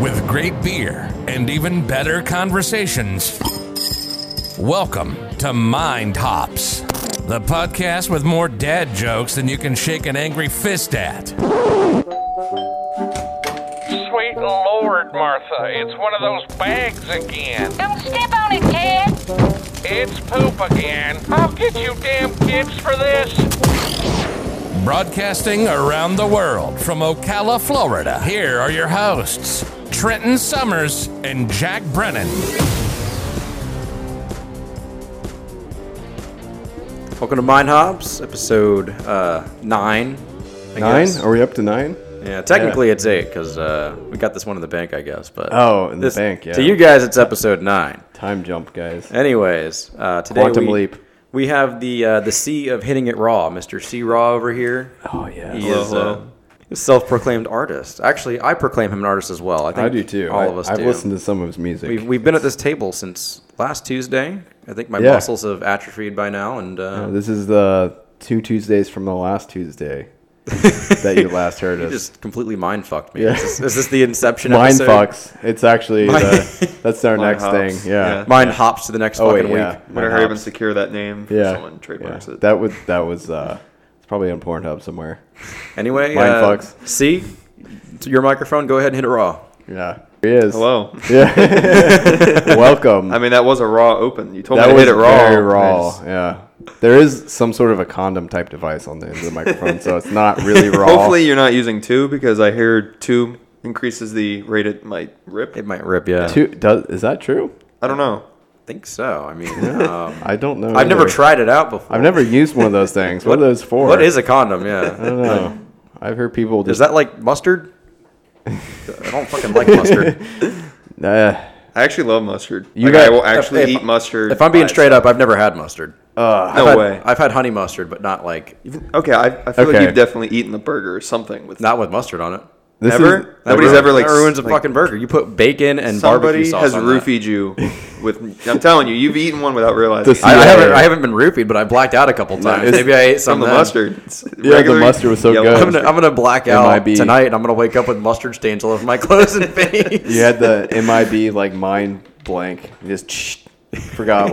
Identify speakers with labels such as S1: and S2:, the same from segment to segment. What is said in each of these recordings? S1: With great beer and even better conversations. Welcome to Mind Hops, the podcast with more dad jokes than you can shake an angry fist at.
S2: Sweet lord, Martha, it's one of those bags again.
S3: Don't step on it, Ted.
S2: It's poop again. I'll get you damn kids for this.
S1: Broadcasting around the world from Ocala, Florida. Here are your hosts, Trenton Summers and Jack Brennan.
S4: Welcome to Mind Hops, episode uh, nine. I
S5: Nine?
S4: guess.
S5: Are we up to nine?
S4: yeah, technically it's eight because uh, we got this one in the bank, I guess. But
S5: Oh, in the
S4: this-
S5: bank, yeah.
S4: To you guys, it's episode nine.
S5: Time jump, guys.
S4: Eh, Anyways, uh, today
S5: Quantum
S4: we,
S5: leap.
S4: We have the uh, the C of hitting it raw, Mister C Raw over here.
S5: Oh yeah.
S4: He is uh, a self-proclaimed artist. Actually, I proclaim him an artist as well. I think
S5: I do too.
S4: All
S5: I,
S4: of us
S5: I've
S4: do.
S5: listened to some of his music.
S4: We've, we've been at this table since last Tuesday. I think my
S5: Yeah.
S4: muscles have atrophied by now, and uh,
S5: Uh, this is the two Tuesdays from the last Tuesday that you last heard
S4: You
S5: us.
S4: just completely mind fucked me.
S5: Yeah.
S4: Is, this, is this the Inception
S5: Mind
S4: episode?
S5: fucks. It's actually
S4: Mind-
S5: the, that's our
S6: Mind
S5: next
S6: hops.
S5: thing. Yeah.
S6: Yeah.
S4: Mind hops to the next
S5: Oh wait,
S4: fucking
S5: yeah.
S4: week.
S6: I'm gonna
S5: Mind
S6: hurry up and
S5: hops.
S6: secure that name. before
S5: Yeah.
S6: Someone trademarks
S5: yeah.
S6: it.
S5: That was that was uh, it's probably on Pornhub somewhere.
S4: Anyway,
S5: Mind
S4: uh,
S5: fucks.
S4: See, It's your microphone. Go ahead and hit it raw.
S5: Yeah. Here he is.
S6: Hello.
S5: Welcome.
S6: I mean, that was a raw open. You told
S5: that
S6: me to
S5: was
S6: hit it raw.
S5: very raw.
S6: Nice.
S5: Yeah. There is some sort of a condom type device on the end of the microphone, so it's not really raw.
S6: Hopefully, you're not using two because I hear two increases the rate it might rip.
S4: It might rip. Yeah,
S5: Two, does, is that true?
S6: I don't know.
S4: I think so. I mean, um,
S5: I don't know.
S4: I've never
S5: either.
S4: tried it out before.
S5: I've never used one of those things. What, are those for?
S4: What is a condom? Yeah,
S5: I don't know. I've heard people
S4: is
S5: just.
S4: that like mustard? I don't fucking like mustard.
S5: uh,
S6: I actually love mustard.
S5: You
S6: You like,
S5: got-
S6: I will actually
S4: if-
S6: eat mustard.
S4: If I'm being
S6: by
S4: straight up, I've never had mustard.
S6: itself. no
S4: I've had-
S6: way.
S4: I've had honey mustard, but not like
S6: okay, I, I feel
S5: Okay.
S6: like you've definitely eaten a burger or something with
S4: not with mustard on it.
S5: this
S6: Ever?
S5: Is,
S4: That
S6: Nobody's
S4: ruins-
S6: ever, like,
S4: that ruins a
S6: like-
S4: fucking burger. You put bacon and barbecue
S6: somebody
S4: sauce
S6: has
S4: on that.
S6: roofied you with. I'm telling you, you've eaten one without realizing.
S5: The
S6: it.
S4: I, I
S5: Yeah.
S4: haven't I haven't been roofied, but I blacked out a couple times.
S5: it's-
S4: Maybe I ate some
S6: from the
S4: then.
S6: mustard. It's
S5: the
S6: regular
S5: mustard was so
S6: yellow
S5: good.
S4: I'm
S6: mustard.
S4: gonna, I'm gonna black
S5: might
S4: out
S5: be-
S4: tonight, and I'm gonna wake up with mustard stains all over my clothes and face.
S5: you had the MIB like mind blank. You just forgot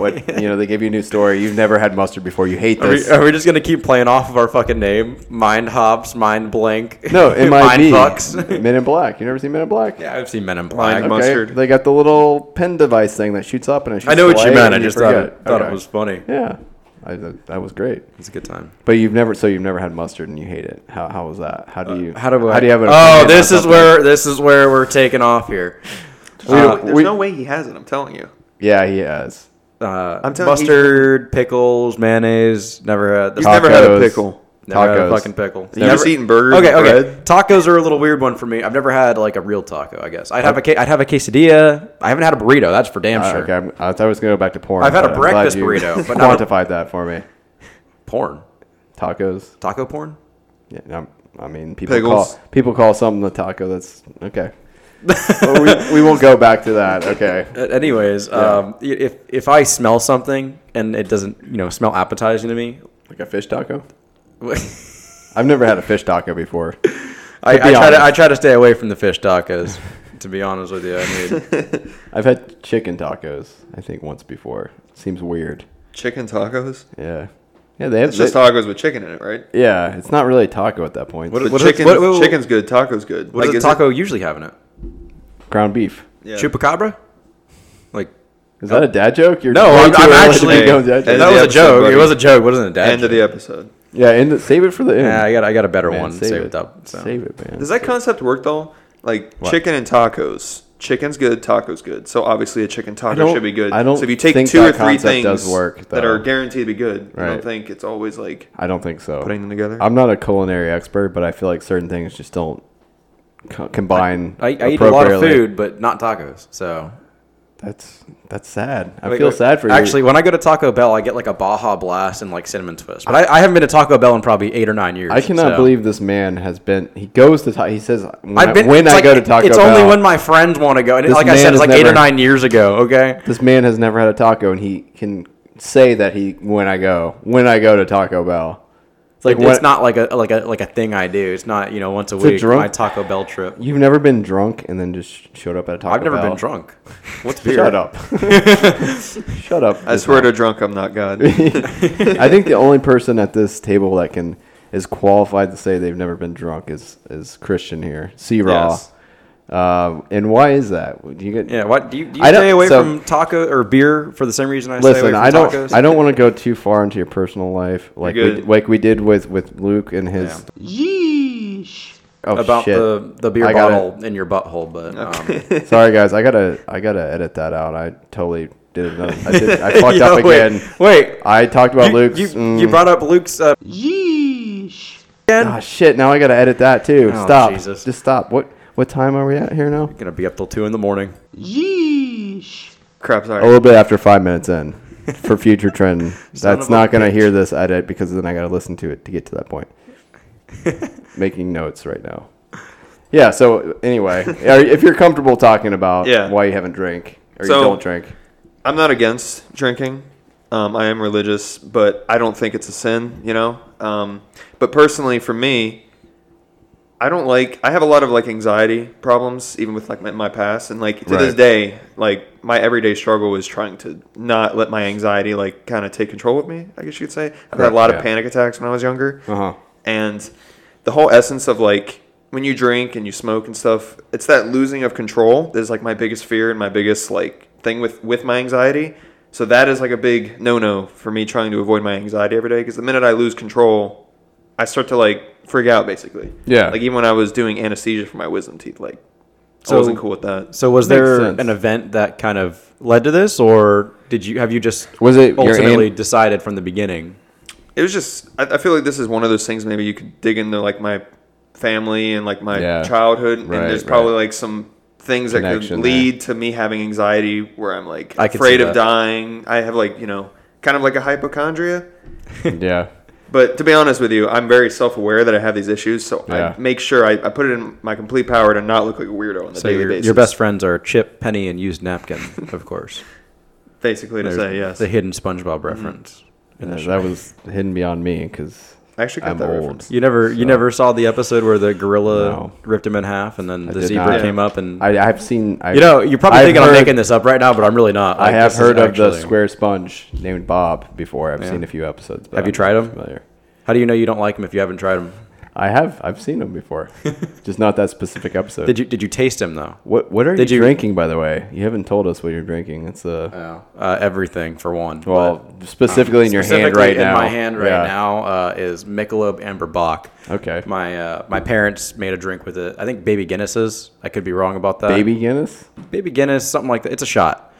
S5: what you know. They gave you a new story. You've never had mustard before. You hate
S4: Are we,
S5: this.
S4: are we just gonna keep playing off of our fucking name? Mind hops, mind blank.
S5: no, MIB.
S4: mind fucks.
S5: Men in Black. You never seen Men in Black?
S4: yeah, I've seen Men in
S6: Mind
S4: Black.
S5: Okay,
S6: Mustard.
S5: They got the little pen device thing that shoots up and it shoots
S4: I know what you
S5: light
S4: meant.
S5: and
S4: I just thought it,
S5: forget.
S4: thought it
S5: Okay.
S4: was funny.
S5: Yeah, I, that, that was great.
S4: It's a good time.
S5: But you've never so you've never had mustard and you hate it. How how was that? How do you
S4: Uh, How do I?
S5: how do you have an opinion
S4: Oh,
S5: on
S4: this is
S5: something?
S4: where this is where we're taking off here.
S6: There's,
S5: Uh,
S6: no, there's
S5: we-
S6: no way he has it. I'm telling you.
S5: yeah he has
S4: Uh,
S6: I'm telling-
S4: mustard, pickles, mayonnaise. Never had.
S6: He's never had a
S5: Tacos.
S6: pickle.
S4: Never had a
S5: Tacos.
S4: fucking pickle.
S6: You just eaten burgers
S4: Okay,
S6: and
S4: okay. Tacos are a little weird one for me. I've never had like a real taco. I guess I'd have a ca- I'd have a quesadilla. I haven't had a burrito. That's for damn
S5: Uh,
S4: sure.
S5: okay, I'm, I thought I was gonna go back to porn.
S4: I've had a
S5: but I'm glad
S4: breakfast
S5: you
S4: burrito, but not a-
S5: quantified that for me.
S4: Porn,
S5: Tacos.
S4: taco porn.
S5: Yeah, no, I mean people
S6: Pickles.
S5: call people call something a taco. That's okay. Well, we, we won't go back to that. Okay.
S4: Uh, Anyways, um, i- if if I smell something and it doesn't, you know, smell appetizing to me,
S5: Like a fish taco.
S4: I,
S5: I've never had a fish taco before.
S4: I
S5: be
S4: try to
S5: honest.
S4: I try to stay away from the fish tacos. to be honest with you, I mean.
S5: I've had chicken tacos. I think once before. Seems weird.
S6: Chicken tacos?
S5: Yeah. Yeah, they have.
S6: It's just
S5: they-
S6: tacos with chicken in it, right?
S5: yeah, it's not really a taco at that point.
S6: But
S4: what is-
S6: chicken,
S4: what- what-
S6: chicken's good, tacos good.
S4: What does
S6: is
S4: a taco usually have in it?
S5: ground beef.
S6: It, yeah.
S4: Chupacabra? Like
S5: Is that a dad joke? You're
S4: Oh. No,
S5: way
S4: I'm-
S5: too
S4: I'm
S5: early to
S4: actually-
S5: be going dad
S6: Hey,
S4: that
S5: joke.
S6: the
S4: was a
S6: episode,
S4: joke.
S6: buddy.
S4: It was a joke, wasn't it? Dad
S6: End of the episode.
S5: Yeah, end it, save it for the end.
S4: Yeah, I got I got a better
S5: Man,
S4: one saved up. So.
S5: Save it, man.
S6: Does that concept work though? Like chicken and tacos. Chicken's good, tacos good. So obviously a chicken taco
S5: don't-
S6: should be good.
S5: I don't
S6: so if you take
S5: think
S6: two
S5: that
S6: or three
S5: concept
S6: things
S5: does work,
S6: that
S5: though.
S6: are guaranteed to be good, I don't
S5: Right.
S6: think it's always like
S5: I don't think so.
S6: putting them together.
S5: I'm not a culinary expert, but I feel like certain things just don't co- combine.
S4: I, I eat a lot of
S5: appropriately.
S4: food, but not tacos. So
S5: That's that's sad. I
S4: Wait,
S5: feel
S4: wait.
S5: sad for you.
S4: Actually, when I go to Taco Bell, I get like a Baja Blast and like cinnamon twist. But I, I haven't been to Taco Bell in probably eight or nine years.
S5: I cannot
S4: so.
S5: believe this man has been. He goes to. Ta- he says when
S4: I've been,
S5: I, when
S4: it's
S5: I
S4: like-
S5: go to Taco
S4: It's
S5: Bell.
S4: only when my friends want to go. And
S5: This
S4: like I
S5: man
S4: said, it's
S5: has
S4: like eight or
S5: never-
S4: nine years ago. Okay.
S5: This man has never had a taco, and he can say that he when I go when I go to Taco Bell.
S4: It's like
S5: what-
S4: it's not like a like a like a thing I do. It's not you know once a
S5: a
S4: week
S5: drunk-
S4: my Taco Bell trip.
S5: You've never been drunk and then just sh- showed up at a Taco
S4: I've never
S5: Bell?
S4: been drunk. What's beer?
S5: Shut up. Shut up.
S6: I swear to drunk, I'm not God.
S5: I think the only person at this table that can is qualified to say they've never been drunk is is Christian here. C Raw.
S6: Yes.
S5: Uh, and why is that? Do you get
S4: Yeah. What do you, do you
S5: I don't-
S4: stay away
S5: so-
S4: from taco or beer for the same reason I stay away
S5: Listen,
S4: from
S5: I don't
S4: tacos?
S5: I don't want to go too far into your personal life like
S6: You're
S5: we,
S6: good.
S5: like we did with with Luke and his Oh
S4: about
S5: shit.
S4: the the beer
S5: I got
S4: bottle in your butthole, but um,
S5: Sorry guys, I got to I got to edit that out. I totally did another I did I fucked
S4: you
S5: up
S4: know, wait,
S5: again.
S4: Wait,
S5: I talked about
S4: you,
S5: Luke's
S4: you,
S5: mm,
S4: you brought up Luke's. Uh, Again,
S5: Ah, shit! Now I gotta edit that too.
S4: Oh,
S5: stop.
S4: Jesus.
S5: Just stop. What what time are we at here now?
S4: gonna be up till two in the morning.
S6: Crap, sorry.
S5: A little bit after five minutes in, for future trend.
S4: Son
S5: That's
S4: of a
S5: not gonna hear this edit because then I gotta listen to it to get to that point. Making notes right now. Yeah. So anyway, are- if you're comfortable talking about
S6: Yeah.
S5: why you haven't drank or
S6: So-
S5: you don't drink,
S6: I'm not against drinking. Um, I am religious, but I don't think it's a sin, you know. Um, but personally, for me, I don't like. I have a lot of like anxiety problems, even with like my, my past, and like to this
S5: Right.
S6: day, like my everyday struggle is trying to not let my anxiety like kind of take control of me. I guess you could say. I've had
S5: Correct,
S6: a lot
S5: yeah.
S6: of panic attacks when I was younger,
S5: Uh-huh.
S6: and the whole essence of like when you drink and you smoke and stuff, it's that losing of control that is like my biggest fear and my biggest like thing with with my anxiety. So that is like a big no no for me trying to avoid my anxiety every day because the minute I lose control, I start to like freak out basically.
S5: Yeah.
S6: Like even when I was doing anesthesia for my wisdom teeth, like
S4: So-
S6: I wasn't cool with that.
S4: So was
S5: Makes
S4: there
S5: sense.
S4: an event that kind of led to this, or did you have you just
S5: Was it your
S4: ultimately
S5: an-
S4: decided from the beginning?
S6: it was just I, I feel like this is one of those things maybe you could dig into like my family and like my
S5: Yeah.
S6: childhood
S5: Right,
S6: and there's probably
S5: right.
S6: like some things that
S5: Connection
S6: could lead to me having anxiety where i'm like
S4: I can see
S6: afraid of
S4: that.
S6: dying i have like you know kind of like a hypochondria
S5: yeah.
S6: but to be honest with you i'm very self-aware that i have these issues so
S5: Yeah.
S6: i make sure I, I put it in my complete power to not look like a weirdo on the
S4: So
S6: daily
S4: your,
S6: basis
S4: your best friends are Chip, Penny, and used napkin, of course.
S6: basically to
S4: There's
S6: say yes
S4: The hidden SpongeBob reference. in the
S5: Uh,
S4: show.
S5: Mm. That was hidden beyond me because
S6: I actually got
S5: I'm
S6: that
S5: old.
S6: reference.
S4: You never you never saw the episode where the gorilla
S5: No.
S4: ripped him in half and then the
S5: did
S4: zebra
S5: not.
S4: came up and
S5: I, I've seen. I,
S4: you know you're probably
S5: I've
S4: thinking I'm
S5: heard-
S4: making this up right now, but I'm really not.
S5: I
S4: Like,
S5: have
S4: this is
S5: heard of the
S4: actually-
S5: square sponge named Bob before. I've seen a few episodes. But
S4: Have you
S5: I'm
S4: tried
S5: not
S4: him?
S5: familiar.
S4: How do you know you don't like him if you haven't tried him?
S5: I have. I've seen him before, just not that specific episode.
S4: Did you did you taste him though?
S5: What What are
S4: Did
S5: you,
S4: you-
S5: drinking, by the way? You haven't told us what you're drinking. It's a
S4: Uh, everything for one.
S5: well, specifically in your hand
S4: Specifically
S5: right
S4: in
S5: now.
S4: my hand right
S5: Yeah.
S4: now uh, is Michelob Amber Bock.
S5: Okay.
S4: My uh, my parents made a drink with it. I think Baby Guinness's. I could be wrong about that.
S5: Baby Guinness.
S4: Baby Guinness, something like that. It's a shot.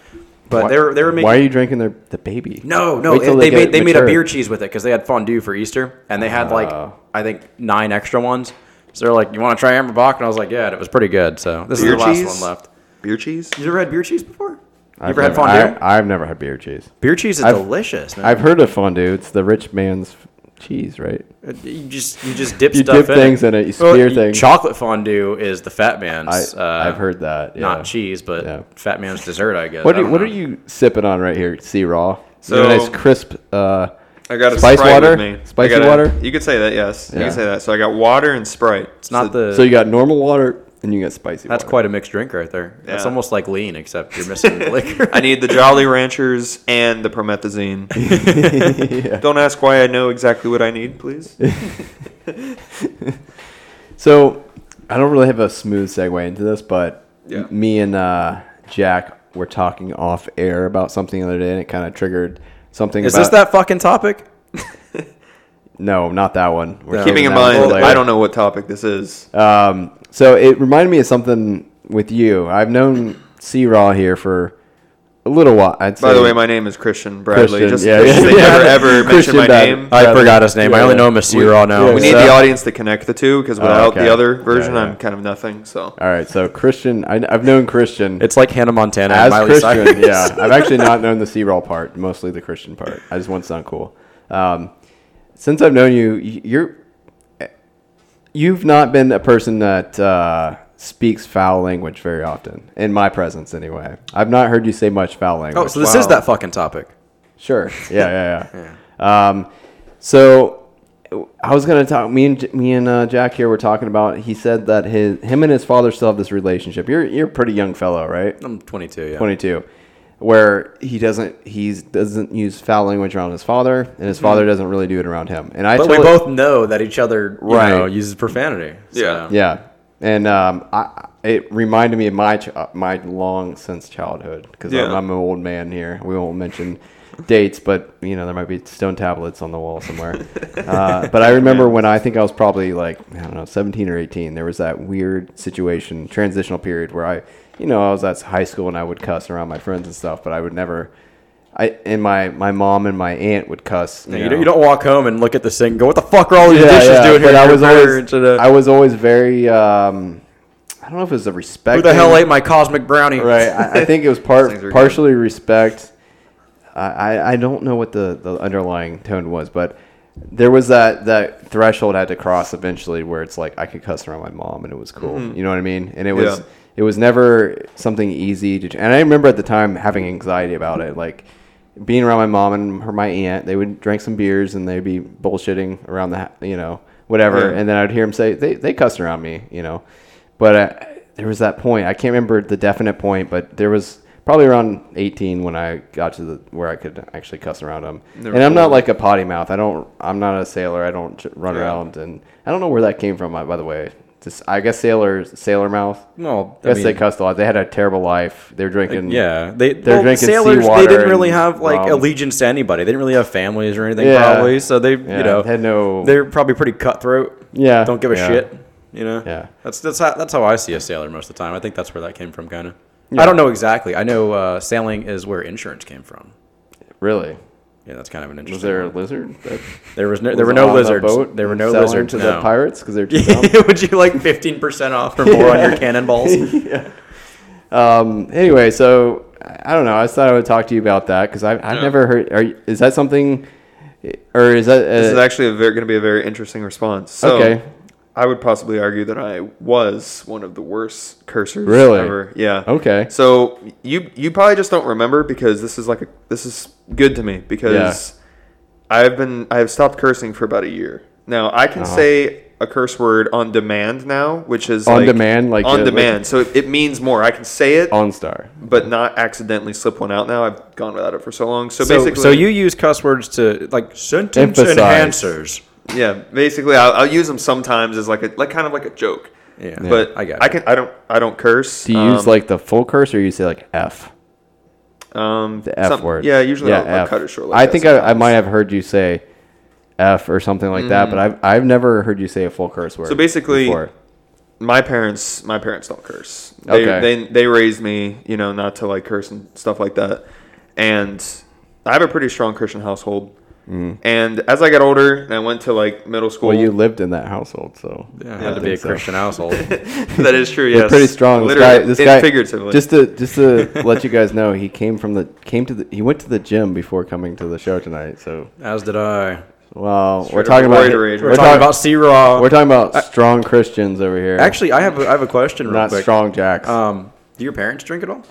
S4: But
S5: Why-
S4: they were they were making
S5: Why are you drinking their the baby?
S4: No, no,
S5: Wait till
S4: they,
S5: get
S4: made they made a
S5: mature.
S4: beer cheese with it because they had fondue for Easter, and they had like
S5: Oh.
S4: I think nine extra ones. So they're like, "You want to try Amber Bock?" And I was like, "Yeah," and it was pretty good. So this
S6: Beer
S4: is the last one
S6: cheese?
S4: left.
S6: beer cheese
S4: You ever had beer cheese before? You
S5: I've
S4: ever had
S5: never-
S4: fondue?
S5: I, I've never had beer cheese.
S4: beer cheese is
S5: I've-
S4: delicious. Man.
S5: I've heard of fondue. It's the rich man's f- cheese, right?
S4: Uh, you just you just dip
S5: You
S4: stuff
S5: dip
S4: in
S5: things in it, you smear things.
S4: Chocolate fondue is the fat man's.
S5: I,
S4: uh,
S5: I've heard that. Yeah.
S4: not cheese, but
S5: Yeah.
S4: fat man's dessert. I guess.
S5: What
S4: I
S5: are,
S4: don't
S5: what are
S4: know.
S5: you sipping on right here? C raw.
S6: So-
S5: nice crisp. Uh,
S6: i got a
S5: Spice
S6: sprite
S5: water?
S6: with me I
S5: Spicy
S6: got a-
S5: water?
S6: you could say that yes you
S5: Yeah.
S6: could say that so i got water and sprite
S4: It's not the.
S5: so you got normal water and you got spicy.
S4: that's
S5: water.
S4: quite a mixed drink right there. That's
S6: Yeah.
S4: almost like lean, except you're missing the liquor.
S6: I need the Jolly Ranchers and the promethazine. Don't ask why I know exactly what I need, please.
S5: So I don't really have a smooth segue into this, but
S6: Yeah.
S5: m- me and uh, Jack were talking off air about something the other day, and it kind of triggered something.
S4: Is
S5: about,
S4: this that fucking topic?
S5: No, not that one. We're
S6: Keeping in
S5: that one
S6: mind,
S5: for
S6: I
S5: later.
S6: don't know what topic this is.
S5: Um, so it reminded me of something with you. I've known C Raw here for a little while. I'd
S6: By
S5: say-
S6: the way, my name is Christian Bradley.
S5: Christian,
S6: just
S5: yeah,
S6: in case
S5: yeah,
S6: they
S5: yeah.
S6: never ever
S5: Christian
S6: mention my
S5: Bradley.
S6: name.
S4: I
S5: Yeah,
S4: forgot his name. I
S5: yeah,
S4: only
S5: yeah.
S4: know him as C-Raw now.
S5: yeah,
S6: We need
S5: so-
S6: the audience to connect the two because without
S5: okay.
S6: the other
S5: Yeah,
S6: version,
S5: yeah. Uh,
S6: I'm kind of nothing. So
S5: All right, so Christian, I, have known Christian
S4: It's like Hannah Montana
S5: as
S4: and Miley
S5: Christian.
S4: Cyrus.
S5: Yeah, I've actually not known the C Raw part, mostly the Christian part. I just want to sound cool. Um, since I've known you, y- you're you've not been a person that uh, speaks foul language very often in my presence, anyway. I've not heard you say much foul language.
S4: Oh, so this is that fucking topic.
S5: Sure. Yeah, yeah, yeah. Um, so I was gonna talk. Me and me and uh, Jack here were talking about. He said that his him and his father still have this relationship. You're you're a pretty young fellow, right?
S4: I'm 22. Yeah.
S5: 22 where he doesn't he's doesn't use foul language around his father and his father doesn't really do it around him and i
S4: Mm-hmm. But we
S5: totally-
S4: both know that each other, you
S5: Right.
S4: know, uses profanity. so-
S6: Yeah.
S5: yeah and um i it reminded me of my ch- uh, my long since childhood because
S6: Yeah.
S5: I'm, I'm an old man here we won't mention dates but you know there might be stone tablets on the wall somewhere uh, but i remember when i think i was probably like i don't know 17 or 18 there was that weird situation transitional period where i you know i was at high school and i would cuss around my friends and stuff but i would never I and my, my mom and my aunt would cuss.
S4: You, don't, you don't walk home and look at the sink and go, what the fuck are all these dishes doing here?
S5: but I
S4: Your
S5: was
S4: parents
S5: always,
S4: and, uh,
S5: I was always very, um, I don't know if it was a respect.
S4: Who the hell
S5: thing,
S4: ate my cosmic brownie?
S5: Right. I, I think it was part
S6: Things are good.
S5: partially respect. I, I, I don't know what the, the underlying tone was, but there was that, that threshold I had to cross eventually where it's like I could cuss around my mom and it was cool. You know what I mean? And it was
S6: Mm-hmm. Yeah.
S5: it was never something easy to. And I remember at the time having anxiety about it, like being around my mom and her my aunt. They would drink some beers and they'd be bullshitting around the ha- you know whatever,
S6: Yeah.
S5: and then I'd hear them say they they cussed around me, you know. But uh, there was that point. I can't remember the definite point, but there was probably around 18 when I got to the where I could actually cuss around them. and I'm not like a potty mouth. I don't. I'm not a sailor. I don't j- run
S6: Yeah.
S5: around, and I don't know where that came from. uh, By the way, just I guess sailors sailor mouth.
S4: Well,
S5: I
S4: I
S5: guess they
S4: mean-
S5: cussed a lot. They had a terrible life. They were drinking.
S4: Yeah, they
S5: They're
S4: well,
S5: drinking
S4: sailors.
S5: seawater
S4: They didn't really
S5: and
S4: have like
S5: rum.
S4: allegiance to anybody. They didn't really have families or anything,
S5: Yeah.
S4: probably. So they,
S5: Yeah,
S4: you know,
S5: had no-
S4: They're probably pretty cutthroat.
S5: Yeah,
S4: don't give a
S5: yeah.
S4: shit. You know.
S5: Yeah.
S4: That's that's how that's how I see a sailor most of the time. I think that's where that came from, kind of. I don't know exactly. I know uh, sailing is where insurance came from.
S5: Really.
S4: Yeah, that's kind of an
S5: Was
S4: interesting.
S5: there a
S4: one.
S5: lizard? That
S4: There was no.
S5: was
S4: There were no
S5: on the
S4: lizards.
S5: boat
S4: there were no
S5: selling
S4: lizards.
S5: to the
S4: no.
S5: pirates because they're too dumb.
S4: Would you like fifteen percent off or more on your cannonballs?
S5: Um, anyway, so I I don't know. I just thought I would talk to you about that because I've, I've never heard. Are, you- is that something, or is that? Uh,
S6: This is actually a very, going to be a very interesting response. So,
S5: Okay.
S6: I would possibly argue that I was one of the worst cursors
S5: Really?
S6: ever. Yeah.
S5: Okay.
S6: So you you probably just don't remember because this is like a, this is good to me because I've been I've stopped cursing for about a year now. I can
S5: Uh-huh.
S6: say a curse word on demand now, which is
S5: On
S6: like-
S5: demand, like
S6: on
S5: the- like-
S6: demand. so it, it means more. I can say it,
S5: OnStar.
S6: but not accidentally slip one out. Now I've gone without it for so long. So,
S4: So,
S6: basically,
S4: so you use cuss words to like sentence
S5: Emphasize.
S4: enhancers.
S6: Yeah, basically, I'll, I'll use them sometimes as like a like kind of like a joke.
S4: Yeah.
S6: but
S4: Yeah, I
S6: I
S4: got
S6: I can I don't I don't curse.
S5: Do you use
S6: Um,
S5: like the full curse, or you say like F?
S6: um
S5: The F
S6: some-
S5: word.
S6: Yeah, usually I'll, I'll
S5: F.
S6: cut it short.
S5: I
S6: that
S5: think I, I
S6: sometimes. Mm.
S5: might have heard you say F or something like that, but I've I've never heard you say a full curse word.
S6: So basically,
S5: before.
S6: My parents, my parents don't curse. They,
S5: Okay.
S6: they they raised me, you know, not to like curse and stuff like that. And I have a pretty strong Christian household. And as I got older and I went to like middle school,
S5: Mm-hmm. well, you lived in that household, so
S4: Yeah,
S5: I
S4: had to be a
S5: think so.
S4: Christian household.
S6: that is true.
S5: They're
S6: Yes,
S5: pretty strong. This
S6: Literally
S5: guy, this
S6: and
S5: guy,
S6: figuratively.
S5: Just to just to let you guys know, he came from the came to the he went to the gym before coming to the show tonight. So
S4: As did I.
S5: well, we're
S6: up
S5: talking about
S6: roid rage.
S5: we're,
S6: We're
S4: We're talking
S5: talking
S4: about C Raw.
S5: we're talking about strong Christians over here.
S4: Actually, I have a, I have a question. Real
S5: not
S4: quick.
S5: strong jacks.
S4: Um, do your parents drink at all?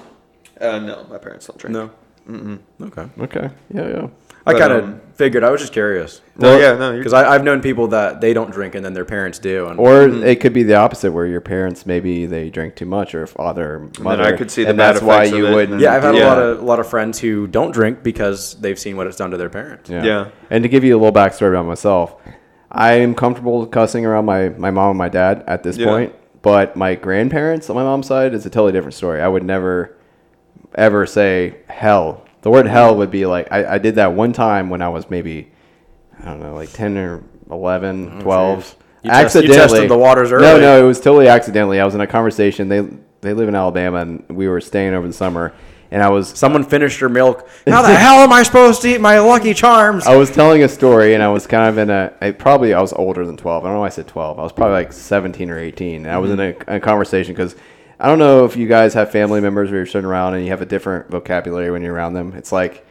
S6: uh, no, my parents don't drink.
S4: Mm-mm. Okay.
S5: okay, yeah,
S6: Mm-hmm.
S5: yeah.
S4: I
S6: But,
S4: kind of
S6: um,
S4: figured. I was just curious.
S6: No, yeah, no, you're-
S4: Because I've known people that they don't drink and then their parents do. And
S5: Or it could be the opposite, where your parents maybe they drink too much, or father, or mother.
S6: I could see the
S5: and
S6: bad
S5: that's why
S6: effects of
S5: you
S6: it,
S5: wouldn't.
S4: yeah, I've had a
S6: Yeah.
S4: lot of a lot of friends who don't drink because they've seen what it's done to their parents.
S5: Yeah.
S6: Yeah.
S5: And to give you a little backstory about myself, I am comfortable cussing around my, my mom and my dad at this
S6: Yeah.
S5: point, but my grandparents on my mom's side is a totally different story. I would never, ever say hell. The word hell would be like, I, I did that one time when I was maybe, I don't know, like 10 or 11, 12.
S4: Oh, You test- you tested the waters
S5: No,
S4: early.
S5: no, it was totally accidentally. I was in a conversation. They they live in Alabama, and we were staying over the summer. And I was
S4: Someone finished your milk. How the hell am I supposed to eat my Lucky Charms?
S5: I was telling a story, and I was kind of in a. I probably I was older than twelve. I don't know why I said twelve. I was probably like seventeen or eighteen, and I was in a, a conversation because I don't know if you guys have family members where you're sitting around and you have a different vocabulary when you're around them. It's like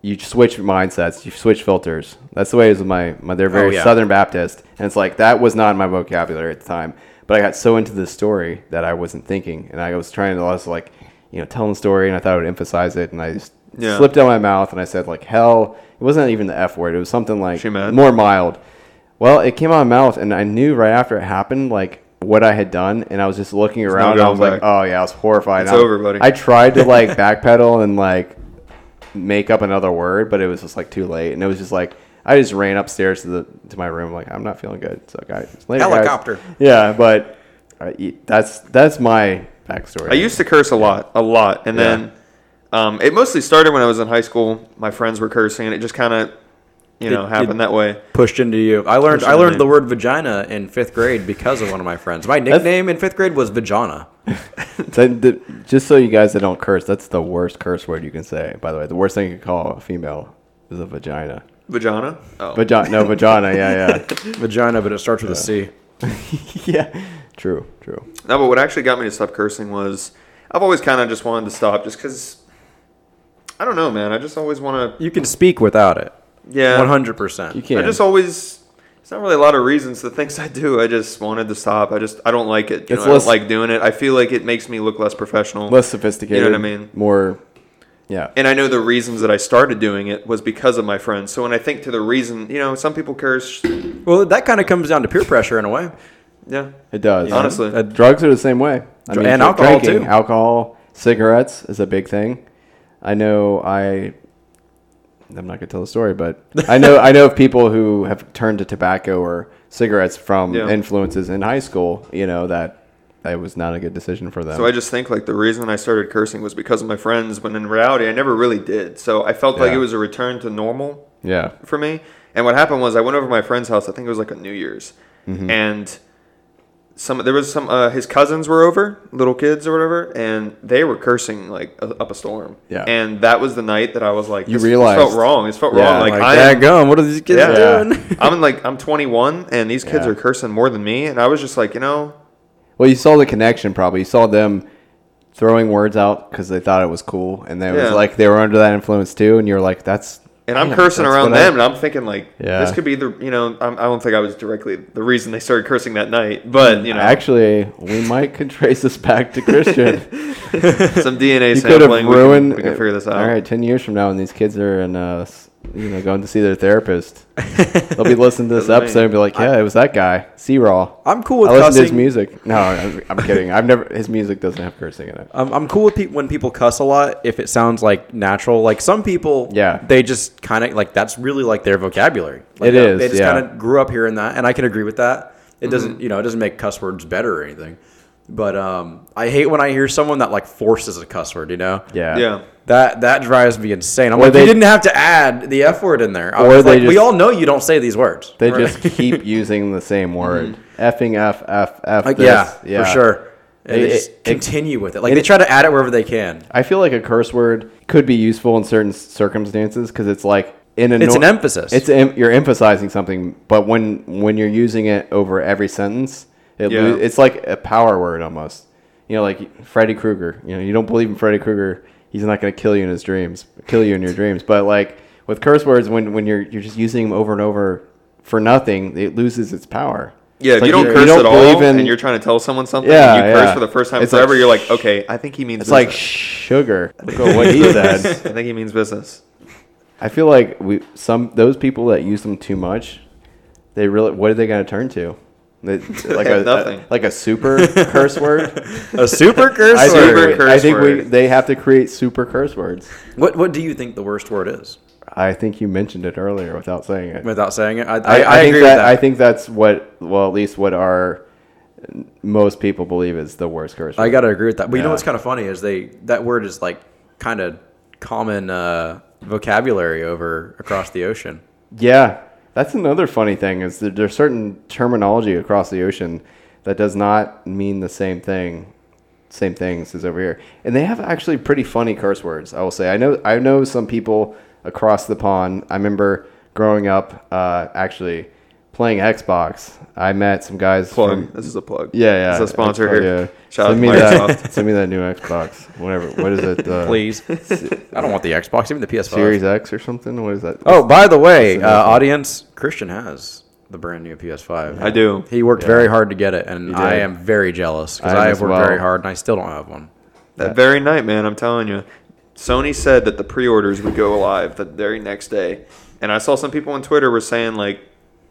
S5: you switch mindsets, you switch filters. That's the way it is with my my. They're very
S4: yeah.
S5: Southern Baptist, and it's like that was not in my vocabulary at the time. But I got so into this story that I wasn't thinking, and I was trying to I was like, you know, telling the story, and I thought I would emphasize it, and I just
S6: Yeah.
S5: slipped out of my mouth, and I said like hell. It wasn't even the f word. It was something like
S6: She mad?
S5: more mild. Well, it came out of my mouth, and I knew right after it happened, like what I had done, and I was just looking around. and I was
S6: going
S5: like,
S6: back.
S5: "Oh yeah, I was horrified."
S6: It's
S5: And I-
S6: over, buddy.
S5: I tried to like backpedal and like make up another word, but it was just like too late, and it was just like I just ran upstairs to the to my room, like I'm not feeling good. So guys, later, guys."
S4: Helicopter.
S5: Yeah, but uh, y- that's that's my backstory.
S6: I used to curse a lot, a lot, and then um, it mostly started when I was in high school. My friends were cursing, and it just kind of, you know,
S4: it-
S6: happened that way.
S4: Pushed into you. I learned
S6: Pushed
S4: I
S6: into
S4: learned
S6: me.
S4: the word vagina in fifth grade because of one of my friends. My nickname in fifth grade was vagina.
S5: That- that- just so you guys that don't curse, that's the worst curse word you can say. By the way, the worst thing you can call a female is a vagina.
S6: Vagina. Oh,
S5: Vagina, no vagina. Yeah,
S4: Vagina, but it starts with a C.
S5: yeah, yeah. True, true.
S6: no, but what actually got me to stop cursing was I've always kind of just wanted to stop, just because. I don't know, man. I just always want to.
S4: You can speak without it.
S6: Yeah.
S4: One hundred percent.
S5: You can't.
S6: I just always. It's not really a lot of reasons. The things I do, I just wanted to stop. I just I don't like it. You
S5: It's
S6: know, I
S5: less-
S6: don't like doing it. I feel like it makes me look less professional,
S5: less sophisticated.
S6: You know what I mean?
S5: More. Yeah.
S6: and I know the reasons that I started doing it was because of my friends. So when I think to the reason, you know, some people curse.
S4: Well, that kind of comes down to peer pressure in a way.
S6: Yeah,
S5: It does.
S6: Honestly.
S5: Uh, drugs are the same way. I
S4: Dr- and alcohol, too.
S5: Alcohol, cigarettes is a big thing. I know. I. I'm not gonna tell the story, but I know. I know of people who have turned to tobacco or cigarettes from
S6: Yeah.
S5: influences in high school. You know that that was not a good decision for them.
S6: So I just think like the reason I started cursing was because of my friends, when in reality I never really did. So I felt like
S5: Yeah.
S6: it was a return to normal
S5: yeah.
S6: for me. And what happened was I went over to my friend's house. I think it was like a New Year's,
S5: Mm-hmm.
S6: and some there was some uh, his cousins were over, little kids or whatever, and they were cursing like a, up a storm.
S5: Yeah.
S6: And that was the night that I was like,
S5: You
S6: this
S5: realized.
S6: felt wrong. It felt
S5: Yeah,
S6: wrong. Like,
S4: Like,
S6: I am-
S4: that gum. What are these kids
S6: Yeah.
S4: doing?
S6: I'm like I'm 21 and these kids
S5: Yeah.
S6: are cursing more than me and I was just like you know
S5: Well, you saw the connection probably. You saw them throwing words out because they thought it was cool, and they was
S6: Yeah.
S5: like they were under that influence too. And you're like, that's
S6: and I'm
S5: damn,
S6: cursing
S5: that's
S6: around
S5: what I-
S6: them and I'm thinking like
S5: Yeah.
S6: this could be the you know I'm, I don't think I was directly the reason they started cursing that night
S5: Mm,
S6: but you know
S5: Actually, we might could trace this back to Christian.
S6: some DNA
S5: you could have
S6: sampling
S5: ruined.
S6: we, can, we can figure this out
S5: All right, ten years from now, when these kids are in, uh, s- you know, going to see their therapist, they'll be listening to this
S6: Doesn't mean-
S5: episode and be like, "Yeah, it was that guy, C Raw."
S4: I'm cool with
S5: I listen to his
S4: cussing.
S5: music. No, I'm, I'm kidding. I've never. His music doesn't have cursing in it.
S4: I'm, I'm cool with pe- when people cuss a lot if it sounds like natural. Like some people,
S5: Yeah.
S4: they just kind of like that's really like their vocabulary. Like,
S5: It
S4: uh,
S5: is,
S4: They just
S5: yeah. Mm-hmm.
S4: kind of grew up hearing that, and I can agree with that. It doesn't, you know, it doesn't make cuss words better or anything. But um, I hate when I hear someone that like forces a cuss word. You know,
S5: Yeah.
S6: yeah
S4: that that drives me insane. I'm like,
S5: they-
S4: you didn't have to add the f word in there. I
S5: Or
S4: was
S5: they
S4: like, we
S5: just-
S4: all know you don't say these words.
S5: They just keep using the same word. Effing f f f.
S4: Like,
S5: this,
S4: yeah, Mm-hmm. for sure. And
S5: It-
S4: they just
S5: it-
S4: continue with it. Like they try to add it wherever they can.
S5: I feel like a curse word could be useful in certain circumstances because it's like in a
S4: It's an emphasis.
S5: It's em- you're emphasizing something, but when when you're using it over every sentence, it
S6: Yeah.
S5: lo- it's like a power word almost. You know, like Freddy Krueger. You know, you don't believe in Freddy Krueger. He's not going to kill you in his dreams, kill you in your dreams. But like with curse words, when when you're you're just using them over and over for nothing, it loses its power.
S6: yeah
S5: It's
S6: if
S5: like
S6: you don't curse at all and you're trying to tell someone something
S5: Yeah,
S6: and you curse
S5: yeah.
S6: for the first time
S5: It's like-
S6: forever you're like okay I think he means
S5: It's like
S6: business.
S5: sugar. Look at what he said.
S6: I think he means business
S5: I feel like we some those people that use them too much, they really what are they gonna turn to? They, like a,
S6: Nothing.
S5: like a super curse word.
S4: A super curse
S5: I
S4: word.
S5: think,
S6: Super
S5: we-
S6: curse
S5: I think we
S6: word.
S5: they have to create super curse words.
S4: What What do you think the worst word is?
S5: I think you mentioned it earlier without saying it.
S4: Without saying it, I, I,
S5: I, I
S4: I
S5: think
S4: agree
S5: that,
S4: with that.
S5: I think that's what well at least what our most people believe is the worst curse.
S4: I
S5: word.
S4: gotta agree with that. But you know
S5: Yeah.
S4: what's kind of funny is they that word is like kind of common uh, vocabulary over across the ocean.
S5: Yeah, that's another funny thing is that there's certain terminology across the ocean that does not mean the same thing, same things as over here. And they have actually pretty funny curse words. I will say. I know. I know some people across the pond. I remember growing up, uh, actually playing Xbox. I met some guys
S6: plug
S5: from
S6: this is a plug
S5: yeah, yeah.
S6: it's a sponsor
S5: Xbox,
S6: here
S5: yeah.
S6: shout out to
S5: Send me
S6: Microsoft
S5: that. send me that new Xbox. Whatever. What is it? Uh,
S4: Please, I don't want the Xbox, even the PS5.
S5: Series X or something. What is that?
S4: Oh, by the way,
S5: That's
S4: uh,
S5: another one.
S4: audience, Christian has the brand new PS5.
S6: I do
S4: He worked very hard to get it, and I
S5: did.
S4: am very jealous because
S5: I am
S4: I
S5: as
S4: have worked
S5: well.
S4: very hard, and I still don't have one.
S6: That very night, man, I'm telling you. Sony said that the pre-orders would go live the very next day. And I saw some people on Twitter were saying like,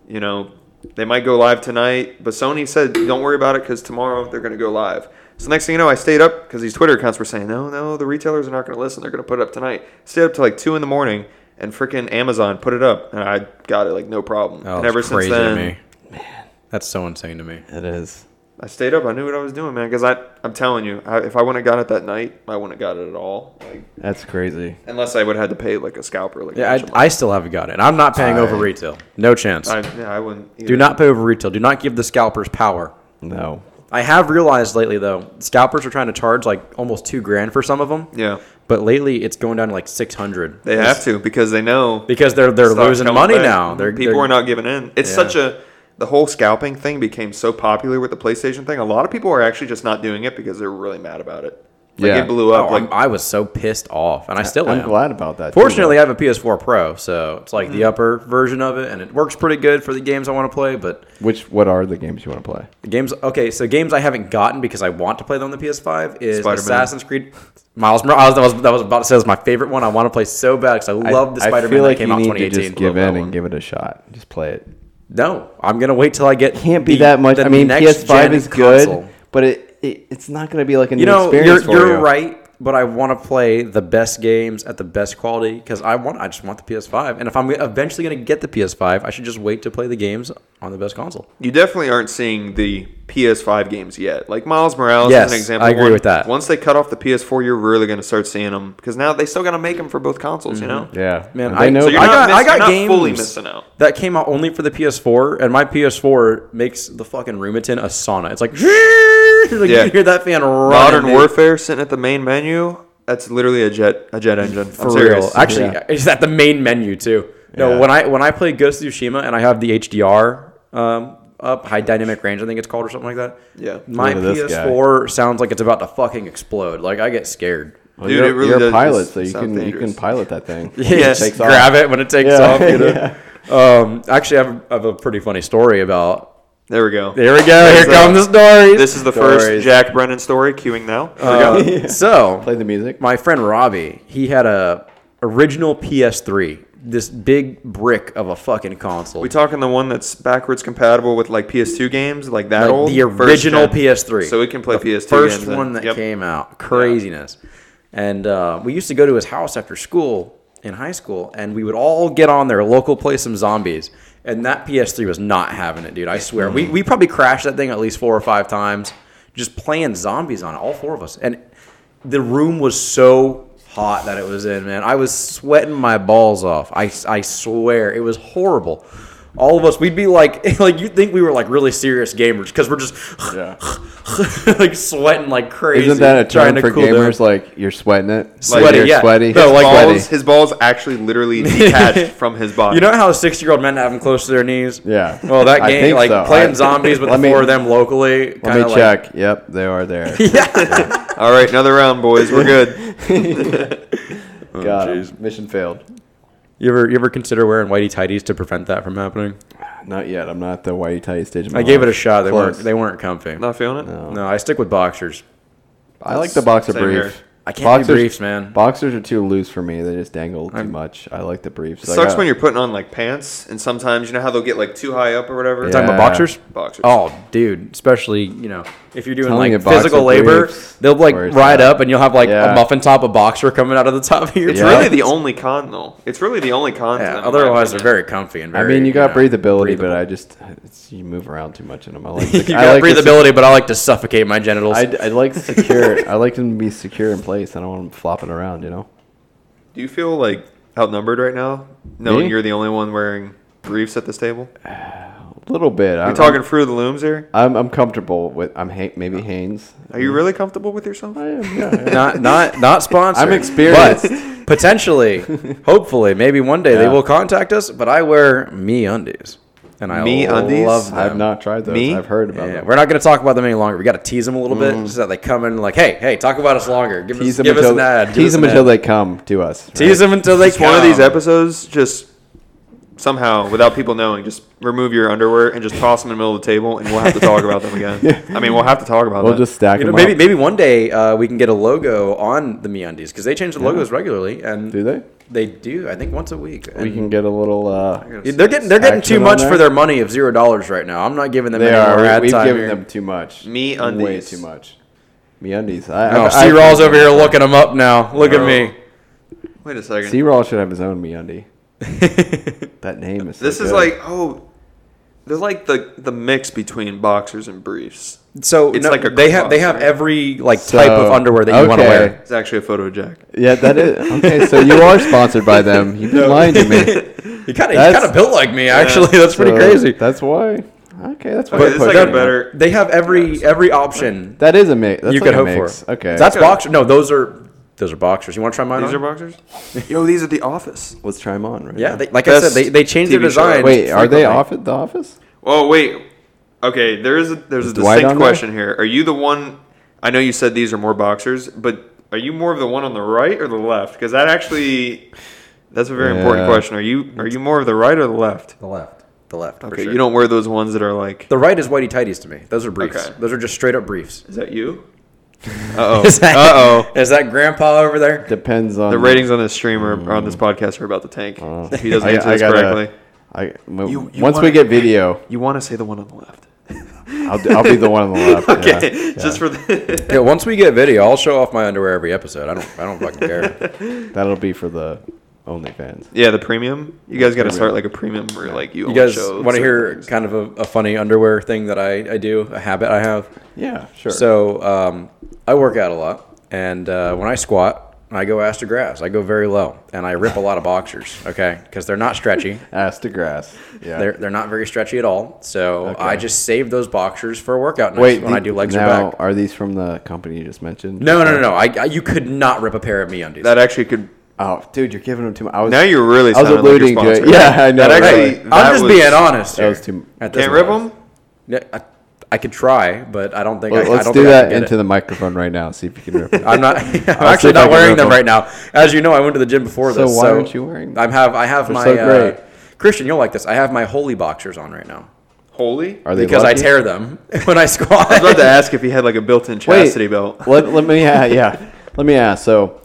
S6: you know, They might go live tonight, but Sony said don't worry about it because tomorrow they're going to go live. So next thing you know, I stayed up because these Twitter accounts were saying no, no, the retailers are not going to listen. They're going to put it up tonight. Stayed up till like two in the morning, and freaking Amazon put it up, and I got it like no problem.
S4: Oh,
S6: and
S4: that's
S6: ever since
S4: crazy
S6: then,
S4: to me. That's so insane to me.
S5: It is.
S6: I stayed up. I knew what I was doing, man. Because I, I'm telling you, I, if I wouldn't have got it that night, I wouldn't have got it at all. Like,
S5: That's crazy.
S6: unless I would have had to pay like a scalper. Like, a
S4: Yeah,
S6: bunch of
S4: I, I still haven't got it. And I'm not paying over retail. No chance.
S6: money. I, yeah, I wouldn't.
S4: Do
S6: either.
S4: not pay over retail. Do not give the scalpers power.
S5: No.
S4: I have realized lately though, scalpers are trying to charge like almost two grand for some of them.
S6: Yeah,
S4: But lately, it's going down to like six hundred.
S6: they have to because they know
S4: because they're they're
S6: stock
S4: losing
S6: comes
S4: money
S6: back. Mhm.
S4: now. They're
S6: people
S4: they're-
S6: are not giving in. It's
S4: Yeah.
S6: such a the whole scalping thing became so popular with the PlayStation thing. A lot of people are actually just not doing it because they're really mad about it. Like,
S5: Yeah.
S6: it blew
S4: Oh,
S6: up.
S4: I'm-
S6: like
S4: I was so pissed off, and I still
S5: I'm
S4: am.
S5: glad about that. too,
S4: Fortunately,
S5: though.
S4: I have a PS4 Pro, so it's like the
S6: Mm-hmm.
S4: upper version of it, and it works pretty good for the games I want to play. But
S5: which what are the games you want to play?
S4: the games, okay, so games I haven't gotten because I want to play them on the PS5 is
S6: Spider-Man.
S4: Assassin's Creed. Miles Morales. oh, That was that was about to say was my favorite one. I want to play so bad because I love the Spider-Man
S5: feel
S4: that
S5: like
S4: came
S5: you
S4: out in
S5: need to
S4: 2018.
S5: Just give
S4: Love that
S5: in and
S4: one.
S5: give it a shot. Just play it.
S4: no, I'm gonna wait till I get.
S5: Can't be
S4: the-
S5: that much.
S4: the
S5: I mean,
S4: next
S5: PS5
S4: gen
S5: is good,
S4: console.
S5: but it, it it's not going to be like a new
S4: You know, you're,
S5: experience for
S4: you're
S5: you.
S4: right, but I want to play the best games at the best quality because I want. I just want the PS5, and if I'm eventually going to get the PS5, I should just wait to play the games on the best console.
S6: you definitely aren't seeing the PS5 games yet. Like Miles Morales
S4: Yes,
S6: is an example.
S4: I agree
S6: One-
S4: with that.
S6: Once they cut off the PS4, you're really going to start seeing them because now they still got to make them for both consoles.
S4: Mm-hmm.
S6: You know.
S5: Yeah,
S4: Man,
S5: They
S4: I know.
S5: know.
S6: So you're
S4: I
S6: not
S4: got,
S6: miss-
S4: I got
S6: you're
S4: games
S6: not fully missing out.
S4: that came out only for the PS4, and my PS4 makes the fucking rheumatin a sauna. It's like, like
S6: Yeah.
S4: you hear that fan running.
S6: Modern
S4: dude.
S6: Warfare sitting at the main menu. That's literally a jet a jet engine.
S4: for
S6: I'm
S4: real.
S6: serious.
S4: Actually,
S5: Yeah.
S4: it's at the main menu too. No,
S5: Yeah.
S4: when I when I play Ghost of Tsushima and I have the HDR um, up, high dynamic range, I think it's called or something like that.
S6: Yeah.
S4: my
S5: Look at this guy.
S4: PS4 sounds like it's about to fucking explode. Like I get scared.
S5: Well,
S6: Dude,
S5: you're,
S6: it really
S5: you're a
S6: does
S5: pilot,
S6: just
S5: so you
S6: sound
S5: can you
S6: dangerous.
S5: can pilot that thing.
S4: Yeah,
S6: Yes,
S5: Takes off.
S4: grab it when it takes
S5: Yeah.
S4: off. You know? um, actually, I have, I have a pretty funny story about.
S6: there we go.
S4: There we go. Here
S6: There's, uh,
S4: come the stories.
S6: This is the
S5: Stories.
S6: first Jack Brennan story queuing now.
S4: Uh, so
S5: Play the music.
S4: my friend Robbie, he had a original PS3, this big brick of a fucking console.
S6: we talking the one that's backwards compatible with like PS2 games, like that
S4: Like
S6: old
S4: the
S6: First
S4: original
S6: gen.
S4: PS3.
S6: So we can play
S4: The
S6: PS2
S4: First
S6: games then.
S4: one that
S6: Yep.
S4: came out, craziness. And uh, we used to go to his house after school in high school, and we would all get on there, local play some zombies. And that PS3 was not having it, dude. I swear, we we probably crashed that thing at least four or five times, just playing zombies on it, all four of us. And the room was so hot that it was in, man. I was sweating my balls off. I, I swear it was horrible. All of us, we'd be like, like you'd think we were like really serious gamers because we're just like sweating like crazy.
S5: Isn't that a
S4: trying
S5: term
S4: to
S5: for
S4: cool down.
S5: gamers? Like you're sweating it.
S4: Sweaty,
S5: Like, you're
S4: yeah.
S5: Sweaty.
S4: No, like-
S6: balls, his balls actually literally detached from his body.
S4: You know how six year old men have them close to their knees?
S5: Yeah.
S4: Well, that
S5: I
S4: game,
S5: think
S4: like
S5: so.
S4: playing
S5: I-
S4: zombies with
S5: Let me-
S4: four of them locally.
S5: Let
S4: kinda
S5: me
S4: like-
S5: check. Yep, they are there.
S6: All right, another round, boys. We're good.
S5: Got 'em. Mission failed.
S4: You ever you ever consider wearing whitey tighties to prevent that from happening?
S5: Not yet. I'm not at the whitey tighty stage. of my
S4: I gave it
S5: life.
S4: a shot. They
S5: Close.
S4: weren't they weren't comfy.
S6: Not feeling it.
S4: No, I stick with boxers.
S5: I like the boxer
S6: Same here.
S5: brief.
S4: I can't do briefs, man.
S5: Boxers are too loose for me. They just dangle too much. I like the briefs.
S6: It sucks when you're putting on like pants, and sometimes you know how they'll get like too high up or whatever.
S5: Yeah.
S4: Talking about boxers?
S6: Boxers.
S4: Oh, dude, especially you know if you're doing
S5: Telling
S4: like
S5: you, boxer
S4: physical labor,
S5: briefs.
S4: they'll like
S5: Where's
S4: ride
S5: that?
S4: up and you'll have like
S5: Yeah.
S4: a muffin top of boxer coming out of the top of your
S6: It's
S5: Yeah.
S6: really the only con, though. It's really the only con. to
S4: Yeah,
S6: them, in my
S4: otherwise they're
S6: opinion.
S4: very comfy and
S5: I
S4: very.
S5: mean, you got
S4: know,
S5: breathability,
S4: breathable.
S5: but I just it's, you move around too much in them. I like
S4: you
S5: I
S4: got
S5: like to
S4: breathability, but I like to suffocate my genitals.
S5: I, I like secure. I like them to be secure in place. I don't want them flopping around. You know.
S6: Do you feel like outnumbered right now, knowing
S5: Me?
S6: you're the only one wearing briefs at this table?
S5: A little bit. I'm
S6: We're talking through the looms here.
S5: I'm, I'm comfortable with. I'm ha- maybe Haynes.
S6: Are
S4: Mm.
S6: you really comfortable with yourself?
S5: I am. Yeah. yeah.
S4: not not not sponsored.
S5: I'm experienced.
S4: but potentially, hopefully, maybe one day they
S5: Yeah.
S4: will contact us. But I wear me undies, and I
S6: Me undies?
S4: love them.
S5: I've not tried those.
S6: Me?
S5: I've heard about
S4: Yeah,
S5: them.
S4: we're not going to talk about them any longer. We got to tease them a little bit so that they come in like, hey, hey, talk about us longer. Give
S5: Mm. Tease
S4: us,
S5: them
S4: give us
S5: until
S4: an ad. give
S5: tease
S4: us
S5: them
S4: an
S5: until
S4: ad.
S5: they come to us.
S4: tease them until they
S6: It's one of
S4: come.
S6: these episodes just somehow, without people knowing, just remove your underwear and just toss them in the middle of the table, and we'll have to talk about them again. I mean, we'll have to talk about
S5: We'll
S6: that.
S5: just stack
S4: You know,
S5: them.
S4: maybe
S5: up.
S4: maybe one day uh, we can get a logo on the MeUndies because they change the logos regularly. And
S5: do they?
S4: They do. I think once a week.
S5: We
S4: And
S5: can get a little. Uh,
S4: they're getting they're getting
S5: Action
S4: too
S5: on
S4: much
S5: that?
S4: for their money of zero dollars right now. I'm not giving them
S5: they
S4: any more
S5: are.
S4: ad
S5: We've
S4: time
S5: given
S4: here.
S5: them too much.
S6: Me
S5: Way
S6: undies.
S5: too much. Me undies. I,
S4: Oh,
S5: I,
S4: C Raw's over here looking them up now. Look
S6: Bro.
S4: at me.
S6: Wait a second.
S5: C Raw should have his own me undie. that name is. so
S6: this is
S5: good.
S6: like oh, they're like the the mix between boxers and briefs.
S4: So
S6: It's
S4: no,
S6: like a
S4: they have they
S6: cross,
S4: have
S6: right?
S4: every like type of
S5: So,
S4: underwear that you want to
S5: okay.
S4: wear.
S6: It's actually a photo jack.
S5: Yeah, that is okay. So you are sponsored by them. You've been lying to me.
S4: He kind of
S5: That's-
S4: kind of built like me actually. That's pretty
S5: So
S4: crazy.
S5: That's why. Okay, that's why.
S6: Okay,
S5: we're
S6: this is like
S5: pushing
S6: a
S5: it.
S6: better.
S4: They have every every option
S5: That is a mix. That's
S4: you
S5: like
S4: could
S5: a
S4: hope
S5: mix.
S4: for.
S5: Okay,
S4: that's
S6: Okay.
S4: boxer. No, those are those are boxers. You want to try mine?
S6: These
S4: on?
S6: are boxers. Yo, these are the Office.
S5: let's try them on. Right
S4: yeah,
S5: now.
S4: they, like I
S6: Best
S4: said, they, they changed their
S6: TV show.
S4: design.
S5: Wait, are
S4: frequently.
S5: they off at the office?
S6: Oh wait, okay. There is a, there's a
S5: Dwight
S6: distinct
S5: on there?
S6: question here. Are you the one? I know you said these are more boxers, but are you more of the one on the right or the left? Because that actually, that's a very important
S5: Yeah.
S6: question. Are you are you more of the right or the left?
S4: The left, the left. for
S6: Okay,
S4: sure.
S6: you don't wear those ones that are like.
S4: The right is whitey tighties to me. Those are briefs.
S6: Okay.
S4: Those are just straight up briefs.
S6: Is that you? Uh
S4: Is
S6: oh.
S4: that-
S6: Uh oh.
S4: Is that grandpa over there?
S5: Depends on
S6: The ratings on this stream or or on this podcast are about to tank. If he
S5: Mm. Oh.
S6: doesn't
S5: I-
S6: answer
S5: I
S6: this
S5: gotta-
S6: correctly,
S5: I, w-
S6: You- you
S5: once
S6: wanna-
S5: we get video,
S6: you want to say the one on the left.
S5: I'll, d- I'll be the one on the left.
S6: Okay,
S5: yeah, yeah.
S6: just for the.
S4: Yeah, once we get video, I'll show off my underwear every episode. I don't I don't fucking care.
S5: that'll be for the OnlyFans.
S6: Yeah, the premium. You guys got to
S5: Premium.
S6: start like a premium where like you.
S4: You
S6: only
S4: guys
S6: show
S4: want to
S6: certain
S4: hear
S6: things.
S4: kind of a, a funny underwear thing that I, I do, a habit I have?
S5: Yeah, sure.
S4: So um, I work out a lot, and uh, when I squat, I go ass to grass. I go very low, and I rip a lot of boxers. Okay, because they're not stretchy.
S5: ass to grass. Yeah.
S4: They're, they're not very stretchy at all. So I
S5: Okay.
S4: just save those boxers for a workout nights
S5: Wait,
S4: when
S5: the-
S4: I do legs or
S5: now,
S4: back.
S5: Are these from the company you just mentioned?
S4: No, no, no, no. I, I, you could not rip a pair of me undies.
S6: That actually could.
S5: Oh, dude, you're giving them to me. I was
S6: Now you're really.
S5: I was
S6: sounding like you're
S5: alluding to it.
S6: sponsored.
S5: Yeah, I know.
S6: That
S5: right?
S6: actually. that
S4: I'm just
S6: was-
S4: being honest.
S5: That
S4: here
S5: was too-
S4: at this
S6: Can't rip
S4: point.
S6: them.
S4: Yeah, I, I could try, but I don't think.
S5: Well,
S4: I, I
S5: let's
S4: don't
S5: do
S4: think I
S5: that
S4: can get
S5: into
S4: it.
S5: the microphone right now. See if you can rip it.
S4: I'm not. I'm
S5: I'll see
S4: actually
S5: if I
S4: not
S5: can
S4: wearing
S5: rip
S4: them
S5: them.
S4: right now. As you know, I went to the gym before
S5: So
S4: this.
S5: why aren't you wearing them?
S4: I have. I have my.
S5: so great.
S4: Uh, Christian, you'll like this. I have my holy boxers on right now
S6: Holy.
S5: Are they
S4: because I
S5: lucky?
S4: tear them when I squat.
S6: I was about to ask if he had like a built-in
S5: Wait,
S6: chastity belt.
S5: let, let me yeah, yeah. Let me ask. So,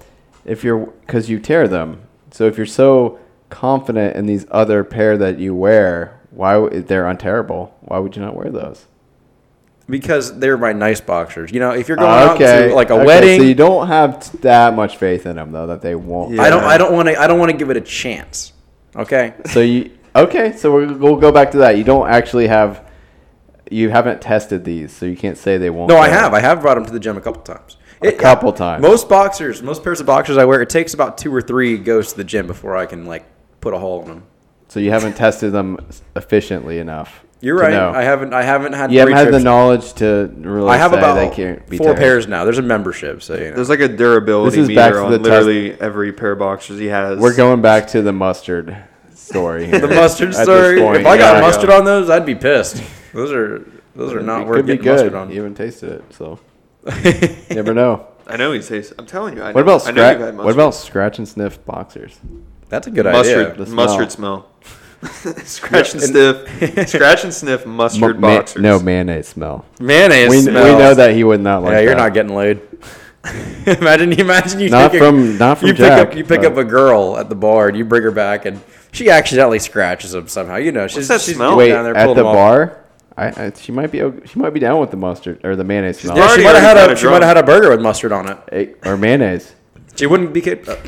S5: if you're because you tear them, so if you're so confident in these other pair that you wear, why w- they're unterrible? Why would you not wear those?
S4: because they're my nice boxers. You know, if you're going out
S5: okay,
S4: to like a
S5: okay,
S4: wedding,
S5: So you don't have t- that much faith in them though that they won't.
S6: Yeah.
S4: I don't. I don't want to. I don't want to give it a chance. Okay.
S5: So you okay? So we're, we'll go back to that. You don't actually have. You haven't tested these, so you can't say they won't.
S4: No, I
S5: go.
S4: have. I have brought them to the gym a couple times. It-
S5: couple times.
S4: Most boxers, most pairs of boxers I wear, it takes about two or three goes to the gym before I can like put a hole in them.
S5: So you haven't tested them s- efficiently enough.
S4: You're
S5: to
S4: right.
S5: know.
S4: I haven't. I haven't had.
S5: you haven't had the
S4: trips.
S5: knowledge to really.
S4: I have
S5: say
S4: about
S5: they can't be
S4: four
S5: tearing.
S4: pairs now. There's a membership, so you know.
S6: There's like a durability
S5: This is
S6: meter
S5: back to
S6: on
S5: the test-
S6: literally every pair of boxers he has.
S5: We're going back to the mustard story. Here
S4: the mustard
S5: at this
S4: story.
S5: point.
S4: If I got
S5: Yeah.
S4: mustard on those, I'd be pissed. Those are those are not
S5: it
S4: worth
S5: could be
S4: getting
S5: good.
S4: mustard on.
S5: You haven't tasted it, so you never know.
S6: I know he says. I'm telling you. I
S5: What
S6: know,
S5: about
S6: I know you've
S5: scratch?
S6: had
S5: What about scratch and sniff boxers?
S4: That's a good
S6: mustard?
S4: idea.
S5: The
S6: mustard smell. scratch and sniff. scratch and sniff mustard
S5: Ma- ma-
S6: boxers.
S5: no mayonnaise smell.
S4: Mayonnaise.
S5: We, we
S4: smells.
S5: know that he would not like.
S4: Yeah, you're not
S5: that.
S4: getting laid. imagine, imagine you
S5: Not
S4: take
S5: from- not from
S4: you pick
S5: Jack,
S4: up you pick
S5: but-
S4: up a girl at the bar and you bring her back and she accidentally scratches him somehow. You know, she's
S6: that
S4: she's
S6: smell?
S5: Wait,
S4: getting down there
S5: at
S4: pulling
S5: the
S4: them off.
S5: bar, I, I she might be o- she might be down with the mustard or the mayonnaise smell
S4: Yeah, she
S6: Already
S4: might have had
S6: already
S4: a she
S6: kinda
S4: might have had a burger with mustard on it.
S5: Eh, or mayonnaise.
S4: She wouldn't be picked up.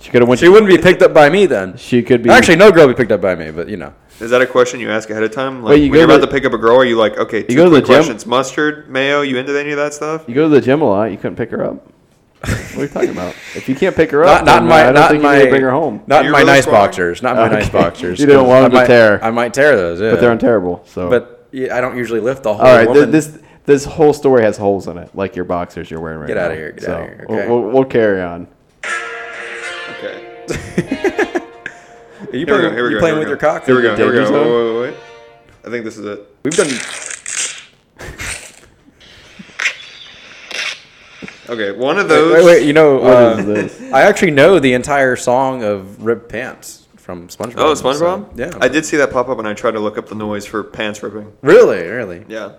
S5: She could have went.
S4: She wouldn't be picked up by me then.
S5: She could be
S4: Actually, no girl would be picked up by me, but you know.
S6: Is that a question you ask ahead of time? Like
S5: Wait, you
S6: when you're
S5: go to-
S6: about to pick up a girl, are you like, okay, two
S5: go to the
S6: quick
S5: gym?
S6: questions: mustard, mayo. You into any of that stuff?
S5: You go to the gym a lot. You couldn't pick her up. What are you talking about? If you can't pick her
S4: Not,
S5: up,
S4: not
S5: then,
S4: in
S5: uh, I
S4: my
S5: don't
S4: not
S5: think
S4: in
S5: you
S4: my
S5: need to bring her home.
S4: Not in
S6: You're
S4: my
S6: really
S4: nice
S6: squatting?
S4: boxers. Not in my
S5: Okay.
S4: nice boxers.
S5: You don't want
S4: I
S5: them to
S4: might-
S5: tear.
S4: I might tear those. Yeah.
S5: but they're unterrible. So
S4: But yeah, I don't usually lift the whole.
S5: all right, th-
S4: woman.
S5: this this whole story has holes in it, like your boxers you're wearing right
S4: Get
S5: now.
S4: outta here, get
S5: so
S4: outta here,
S5: we'll-
S4: okay.
S5: We'll, we'll carry on.
S6: Okay.
S4: Are you playing,
S6: Here we go. Here we
S4: you
S6: go.
S4: playing with
S6: here we
S4: your
S6: go.
S4: cock?
S6: Here we go. Here we
S5: Danger
S6: go. Wait, wait, wait, wait. I think this is it.
S4: We've done.
S6: Okay, one of
S4: Wait,
S6: those.
S4: wait, wait, you know,
S5: What
S4: uh,
S5: is this?
S4: I actually know the entire song of "Rip Pants" from SpongeBob.
S6: Oh,
S4: so-
S6: SpongeBob.
S4: yeah,
S6: I did see that pop up, and I tried to look up the noise for pants ripping.
S4: Really, really.
S6: Yeah.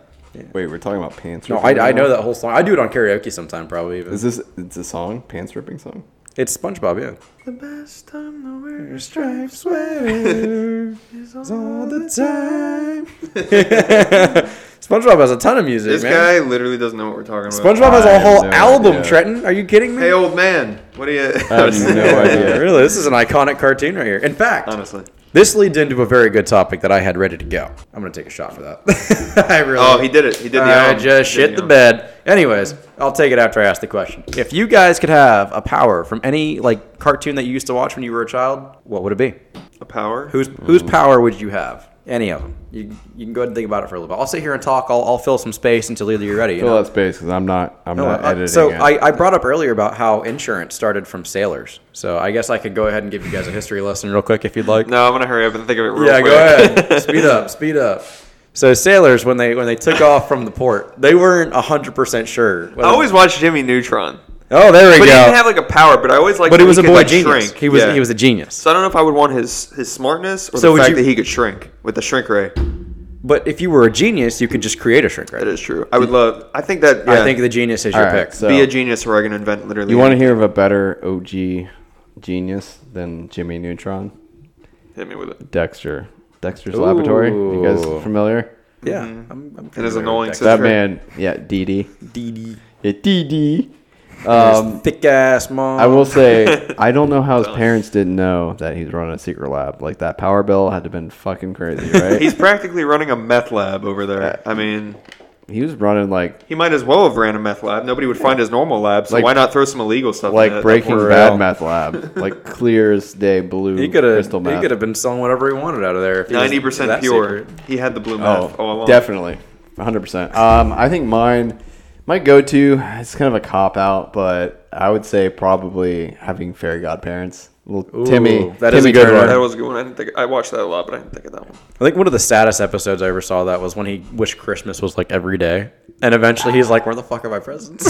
S5: Wait, we're talking about pants.
S4: No,
S5: ripping
S4: I, I
S5: right
S4: know
S5: now?
S4: that whole song. I do it on karaoke sometime, probably even.
S5: Is this it's a song? Pants ripping song?
S4: It's SpongeBob, yeah.
S6: The best time the
S4: Stripes wearing all the time. SpongeBob has a ton of music,
S6: This
S4: man.
S6: guy literally doesn't know what we're talking about.
S4: SpongeBob has a
S5: I have
S4: whole
S5: no
S4: album,
S5: idea.
S4: Trenton. Are you kidding me?
S6: Hey, oh, old man. What do you?
S5: I have no
S4: Yeah,
S5: idea.
S4: really, this is an iconic cartoon right here. In fact,
S6: Honestly.
S4: this leads into a very good topic that I had ready to go. I'm gonna take a shot for that. I really.
S6: Oh, he did it. He did the. um,
S4: I
S6: arm.
S4: just
S6: He did
S4: shit the
S6: arm.
S4: bed. Anyways, I'll take it after I ask the question. If you guys could have a power from any like cartoon that you used to watch when you were a child, what would it be?
S6: A power.
S4: Whose whose power would you have? Any of them. You, you can go ahead and think about it for a little bit. I'll sit here and talk. I'll, I'll fill some space until either you're ready. You
S5: Fill
S4: know?
S5: that space because I'm not. I'm
S4: No,
S5: not
S4: I-
S5: editing.
S4: so
S5: it.
S4: I, I brought up earlier about how insurance started from sailors. So I guess I could go ahead and give you guys a history lesson real quick if you'd like.
S6: No, I'm gonna hurry up and think of it. Real
S4: yeah,
S6: quick.
S4: go ahead. speed up. Speed up. So sailors, when they when they took off from the port, they weren't hundred percent sure.
S6: I
S4: whether-
S6: always watched Jimmy Neutron,
S4: oh, there we
S6: but
S4: go.
S6: he didn't have like a power. But I always liked.
S4: but
S6: that
S4: he was a
S6: could,
S4: boy
S6: like,
S4: genius.
S6: Shrink.
S4: He was
S6: Yeah.
S4: he was a genius.
S6: So I don't know if I would want his his smartness
S4: So
S6: or the
S4: would
S6: fact
S4: you-
S6: that he could shrink with the shrink ray.
S4: But if you were a genius, you could just create a shrink
S6: That
S4: ray.
S6: is true. I would love. I think that.
S4: I
S6: yeah,
S4: think the genius is
S5: All
S4: your
S5: right,
S4: pick.
S5: so
S6: be a genius or I can invent literally.
S5: you want to hear of a better OG genius than Jimmy Neutron?
S6: Hit me with it.
S5: Dexter. Dexter's Laboratory. You guys
S4: Ooh.
S5: familiar?
S4: Yeah, I'm, I'm
S6: Mm-hmm. And his annoying sister.
S5: That man. Yeah, DD.
S4: DD.
S5: Yeah, DD.
S4: thick ass mom.
S5: Um, I will say, I don't know how his parents didn't know that he's running a secret lab. Like that power bill had to have been fucking crazy, right?
S6: He's practically running a meth lab over there. I mean,
S5: he was running like
S6: he might as well have ran a meth lab. Nobody would find his normal lab, so
S5: Like-
S6: why not throw some illegal stuff? in it
S5: like
S6: at that
S5: Breaking
S6: point?
S5: Bad meth lab, like clear as day blue
S4: He could have.
S5: crystal
S4: He
S5: meth.
S4: could have been selling whatever he wanted out of there. if he was
S6: Ninety percent
S4: that
S6: pure.
S4: secret.
S6: He had the blue meth all
S5: Oh,
S6: along.
S5: definitely, hundred percent. Um, I think mine, my go-to, it's kind of a cop out, but I would say probably having fairy godparents. Little
S4: Ooh,
S5: Timmy,
S4: that is
S5: Timmy
S4: a turn
S5: Goodwin.
S6: That was a good one. I didn't think I watched that a lot, but I didn't think of that one.
S4: I think one of the saddest episodes I ever saw that was when he wished Christmas was like every day, and eventually he's like, "Where the fuck are my presents?"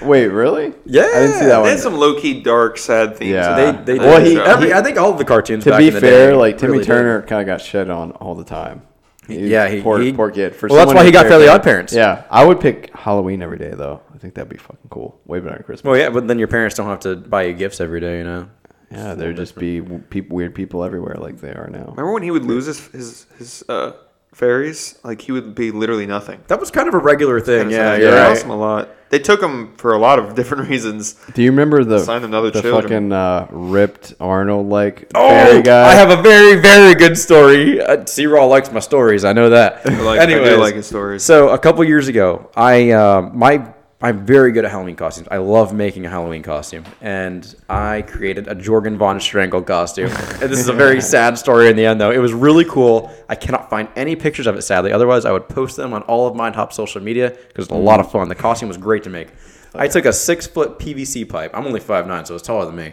S5: Wait, really?
S4: Yeah,
S5: I didn't see that
S6: They
S5: one.
S6: had some low key dark sad themes.
S5: Oh, Yeah.
S4: they, they
S5: Well,
S4: did.
S5: he-
S4: every,
S6: he-
S4: I think all of the cartoons.
S5: to
S4: back
S5: be
S4: in the
S5: fair,
S4: day
S5: like Timmy
S4: really did.
S5: Turner kind of got shit on all the time.
S4: yeah, he-
S5: poor,
S4: he-
S5: poor kid. For
S4: Well, that's
S5: someone
S4: why
S5: who
S4: he got
S5: cared
S4: Fairly
S5: for-
S4: Odd Parents.
S5: Yeah, I would pick Halloween every day though. I think that'd be fucking cool. Way better than Christmas.
S4: Well, yeah, but then your parents don't have to buy you gifts every day, you know.
S5: yeah, there'd just be w- peop weird people everywhere like they are now.
S6: Remember when he would lose his his his uh, fairies? Like he would be literally nothing.
S4: That was kind of a regular thing.
S6: So
S4: Yeah,
S6: they
S4: you're
S5: yeah.
S6: lost
S4: right.
S6: him a lot. They took him for a lot of different reasons.
S5: Do you remember the
S6: Sign another
S5: the
S6: children.
S5: fucking uh, ripped Arnold like
S4: Oh,
S5: fairy guy?
S4: I have a very, very good story. Uh, C-Raw likes my stories. I know that.
S6: like- I do
S4: Anyways,
S6: like his stories.
S4: So a couple years ago, I um my I'm very good at Halloween costumes. I love making a Halloween costume, and I created a Jorgen von Strangle costume. and this is a very sad story in the end, though. It was really cool. I cannot find any pictures of it, sadly. Otherwise, I would post them on all of my top social media because it's a lot of fun. The costume was great to make.
S6: Oh,
S4: I took a six foot PVC pipe. I'm only five nine, so it's taller than me.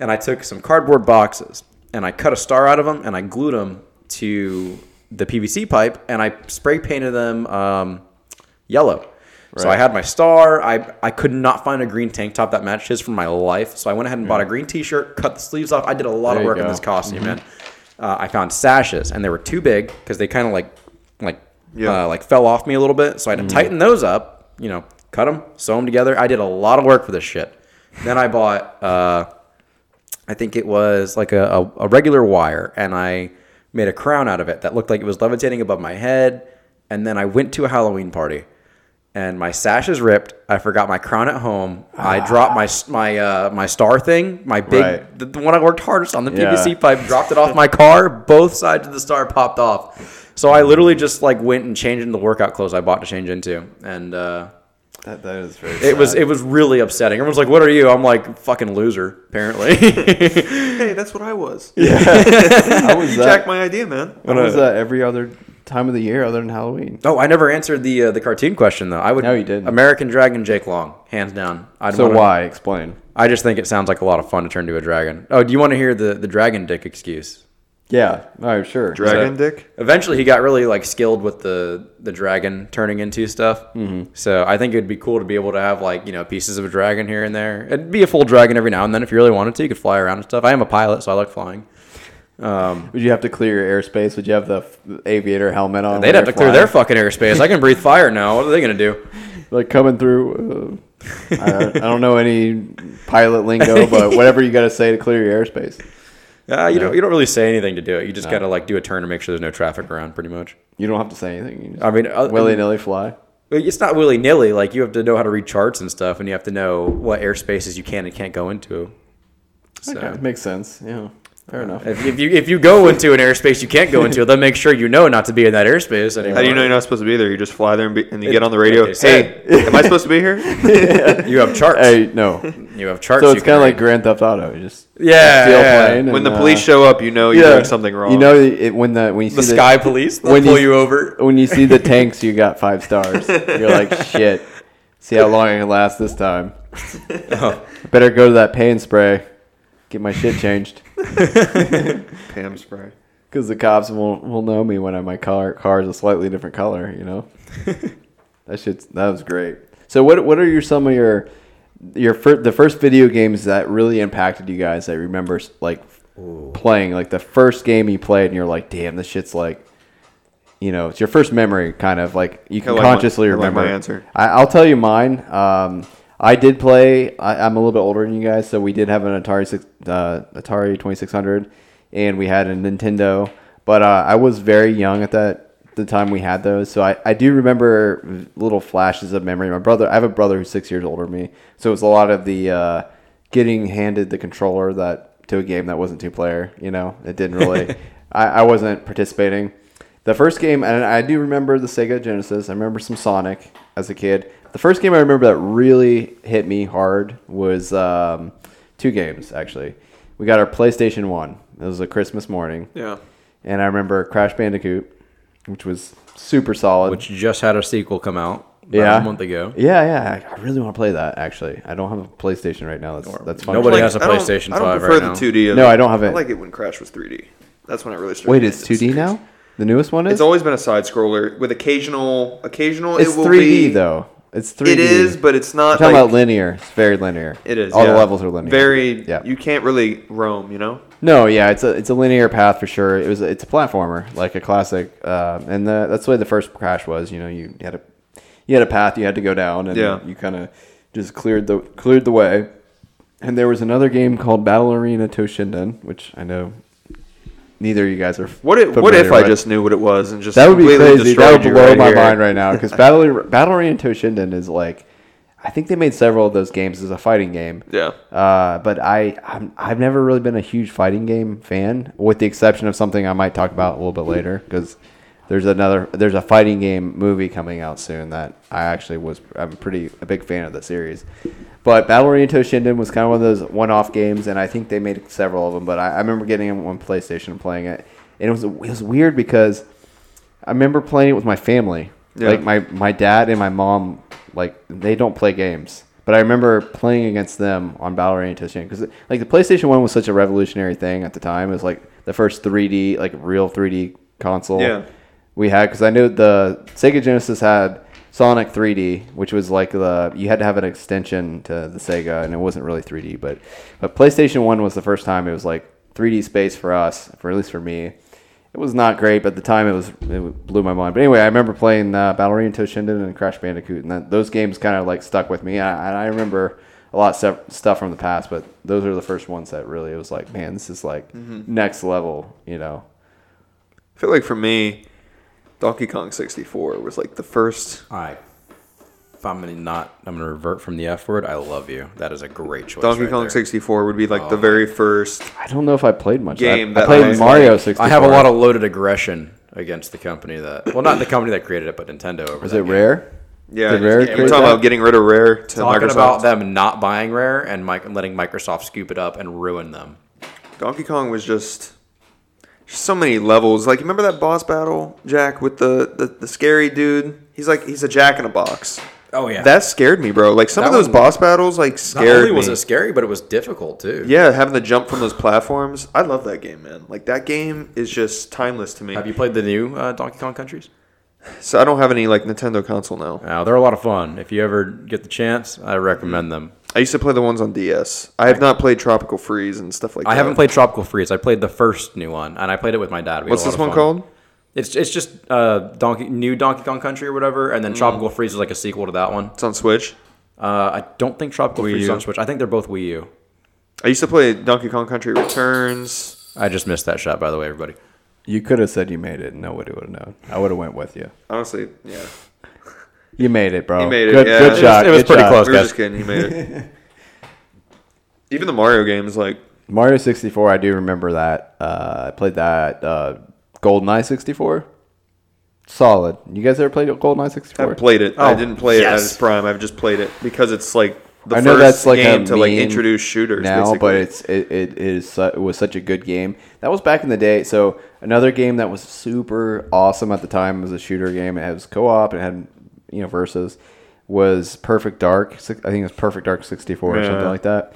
S4: And I took some cardboard boxes and I cut a star out of them and I glued them to the PVC pipe and I spray painted them um, yellow. So I had my star. I I could not find a green tank top that matched his for my life. So I went ahead and bought a green T-shirt, cut the sleeves off. I did a lot
S5: There
S4: of
S5: you
S4: work in
S5: go. Mm-hmm.
S4: this costume, man. Uh, I found sashes, and they were too big because they kind of like like
S6: Yeah.
S4: uh, like fell off me a little bit. So I had to
S5: Mm.
S4: tighten those up. You know, cut them, sew them together. I did a lot of work for this shit. Then I bought. Uh, I think it was like a, a, a regular wire, and I made a crown out of it that looked like it was levitating above my head. And then I went to a Halloween party, and my sash is ripped. I forgot my crown at home. I dropped my s- my uh, my star thing, my big
S5: Ah. Right.
S4: the, the one I worked hardest on, the
S5: Yeah.
S4: PVC pipe. Dropped it off my car. Both sides of the star popped off. So I literally just like went and changed into the workout clothes I bought to change into, and uh,
S5: That, that is very.
S4: it was it was really upsetting. Everyone's like, "What are you?" I'm like, "Fucking loser," apparently.
S6: Hey, that's what I was.
S5: I was
S6: You
S5: that,
S6: jacked my idea, man.
S5: I was that every other time of the year other than Halloween.
S4: Oh, I never answered the uh, the cartoon question though. I would.
S5: No, you didn't.
S4: American Dragon, Jake Long, hands down. I'd
S5: So
S4: wanna-
S5: why? Explain.
S4: I just think it sounds like a lot of fun to turn to a dragon. Oh, do you want to hear the the dragon dick excuse?
S5: Yeah. All right. Sure.
S6: Dragon dick.
S4: Eventually, he got really like skilled with the the dragon turning into stuff. Mm-hmm. So I think it'd be cool to be able to have like you know pieces of a dragon here and there. It'd be a full dragon every now and then if you really wanted to. You could fly around and stuff. I am a pilot, so I like flying.
S5: Would you have to clear your airspace? Would you have the f- aviator helmet on?
S4: They'd
S5: when
S4: have to
S5: you're
S4: clear their
S5: flying?
S4: fucking airspace. I can breathe fire now. What are they gonna do?
S5: like coming through. uh, I, don't- I don't know any pilot lingo, but whatever you got to say to clear your airspace.
S4: Uh, you don't you don't really say anything to do it. You just gotta like do a turn and make sure there's no traffic around, pretty much.
S5: You don't have to say anything. You just
S4: I mean, other-
S5: willy nilly fly.
S4: But It's not willy nilly. Like you have to know how to read charts and stuff, and you have to know what airspaces you can and can't go into. So
S5: Okay, makes sense. Yeah, fair enough.
S4: if, if you if you go into an airspace you can't go into, then make sure you know not to be in that airspace anymore.
S6: How do you know you're not supposed to be there? You just fly there and, be, and you get on the radio.
S4: okay,
S6: hey,
S4: sad.
S6: am I supposed to be here?
S4: You have charts.
S5: Hey, no.
S4: You have charts.
S5: so
S4: you
S5: it's
S4: can
S5: kind of
S4: read.
S5: like Grand Theft Auto. You just
S4: Yeah,
S5: steal a
S4: yeah.
S5: plane
S6: When
S5: and,
S6: the police
S5: uh,
S6: show up, you know you're doing something wrong.
S5: You know it, when the when you see
S4: the sky police. They'll
S5: when
S4: pull
S5: you-
S4: you, over.
S5: when you see the tanks, you got five stars. You're like shit. See how long I can last this time.
S4: Oh.
S5: Better go to that pain spray. Get my shit changed.
S6: Pam spray.
S5: Because the cops will will know me when I, my car car is a slightly different color, you know. that shit's that was great. So what what are your some of your your fir- the first video games that really impacted you guys? I remember s- like playing like the first game you played, and you're like, damn, this shit's like, you know, it's your first memory, kind of like you
S6: I
S5: can
S6: like my-
S5: consciously
S6: I like my
S5: remember.
S6: answer.
S5: I, I'll tell you mine. Um, I did play. I, I'm a little bit older than you guys, so we did have an Atari six, uh, Atari 2600, and we had a Nintendo. But uh, I was very young at that the time we had those, so I, I do remember little flashes of memory. My brother, I have a brother who's six years older than me, so it was a lot of the uh, getting handed the controller that to a game that wasn't two player. You know, it didn't really. I, I wasn't participating. The first game, and I do remember the Sega Genesis. I remember some Sonic as a kid. The first game I remember that really hit me hard was um, two games actually. We got our PlayStation One. It was a Christmas morning,
S6: Yeah.
S5: and I remember Crash Bandicoot, which was super solid.
S4: Which just had a sequel come out. about
S5: yeah,
S4: a month ago.
S5: Yeah, yeah. I- I really want to play that. Actually, I don't have a PlayStation right now. That's that's fun.
S4: Nobody has a PlayStation
S6: I don't, I
S4: 5
S6: don't prefer
S4: right
S6: the
S4: now.
S6: 2D. of
S5: No, I don't have
S6: I
S5: it.
S6: like it when Crash was 3D. That's when I really started.
S5: Wait,
S6: getting
S5: it's
S6: into
S5: 2D now. The newest one is.
S6: It's always been a side scroller with occasional. Occasional.
S5: it's
S6: it will
S5: 3D
S6: be,
S5: though. It's 3D.
S6: It is, but it's
S5: I'm
S6: not.
S5: talking
S6: like,
S5: about linear. It's very linear.
S6: It is.
S5: All
S6: yeah.
S5: the levels are linear.
S6: Very.
S5: Yeah.
S6: You can't really roam. You know.
S5: No, yeah, it's a it's a linear path for sure. It was it's a platformer, like a classic, uh, and the, that's the way the first crash was. You know, you had a you had a path you had to go down, and
S6: Yeah.
S5: you kind of just cleared the cleared the way. And there was another game called Battle Arena Toshinden, which I know neither of you guys are.
S6: What if, what if
S5: familiar
S6: I
S5: with.
S6: just knew what it was and just
S5: That would be
S6: completely
S5: crazy. That
S6: destroyed
S5: would
S6: you
S5: blow my
S6: here?
S5: mind right now because Battle Battle Arena Toshinden is like, I think they made several of those games as a fighting game.
S6: Yeah.
S5: Uh, but I I'm, I've never really been a huge fighting game fan, with the exception of something I might talk about a little bit later because there's another there's a fighting game movie coming out soon that I actually was I'm pretty a big fan of the series. But Battle Arena Toshinden was kind of one of those one-off games, and I think they made several of them. But I, I remember getting them on PlayStation and playing it, and it was it was weird because I remember playing it with my family.
S6: Yeah.
S5: Like my my dad and my mom, like they don't play games, but I remember playing against them on Battle Arena Toshinden because like the PlayStation One was such a revolutionary thing at the time. It was like the first 3D, like real 3D console
S6: Yeah.
S5: we had because I knew the Sega Genesis had Sonic 3D, which was like the you had to have an extension to the Sega, and it wasn't really 3D, but but PlayStation One was the first time it was like 3D space for us, for at least for me. It was not great, but at the time it was it blew my mind. But anyway, I remember playing uh, Battle Arena Toshinden and Crash Bandicoot, and that, those games kind of like stuck with me. And I, and I remember a lot of stuff- stuff from the past, but those are the first ones that really it was like, man, this is like next level, you know.
S6: I feel like for me, Donkey Kong 64 was like the first.
S4: I, if I'm gonna not, I'm gonna revert from the F word. I love you. That is a great choice.
S6: Donkey
S4: right
S6: Kong
S4: there. Oh.
S6: 64 would be like the very first.
S5: I don't know if I played much. I-
S6: Game
S5: I,
S6: that
S5: played
S6: I was
S5: Mario
S6: like-
S5: 64.
S4: I have a lot of loaded aggression against the company that, well, not the company that created it, but Nintendo. Over
S5: Is it rare?
S6: Yeah,
S5: Did Rare
S6: you're
S5: create
S6: talking about
S5: that?
S6: getting rid of Rare to
S4: Talking
S6: Microsoft.
S4: about them not buying Rare and Mike, letting Microsoft scoop it up and ruin them.
S6: Donkey Kong was just just so many levels. Like, remember that boss battle, Jack, with the, the, the scary dude? He's like, he's a jack in a box.
S4: Oh yeah,
S6: That scared me, bro. Like, some
S4: That
S6: of those
S4: one-
S6: boss battles, like,
S4: not
S6: scared
S4: only was
S6: me.
S4: it scary, but it was difficult too.
S6: yeah, having to jump from those platforms. I love that game, man. Like, that game is just timeless to me.
S4: Have you played the new uh, Donkey Kong Countries?
S6: So, I don't have any, like, Nintendo console now.
S4: Uh, they're a lot of fun. If you ever get the chance, I recommend them.
S6: I used to play the ones on DS. I have not played Tropical Freeze and stuff like that.
S4: I haven't played Tropical Freeze. I played the first new one, and I played it with my dad. We had
S6: What's
S4: a lot
S6: this
S4: of
S6: one
S4: fun.
S6: called?
S4: It's it's just Mm. uh, Donkey New Donkey Kong Country or whatever, and then Tropical Freeze is like a sequel to that one.
S6: It's on Switch.
S4: Uh, I don't think Tropical
S6: Wii
S4: Freeze
S6: U.
S4: on Switch. I think they're both Wii U.
S6: I used to play Donkey Kong Country Returns.
S4: I just missed that shot, by the way, everybody.
S5: You could have said you made it, and nobody would have known. I would have went with you.
S6: Honestly, yeah.
S5: You made it, bro.
S6: You made it,
S5: Oh, Good,
S6: yeah. It
S5: good
S6: was-
S5: shot.
S4: it was
S5: good
S4: pretty
S5: shot.
S4: close.
S6: we were
S4: guys.
S6: just kidding. He made it. Even the Mario games, like
S5: Mario 64, I do remember that. Uh, I played that uh, GoldenEye 64. Solid. You guys ever played GoldenEye 64?
S6: I played it. I
S4: Oh,
S6: didn't play it at
S4: yes.
S6: its prime. I've just played it because it's like the
S5: I
S6: first
S5: know that's like
S6: game
S5: a
S6: to like
S5: meme
S6: introduce shooters.
S5: now,
S6: basically.
S5: but it's it, it is su- it was such a good game. That was back in the day. So another game that was super awesome at the time was a shooter game. It was co-op. It had you know versus was Perfect Dark. Six- I think it was Perfect Dark sixty four or
S6: Yeah.
S5: something like that.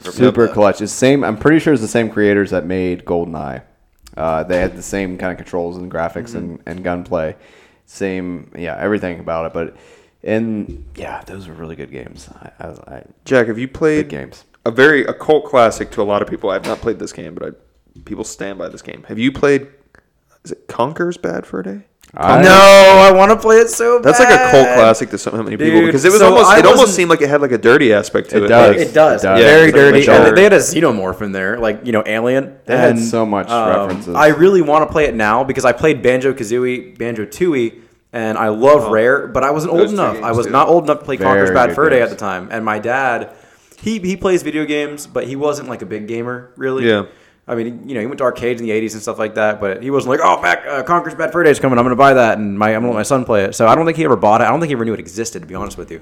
S5: Super clutch. It's same. I'm pretty sure it's the same creators that made GoldenEye. Uh, they had the same kind of controls and graphics and,
S6: Mm-hmm.
S5: and gunplay, same yeah everything about it. But and yeah, those were really good games. I, I, I
S6: Jack, have you played
S5: good games.
S6: a very a cult classic to a lot of people? I've not played this game, but I, people stand by this game. Have you played? Is it Conker's Bad for a Day?
S5: I-
S4: no, I want to play it so
S6: That's like a
S4: bad.
S6: cult classic to so many people
S4: Dude,
S6: because it was
S4: so
S6: almost
S4: I
S6: it almost
S4: wasn't-
S6: seemed like it had like a dirty aspect to
S5: It
S6: it.
S5: does.
S6: like-
S4: It does.
S5: It does.
S6: Yeah,
S4: Very
S6: it's like
S4: dirty.
S6: much older.
S4: And they had a xenomorph in there, like, you know, alien.
S5: They had
S4: And, um,
S5: so much references.
S4: I really want to play it now because I played Banjo Kazooie, Banjo Tooie, and I love Rare, but I wasn't old
S6: two
S4: enough.
S6: games,
S4: I was
S6: too.
S4: not old enough to play Conker's
S5: Very
S4: Bad
S5: good
S4: Fur Day at
S5: games.
S4: the time. And my dad, he, he plays video games, but he wasn't like a big gamer, really.
S6: Yeah.
S4: I mean, you know, he went to arcades in the '80s and stuff like that, but he wasn't like, "Oh, back uh, Conker's Bad Fur Day is coming. I'm going to buy that, and my, I'm going to let my son play it." So I don't think he ever bought it. I don't think he ever knew it existed, to be honest with you.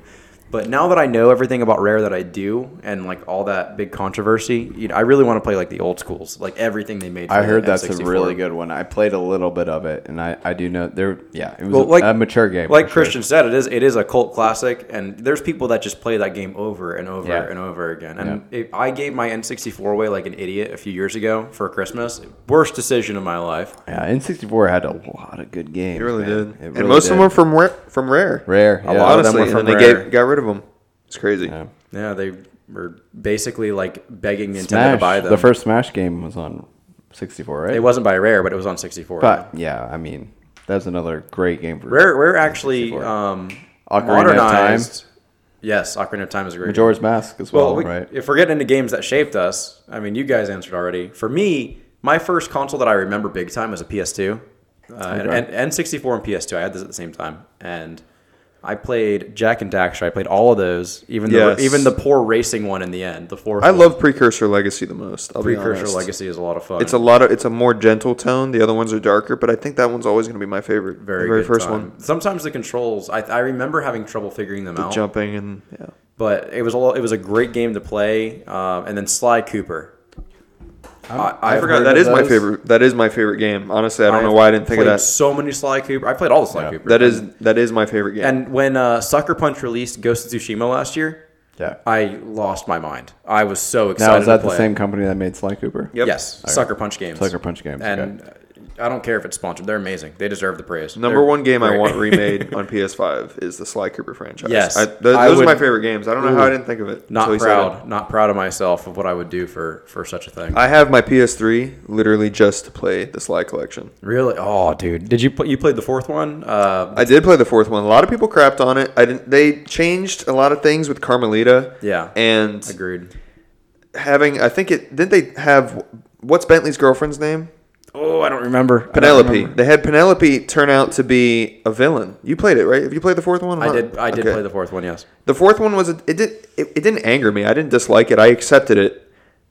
S4: But now that I know everything about Rare that I do, and like all that big controversy, you know, I really want to play like the old schools, like everything they made. For
S5: I
S4: the
S5: heard that's a
S4: N64.
S5: really good one. I played a little bit of it, and I, I do know there. Yeah, it was
S4: Well,
S5: a,
S4: like
S5: a mature game.
S4: Like
S5: for sure.
S4: Christian said, it is it is a cult classic, and there's people that just play that game over and over
S5: Yeah.
S4: and over again. And it, I gave my N64 away like an idiot a few years ago for Christmas. Worst decision of my life.
S5: Yeah, N sixty four had a lot of good games.
S6: It really
S5: man.
S6: did.
S5: It
S6: and
S5: really
S6: most
S5: did.
S6: of them were from rare, from rare.
S5: Rare, yeah.
S6: A lot
S5: of
S6: of
S5: them
S6: them
S5: were
S6: and
S5: from
S6: then
S5: Rare.
S6: they gave, got rid of them. It's crazy.
S5: Yeah.
S4: Yeah, they were basically like begging Nintendo to
S5: Smash.
S4: buy them.
S5: The first Smash game was on sixty four, right?
S4: it wasn't by Rare, but it was on 64.
S5: But yeah, I mean that's another great game for
S4: Rare, Rare actually
S5: 64.
S4: um,
S5: Ocarina of
S4: modernized. Yes, Ocarina of Time is a great.
S5: Majora's Mask as well,
S4: Well, we,
S5: right?
S4: if we're getting into games that shaped us, I mean, you guys answered already. For me, my first console that I remember big time was a PS2, uh, and,
S5: Okay.
S4: and N64 and PS2. I had this at the same time, and I played Jack and Daxter. I played all of those, even
S6: Yes.
S4: the even the poor racing one in the end. The fourth.
S6: I
S4: one.
S6: love Precursor Legacy the most. I'll be
S4: Precursor
S6: honest.
S4: Legacy is a lot of fun.
S6: It's a lot of. It's a more gentle tone. The other ones are darker, but I think that one's always going to be my favorite.
S4: very,
S6: the very
S4: good
S6: first
S4: time.
S6: one,
S4: Sometimes the controls, I, I remember having trouble figuring them out.
S6: jumping and yeah.
S4: but it was a lo- it was a great game to play. Um, and then Sly Cooper. I,
S6: I
S4: I've
S6: forgot
S4: heard
S6: that
S4: of
S6: is my
S4: those.
S6: favorite. That is my favorite game. Honestly, I don't know
S4: I've
S6: why I didn't think of
S4: played
S6: that.
S4: So many Sly Cooper. I played all the Sly Cooper.
S6: That is that is my favorite game.
S4: And when uh, Sucker Punch released Ghost of Tsushima last year,
S5: Yeah.
S4: I lost my mind. I was so excited.
S5: Now is that
S4: to play
S5: the
S4: it.
S5: same company that made Sly Cooper?
S6: Yep.
S4: Yes, Sucker Punch games.
S5: Sucker Punch games,
S4: And uh, I don't care if it's sponsored; they're amazing. They deserve the praise.
S6: Number
S4: They're
S6: one game I
S4: great.
S6: want remade on PS5 is the Sly Cooper franchise.
S4: Yes.
S6: I, th- those
S4: I
S6: are my
S4: would-
S6: favorite games. I don't know how I didn't think of it. until
S4: Not
S6: you said it.
S4: proud. Not proud of myself of what I would do for for such a thing.
S6: I have my PS3 literally just to play the Sly collection.
S4: really? Oh, dude! Did you play, you played the fourth one? Uh,
S6: I did play the fourth one. A lot of people crapped on it. I didn't. They changed a lot of things with Carmelita.
S4: Yeah.
S6: and
S4: agreed.
S6: having I think it didn't they have what's Bentley's girlfriend's name?
S4: Oh, I don't remember. I don't
S6: Penelope. They had Penelope turn out to be a villain. You played it, right? Have you played the fourth one?
S4: I did. I did
S6: Okay.
S4: play the fourth one. Yes.
S6: The fourth one was it did it, it didn't anger me. I didn't dislike it. I accepted it.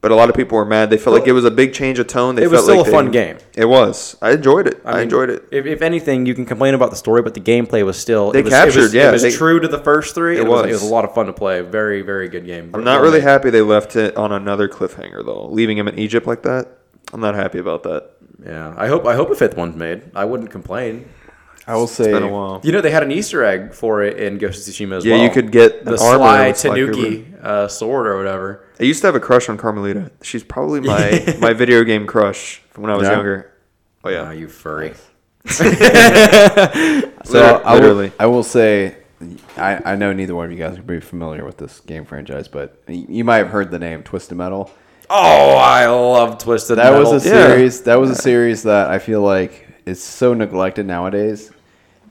S6: But a lot of people were mad. They felt like it was a big change of tone. They
S4: It was
S6: felt like
S4: still a
S6: they-
S4: fun game.
S6: It was. I enjoyed it. I,
S4: mean,
S6: enjoyed it.
S4: If, if anything, you can complain about the story, but the gameplay was still
S6: They
S4: it was, It
S6: captured,
S4: was,
S6: yeah,
S4: it was
S6: they-
S4: true to the first three. It,
S6: It
S4: was. It
S6: was.
S4: was a lot of fun to play. Very, very good game.
S6: I'm not really happy they left it on another cliffhanger though. Leaving him in Egypt like that. I'm not happy about that.
S4: Yeah, I hope. I hope a fifth one's made. I wouldn't complain.
S5: I will say
S6: It's been a while.
S4: You know, they had an Easter egg for it in Ghost of Tsushima as
S6: Yeah,
S4: well.
S6: you could get
S4: the
S6: an armor
S4: Sly
S6: with Sly
S4: Tanuki uh, sword or whatever.
S6: I used to have a crush on Carmelita. She's probably my my video game crush from when I was
S5: Yeah.
S6: younger.
S4: Oh,
S6: Oh yeah,
S4: you furry.
S5: So
S6: Liter-
S5: I will,
S6: literally.
S5: I will say, I, I know neither one of you guys will be familiar with this game franchise, but y- you might have heard the name Twisted Metal.
S4: Oh, I love Twisted
S5: That
S4: Metal.
S5: was a
S6: Yeah.
S5: series. That was a series that I feel like is so neglected nowadays.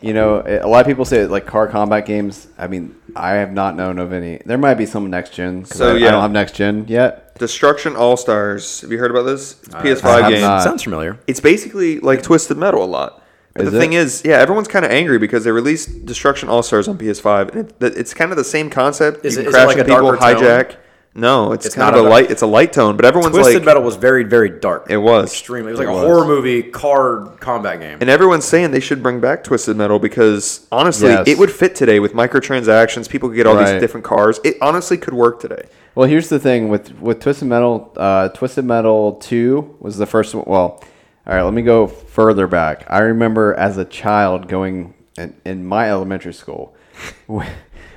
S5: You know, a lot of people say like car combat games. I mean, I have not known of any. There might be some next gen. 'cause I,
S6: So,
S5: I
S6: yeah.
S5: don't have next gen yet.
S6: Destruction All Stars. Have you heard about this? It's a
S5: I
S6: PS5
S5: have
S6: game.
S5: not.
S4: Sounds familiar.
S6: It's basically like Twisted Metal a lot. But
S5: Is
S6: the thing
S5: it?
S6: is, yeah, everyone's kind of angry because they released Destruction All Stars on PS5, and it, that- it's kind of the same concept.
S4: Is it-
S6: you can
S4: is it
S6: crash
S4: like
S6: and
S4: a
S6: people
S4: darker tone?
S6: hijack. No, it's,
S4: It's
S6: kind
S4: not
S6: of
S4: a-
S6: a light. It's a light tone, but everyone's
S4: Twisted
S6: like,
S4: Metal was very, very dark.
S6: It was.
S4: extremely. It was like
S5: It
S4: a
S5: was.
S4: horror movie card combat game.
S6: and everyone's saying they should bring back Twisted Metal because honestly,
S5: Yes.
S6: it would fit today with microtransactions. People could get all
S5: Right.
S6: these different cars. It honestly could work today.
S5: Well, here's the thing with with Twisted Metal. Uh, Twisted Metal Two was the first one. Well, all right, let me go further back. I remember as a child going in, in my elementary school. We,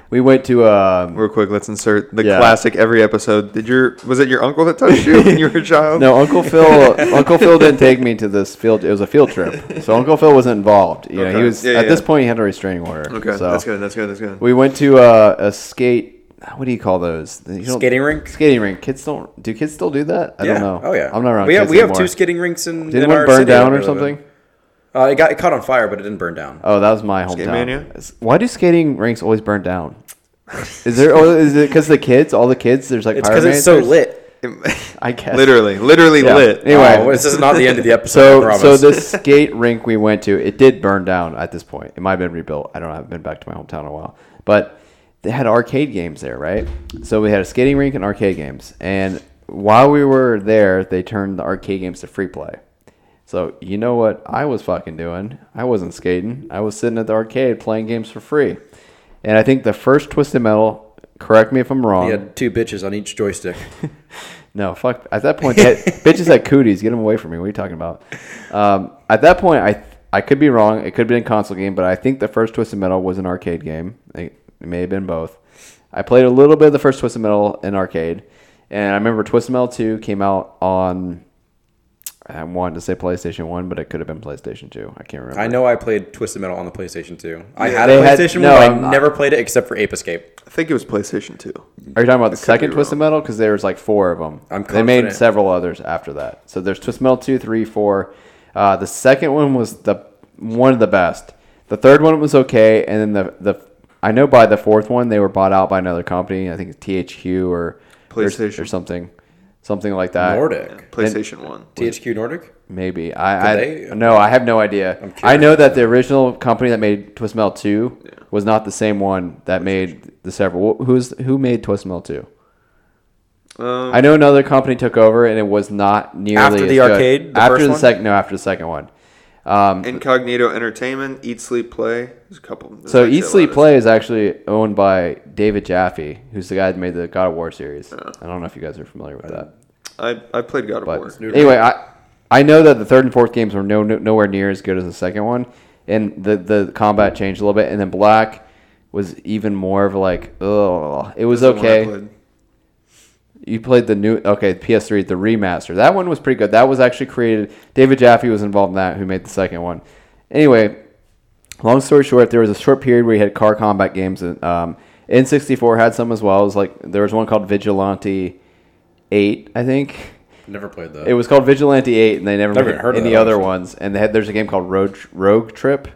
S5: we went to um,
S6: Real quick, let's insert the
S5: Yeah.
S6: classic every episode. Did your was it your uncle that touched you when you were a child?
S5: No, Uncle Phil. Uncle Phil didn't take me to this field. It was a field trip, so Uncle Phil wasn't involved. You know,
S6: Okay.
S5: he was
S6: Yeah,
S5: at
S6: yeah.
S5: this point he had a restraining order.
S6: Okay,
S5: so
S6: that's good. That's good. That's good.
S5: We went to uh, a skate. What do you call those? You don't-
S4: Skating rink?
S5: Skating rink. Kids don't. Do kids still do that? I
S4: yeah.
S5: don't know.
S4: Oh yeah.
S5: I'm not around.
S4: We have
S5: kids
S4: we have
S5: anymore.
S4: two skating rinks in.
S5: Did
S4: in
S5: one
S4: our
S5: burn
S4: city
S5: down
S4: that
S5: or
S4: we live in.
S5: something?
S4: Uh, it got it caught on fire, but it didn't burn down.
S5: Oh, that was my hometown.
S6: Mania?
S5: It's- Why do skating rinks always burn down? Is there? oh, Is it because the kids? All the kids? There's like
S4: it's because it's so
S5: pyromancers?
S4: lit.
S5: I guess.
S6: literally, literally
S5: Yeah.
S6: lit.
S5: Anyway,
S4: Oh, this is not the end of the episode.
S5: So,
S4: I
S5: so
S4: promise.
S5: this skate rink we went to, it did burn down at this point. It might have been rebuilt. I don't know. I haven't been back to my hometown in a while. But they had arcade games there, right? So we had a skating rink and arcade games. And while we were there, they turned the arcade games to free play. So you know what I was fucking doing? I wasn't skating. I was sitting at the arcade playing games for free. And I think the first Twisted Metal, correct me if I'm wrong.
S4: He had two bitches on each joystick.
S5: No, fuck. At that point, that, bitches had cooties. Get them away from me. What are you talking about? Um, at that point, I I could be wrong. It could have been a console game, but I think the first Twisted Metal was an arcade game. It it may have been both. I played a little bit of the first Twisted Metal in arcade, and I remember Twisted Metal Two came out on. I wanted to say PlayStation One, but it could have been PlayStation Two. I can't remember.
S4: I know I played Twisted Metal on the PlayStation 2. I had
S5: They
S4: a
S5: had-
S4: PlayStation
S5: no,
S4: 1,
S5: I'm
S4: but
S5: not-
S4: I never played it except for Ape Escape.
S6: I think it was PlayStation Two.
S5: Are you talking about the second
S6: be
S5: Twisted Metal? Because there was like four of them.
S4: I'm
S5: they made
S4: confident.
S5: several others after that. So there's Twisted Metal two, three, four. Uh, the second one was the one of the best. The third one was okay, and then the the I know by the fourth one they were bought out by another company. I think it's THQ or or-
S6: PlayStation.
S5: or, something, something like that.
S4: Nordic.
S6: PlayStation One.
S4: THQ Nordic?
S5: Maybe I, I
S4: they-
S5: no, I have no idea. I know that the original company that made Twisted Metal two was not the same one that made the several. Wh- Who's who made Twisted Metal two?
S6: Um,
S5: I know another company took over, and it was not nearly
S4: After
S5: as
S4: the
S5: good.
S4: arcade, the
S5: after
S4: first
S5: the
S4: one?
S5: second, no, after the second one. Um,
S6: Incognito Entertainment, Eat Sleep Play. There's a couple. there's
S5: so
S6: actually
S5: Eat
S6: a lot
S5: Sleep
S6: of-
S5: Play is actually owned by David Jaffe, who's the guy that made the God of War series. I don't know if you guys are familiar with that,
S6: I, I played God of War.
S5: but anyway, I I know that the third and fourth games were no, no nowhere near as good as the second one, and the the combat changed a little bit, and then Black was even more of like, oh, it was
S6: That's the one I
S5: okay.
S6: played.
S5: You played the new okay PS3 the remaster. That one was pretty good. That was actually created. David Jaffe was involved in that. Who made the second one? Anyway, long story short, there was a short period where you had car combat games, and um, N64 had some as well. It was like there was one called Vigilante Eight, I think.
S4: Never played that.
S5: It was called Vigilante Eight, and they never
S4: Never
S5: made
S4: even heard of
S5: any
S4: that,
S5: other
S4: actually.
S5: ones. And they had there's a game called Rogue Rogue Trip,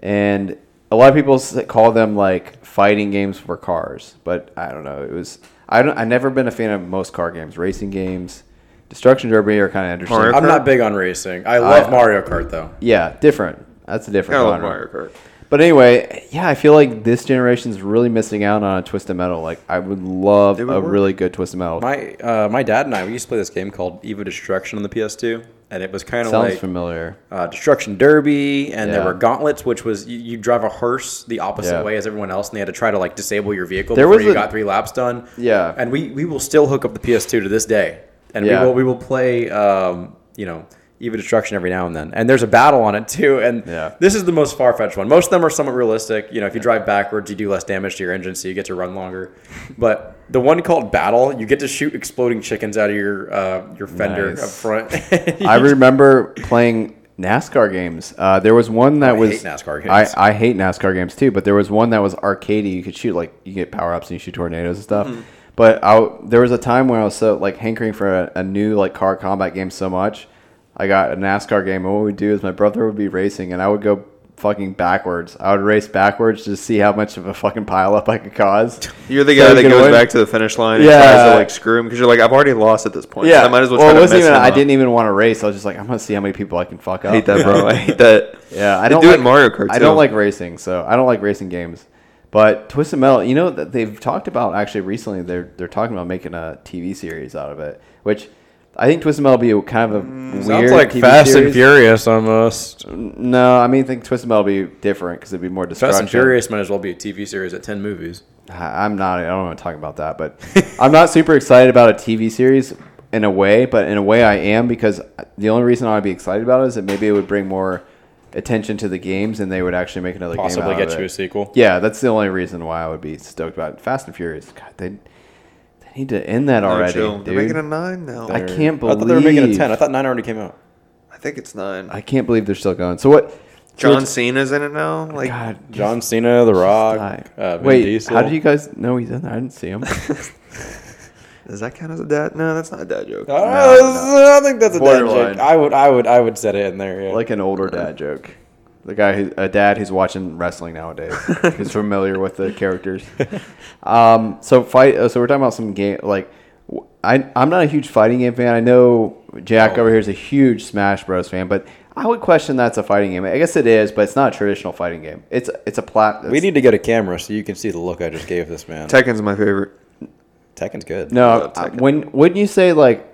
S5: and a lot of people s- call them like fighting games for cars, but I don't know. It was I don't I never been a fan of most car games, racing games, Destruction Derby are kind of interesting.
S6: Mario-
S4: I'm not big on racing. I love Mario Kart, though.
S5: Yeah, different. That's a different
S6: Kinda like
S5: genre.
S6: Mario Kart.
S5: But anyway, yeah, I feel like this generation's really missing out on a Twisted Metal. Like I would love a
S6: would work.
S5: really good Twisted Metal.
S4: My uh, my dad and I, we used to play this game called Eve of Destruction on the PS2, and it was kind of
S5: Sounds
S4: like
S5: familiar.
S4: uh, Destruction Derby, and there
S5: Yeah.
S4: were gauntlets, which was you, you drive a hearse the opposite
S5: Yeah.
S4: way as everyone else, and they had to try to like disable your vehicle
S5: There
S4: before
S5: was
S4: you
S5: a-
S4: got three laps done.
S5: Yeah.
S4: and we we will still hook up the PS2 to this day, and
S5: Yeah.
S4: we will we will play um, you know Eve of Destruction every now and then, and there's a battle on it too, and
S5: Yeah.
S4: this is the most far fetched one. Most of them are somewhat realistic. You know, if you drive backwards, you do less damage to your engine, so you get to run longer, but. The one called Battle, you get to shoot exploding chickens out of your uh, your fender
S5: Nice.
S4: up front.
S5: I remember playing NASCAR games. Uh, there was one that was
S4: hate NASCAR games.
S5: I, I hate NASCAR games too, but there was one that was arcadey. You could shoot like you get power ups and you shoot tornadoes and stuff.
S6: Mm-hmm.
S5: But I, w- there was a time when I was so like hankering for a, a new like car combat game so much. I got a NASCAR game, and what we would do is my brother would be racing, and I would go fucking backwards. I would race backwards to see how much of a fucking pileup I could cause.
S6: You're the
S5: So
S6: guy
S5: you
S6: that
S5: can
S6: goes
S5: win.
S6: back to the finish line and
S5: Yeah.
S6: tries to like screw him because you're like, I've already lost at this point.
S5: Yeah,
S6: So I might as well.
S5: Well,
S6: try
S5: it
S6: to
S5: wasn't
S6: mess
S5: even.
S6: him
S5: I
S6: up.
S5: didn't even want to race. I was just like, I'm gonna see how many people I can fuck up.
S6: I hate that, bro. I hate that.
S5: Yeah, I
S6: They
S5: don't
S6: do it
S5: like
S6: in Mario Kart.
S5: I
S6: too.
S5: don't like racing, so I don't like racing games. But Twisted Metal, you know that they've talked about actually recently. They're they're talking about making a TV series out of it, which I think Twisted Metal will be a kind of a weird.
S7: Sounds like
S5: TV
S7: Fast
S5: series.
S7: and Furious almost.
S5: No, I mean I think Twisted Metal will be different because it'd be more
S7: Fast
S5: destruction.
S7: and Furious might as well be a TV series at ten movies.
S5: I- I'm not. I don't want to talk about that, but I'm not super excited about a TV series in a way, but in a way I am because the only reason I'd be excited about it is that maybe it would bring more attention to the games and they would actually make another
S4: Possibly
S5: game out of
S4: get you
S5: it.
S4: a sequel.
S5: Yeah, that's the only reason why I would be stoked about it. Fast and Furious. God, they they need to end that
S6: No,
S5: already,
S6: chill. They're making a
S5: dude.
S6: nine now.
S5: I can't
S4: I
S5: believe
S4: thought they were making a ten. I thought
S7: Nine already came out.
S6: I think it's nine.
S5: I can't believe they're still going. So what?
S6: John Cena's in it now. Like
S5: God, just
S4: John Cena, The
S5: die.
S4: Rock, uh, Vin
S5: Wait,
S4: Diesel.
S5: how did you guys know he's in there? I didn't see him.
S6: Does that count as a dad? No, that's not a dad joke.
S4: Uh, I think that's a dad
S5: Borderline.
S4: joke. I would, I would, I would set it in there. Yeah.
S5: like an older dad joke. The guy, who, a dad who's watching wrestling nowadays, who's familiar with the characters. Um, so fight. uh, So we're talking about some game. Like, w- I I'm not a huge fighting game fan. I know Jack
S4: Oh.
S5: over here is a huge Smash Bros. fan, but I would question that's a fighting game. I guess it is, but it's not a traditional fighting game. It's it's a plat.
S4: we need to get a camera so you can see the look I just gave this man.
S6: Tekken's my favorite.
S4: Tekken's good.
S5: no.
S6: love
S5: I-
S6: Tekken.
S5: When wouldn't you say like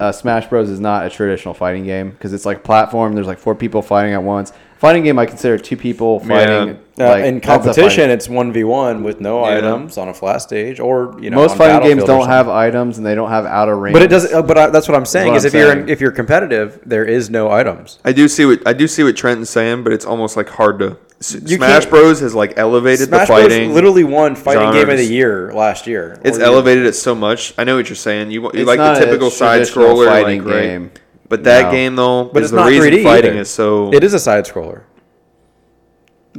S5: uh, Smash Bros is not a traditional fighting game because it's like platform. There's like four people fighting at once. Fighting game I consider two people fighting.
S4: Uh,
S5: like,
S4: in
S5: that's a fighting-
S4: competition, it's one v one with no
S6: Yeah.
S4: items on a flat stage, or you know,
S5: most
S4: on
S5: fighting games
S4: battlefield or
S5: don't have
S4: something.
S5: items and they don't have out of range.
S4: But it doesn't. Uh, but I, that's what I'm saying
S5: what
S4: is
S5: I'm
S4: if you're
S5: saying.
S4: in, if you're competitive, there is no items.
S6: I do see what I do see what Trenton's saying, but it's almost like hard to. S-
S4: You
S6: Smash
S4: can't-
S6: Bros has like elevated
S4: Smash
S6: the fighting.
S4: Bros. literally won fighting game of the
S6: genres.
S4: year last year.
S6: it's
S4: Or-
S6: elevated it so much. I know what you're saying. You, you
S5: It's
S6: like
S5: not
S6: the
S5: a
S6: typical side
S5: traditional
S6: scroller
S5: fighting
S6: like, right?
S5: game.
S6: But that
S5: No.
S6: game though,
S4: but
S6: is
S4: it's
S6: the
S4: not
S6: reason
S4: 3D.
S6: fighting
S4: either.
S6: is so.
S4: It is a side scroller.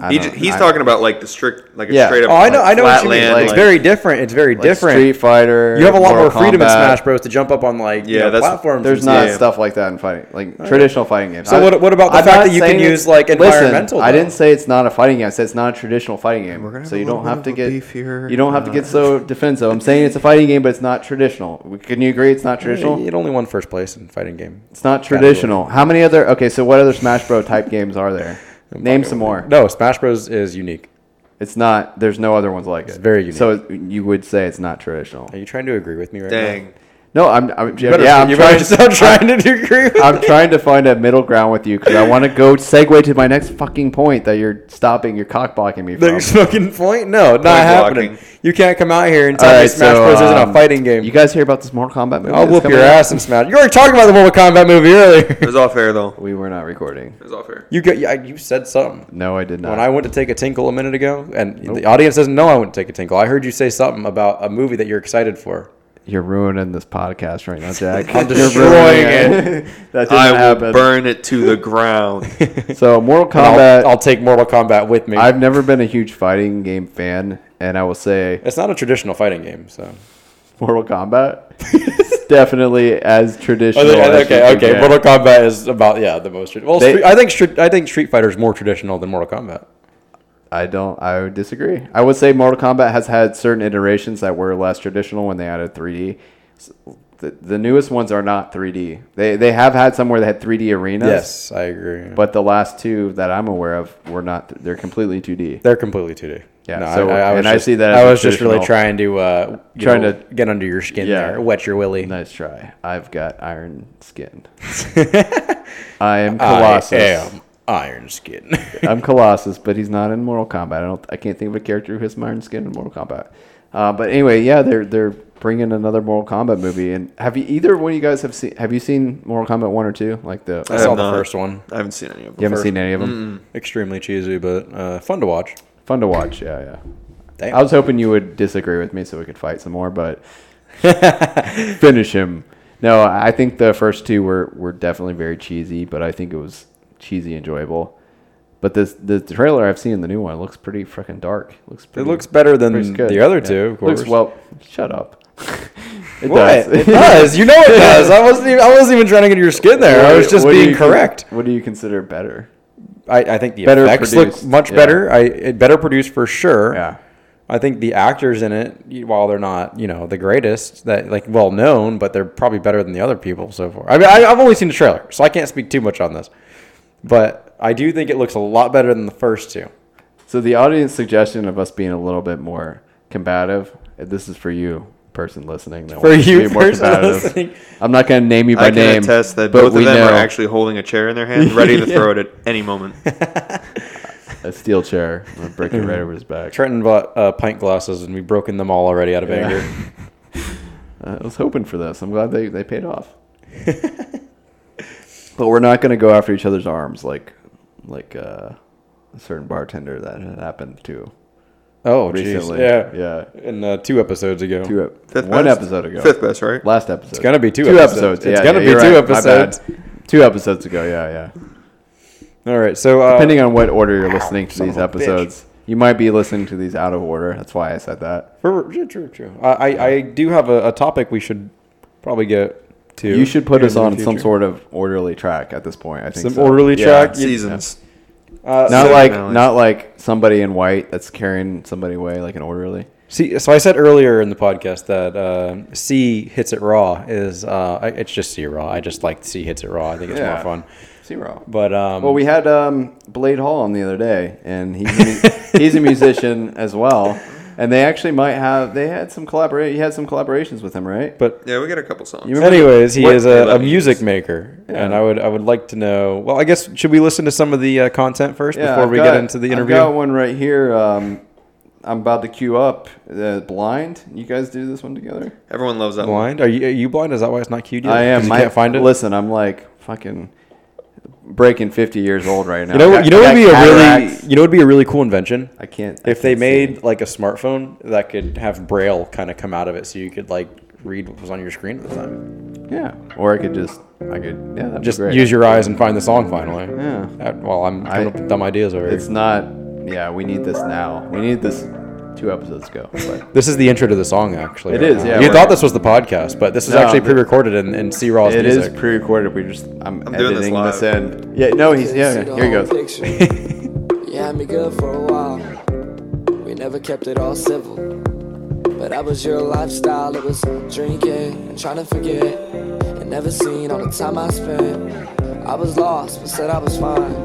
S5: I
S6: He
S5: don't-
S6: j- he's
S5: I-
S6: talking about like the strict, like a
S5: Yeah.
S6: straight up.
S4: Oh, I know.
S6: like,
S4: I know what you mean.
S6: flatland,
S5: like-
S4: it's very different. It's very
S5: like
S4: different.
S5: Street Fighter.
S4: you have a lot more
S5: Mortal
S4: freedom in
S5: Kombat.
S4: Smash Bros. to jump up on like you
S6: Yeah,
S4: know,
S6: that's-
S4: platforms.
S5: There's
S4: and
S5: not
S4: stuff.
S5: stuff like that in fighting, like traditional fighting games.
S4: So what- what about the fact
S5: not
S4: that you can
S5: saying it's-
S4: use, like, environmental,
S5: I
S4: though?
S5: didn't say it's not a fighting game. I said it's not a traditional fighting
S6: We're gonna
S5: game. So
S6: have a
S5: you
S6: little
S5: don't
S6: bit
S5: have
S6: of
S5: to
S6: a
S5: get
S6: beef here. Uh,
S5: you don't have to get so defensive. I'm saying it's a fighting game, but it's not traditional. We- Can you agree it's not traditional?
S4: It only won first place in fighting game.
S5: It's not traditional. How many other? Okay, so what other Smash Bro type games are there? Name some more.
S4: No, Smash Bros. is unique.
S5: It's not. There's no other ones like it.
S4: very unique.
S5: So it- you would say it's not traditional.
S4: Are you trying to agree with me right now?
S6: Dang.
S5: No, I'm. I'm
S4: You better,
S5: yeah, I'm
S4: you
S5: trying.
S4: better stop trying to agree. With
S5: I'm trying to find a middle ground with you because I want to go segue to my next fucking point that you're stopping. You're cock blocking me from.
S4: the fucking point. No, not happening.
S6: blocking.
S4: You can't come out here and
S5: All
S4: tell me
S5: right,
S4: Smash
S5: so,
S4: Bros. isn't
S5: um,
S4: a fighting game.
S5: You guys hear about this Mortal Kombat movie?
S4: I'll
S5: that's
S4: whoop
S5: coming
S4: your
S5: out?
S4: ass in Smash. You already talking about the Mortal Kombat movie
S6: It
S4: earlier.
S6: was all fair though.
S5: We were not recording.
S6: It was all fair.
S4: you got yeah, you said something.
S5: No, I did not.
S4: When I went to take a tinkle a minute ago, and the audience doesn't know I went to take a tinkle, I heard you say something about a movie that you're excited for.
S5: you're ruining this podcast right now, Jack.
S4: I'm
S5: You're
S4: destroying
S5: ruining it. that didn't
S6: I will
S5: happen.
S6: burn it to the ground.
S5: So Mortal
S4: And
S5: Kombat.
S4: I'll, I'll take Mortal Kombat with me.
S5: I've never been a huge fighting game fan, and I will say
S4: it's not a traditional fighting game, so.
S5: Mortal Kombat. It's definitely as traditional. as you
S4: Oh, okay,
S5: can
S4: okay.
S5: get.
S4: Mortal Kombat is about yeah the most. trad- Well,
S5: They-
S4: Street, I think Street, I think Street Fighter is more traditional than Mortal Kombat.
S5: I don't. I would disagree. I would say Mortal Kombat has had certain iterations that were less traditional when they added 3D. S- The, the newest ones are not 3D. They they have had some where they had 3D arenas.
S4: Yes, I agree.
S5: But the last two that I'm aware of were not. They're completely 2D.
S4: They're completely 2D.
S5: Yeah, so- and I
S4: just,
S5: see that as
S4: I
S5: a
S4: was just really
S5: traditional-
S4: trying to uh, you
S5: Trying
S4: know,
S5: to-
S4: get under your skin
S5: Yeah.
S4: there, wet your willy.
S5: Nice try. I've got iron skin. I am Colossus.
S4: I am Iron Skin.
S5: I'm Colossus, but he's not in Mortal Kombat. I don't. I can't think of a character who has iron skin in Mortal Kombat. Uh, but anyway, yeah, they're they're bringing another Mortal Kombat movie. And have you either one of you guys have seen? Have you seen Mortal Kombat one or two? Like the
S4: I
S6: have
S4: saw the
S6: not.
S4: first one.
S6: I haven't seen any of
S5: you
S6: them.
S5: haven't seen any of them.
S4: Extremely cheesy, but uh, fun to watch.
S5: Fun to watch. Yeah, yeah.
S4: Damn.
S5: I was hoping you would disagree with me so we could fight some more, but finish him. No, I think the first two were, were definitely very cheesy, but I think it was cheesy enjoyable. But this the trailer I've seen the new one looks pretty freaking dark. Looks
S4: it
S5: Mm-hmm. pretty,
S4: looks better
S5: looks
S4: than
S5: good.
S4: the other
S5: Yeah.
S4: two. Of course.
S5: Looks well. Shut up. it
S4: What? It does. You know it does. I wasn't. Even, I wasn't even trying to get under your skin there. I was just
S5: What do
S4: being
S5: you con-
S4: correct.
S5: what do you consider better?
S4: I, I think the
S5: Better
S4: effects
S5: produced,
S4: look much
S5: yeah.
S4: better. I it better produced for sure.
S5: Yeah.
S4: I think the actors in it, y- while they're not you know the greatest, that like well known, but they're probably better than the other people so far. I mean, I, I've only seen the trailer, so I can't speak too much on this, but I do think it looks a lot better than the first two.
S5: So the audience suggestion of us being a little bit more combative. and This is for you, person listening. that
S4: For
S5: wants to
S4: you,
S5: be more
S4: person
S5: combative.
S4: listening.
S5: I'm not going to name you by
S6: I can
S5: name.
S6: attest that
S5: but
S6: both
S5: we
S6: of them
S5: know
S6: are actually holding a chair in their hand, ready to throw it at any moment.
S5: a steel chair. I'm gonna break it right over his back.
S4: Trenton bought uh, pint glasses, and we've broken them all already out of anger.
S5: Uh, I was hoping for this. I'm glad they, they paid off. but we're not going to go after each other's arms like like uh, a certain bartender that had happened to
S4: Oh, jeez,
S5: recently.
S4: yeah,
S5: yeah.
S4: And uh, two episodes ago,
S5: Two ep-
S6: Fifth
S5: one
S6: best?
S5: episode ago.
S6: Fifth best, right?
S5: Last episode. It's
S4: gonna be two episodes. It's gonna be two episodes.
S5: Two episodes ago. Yeah, yeah.
S4: all right. So uh,
S5: Depending on what order you're listening to these
S4: of a bitch.
S5: episodes, you might be listening to these out of order. That's why I said that.
S4: True, true, true, true. I, I, I do have a, a topic we should probably get to.
S5: You should put
S4: in
S5: us
S4: the
S5: on some
S4: future.
S5: sort of orderly track at this point. I think
S4: Some
S5: so.
S4: orderly
S5: Yeah.
S4: track?
S6: Seasons.
S5: Not
S6: So-
S5: like
S6: Knowledge.
S5: not like somebody in white that's carrying somebody away like an orderly.
S4: See, so I said earlier in the podcast that uh, C hits it raw is uh, I- it's just C raw. I just like C hits it raw. I think it's more
S5: Yeah.
S4: fun.
S5: Zero.
S4: But um,
S5: Well, we had um, Blade Hall on the other day, and he's a mu- he's a musician as well. And they actually might have they had some collaborate. He had some collaborations with him, right?
S4: but
S6: Yeah, we got a couple songs.
S4: anyways, he
S6: what-
S4: is
S6: Hey,
S4: a,
S6: let
S4: a
S6: me
S4: music maker, and I would I would like to know. Well, I guess should we listen to some of the uh, content first before
S5: I've
S4: we
S5: got-
S4: get into the
S5: I've got
S4: interview?
S5: one right here. Um, I'm about to queue up uh, blind. You guys do this one together.
S6: Everyone loves that one.
S4: Blind? Are you are you blind? Is that why it's not queued yet?
S5: I am.
S4: 'Cause You
S5: I
S4: can't find it.
S5: Listen, I'm like fucking breaking 50 years old right now.
S4: You know,
S5: I got-
S4: you know,
S5: I
S4: what would
S5: got
S4: be a
S5: cataracts.
S4: really, you know, would be a really cool invention.
S5: I can't. I
S4: if they
S5: can't see.
S4: made like a smartphone that could have braille kind of come out of it, so you could like read what was on your screen at the time.
S5: yeah, or I could just, I could, yeah, that'd
S4: Just
S5: be great.
S4: use your eyes and find the song finally.
S5: Yeah.
S4: That- well, I'm coming
S5: I-
S4: up with dumb ideas over
S5: It's
S4: here.
S5: not. Yeah, we need this now. We need this two episodes ago. But
S4: This is the intro to the song, actually.
S5: It
S4: right
S5: is,
S4: now.
S5: yeah,
S4: You
S5: we're-
S4: thought this was the podcast, but this is
S5: No,
S4: actually
S5: the-
S4: pre-recorded in, in C Raw's
S5: it
S4: music.
S5: pre-recorded. We just, I'm,
S6: doing this
S5: editing this,
S6: live.
S5: in. Yeah, no, he's yeah. yeah,
S8: See the
S5: Here he
S8: whole
S5: goes.
S8: picture. you had me good for a while. We never kept it all civil. But that was your lifestyle. It was drinking and trying to forget. And never seen all the time I spent. I was lost, but said I was fine.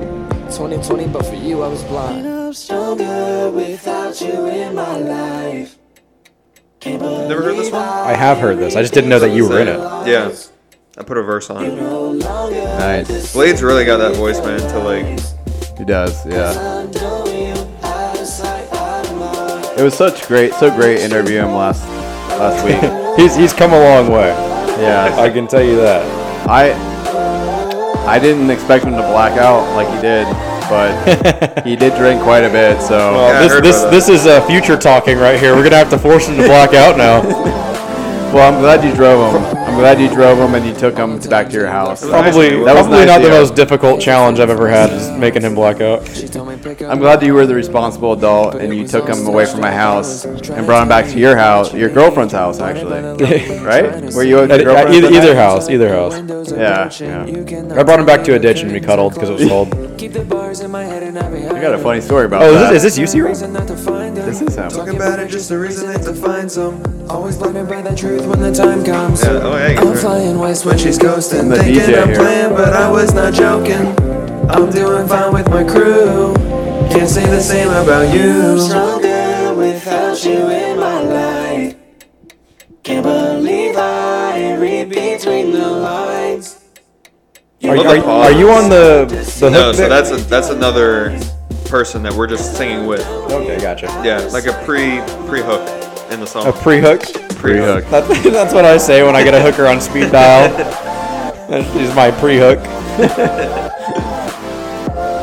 S8: 2020, but for you, I was blind. I'm stronger without you in my life.
S6: Never heard this one?
S4: I have heard this. I just didn't know that you were in it.
S6: Yeah. I put a verse on it.
S5: Nice.
S6: Blade's really got that voice, man, to like
S5: He does. Yeah. It was such great, so great interview him last last week.
S4: He's he's come a long way.
S5: yeah.
S4: I can tell you that.
S5: I I didn't expect him to black out like he did, but he did drink quite a bit. So
S6: Yeah, I
S4: this
S6: heard
S4: this
S6: about
S4: this is uh, future talking right here. We're gonna have to force him to black out now.
S5: well, I'm glad you drove him. I'm glad you drove him and you took him back to your house.
S4: Probably,
S5: That was
S4: probably
S5: nice,
S4: not the
S5: yeah.
S4: most difficult challenge I've ever had is making him black out.
S8: She told me pick up.
S5: I'm glad that you were the responsible adult and you took him away from my house and brought him back to your house, your girlfriend's house, actually. Right? Were you at your
S4: At, at
S5: girlfriend's
S4: either,
S5: that night?
S4: either house, either house.
S8: Yeah,
S5: yeah.
S8: yeah.
S4: I brought him back to a ditch and we cuddled because it was cold.
S8: Keep the bars in my head and I
S5: I got a funny story about
S4: Oh, is
S5: that.
S4: this, is this you, Sierra?
S8: This
S5: is him.
S8: Talking about it, just a reason it's a find some. Always blinded by the truth when the time comes.
S6: Yeah, oh, yeah, you
S8: I'm
S6: heard.
S8: flying west when she's ghosting.
S5: the
S8: Thinking
S5: DJ
S8: I'm
S5: here.
S8: playing, but I was not joking. I'm doing fine with my crew. Can't say the same about you. I'm stronger without you in my life. Can't believe I read between the lines.
S4: Are,
S6: Love
S4: are,
S6: the
S4: are you on the the hook?
S6: No, so
S4: there?
S6: that's a, that's another person that we're just singing with.
S4: okay. Gotcha.
S6: Yeah, like a pre pre hook in the song.
S4: A pre-hook.
S6: pre-hook.
S4: That, that's what I say when I get a hooker on speed dial. That's she's my pre-hook.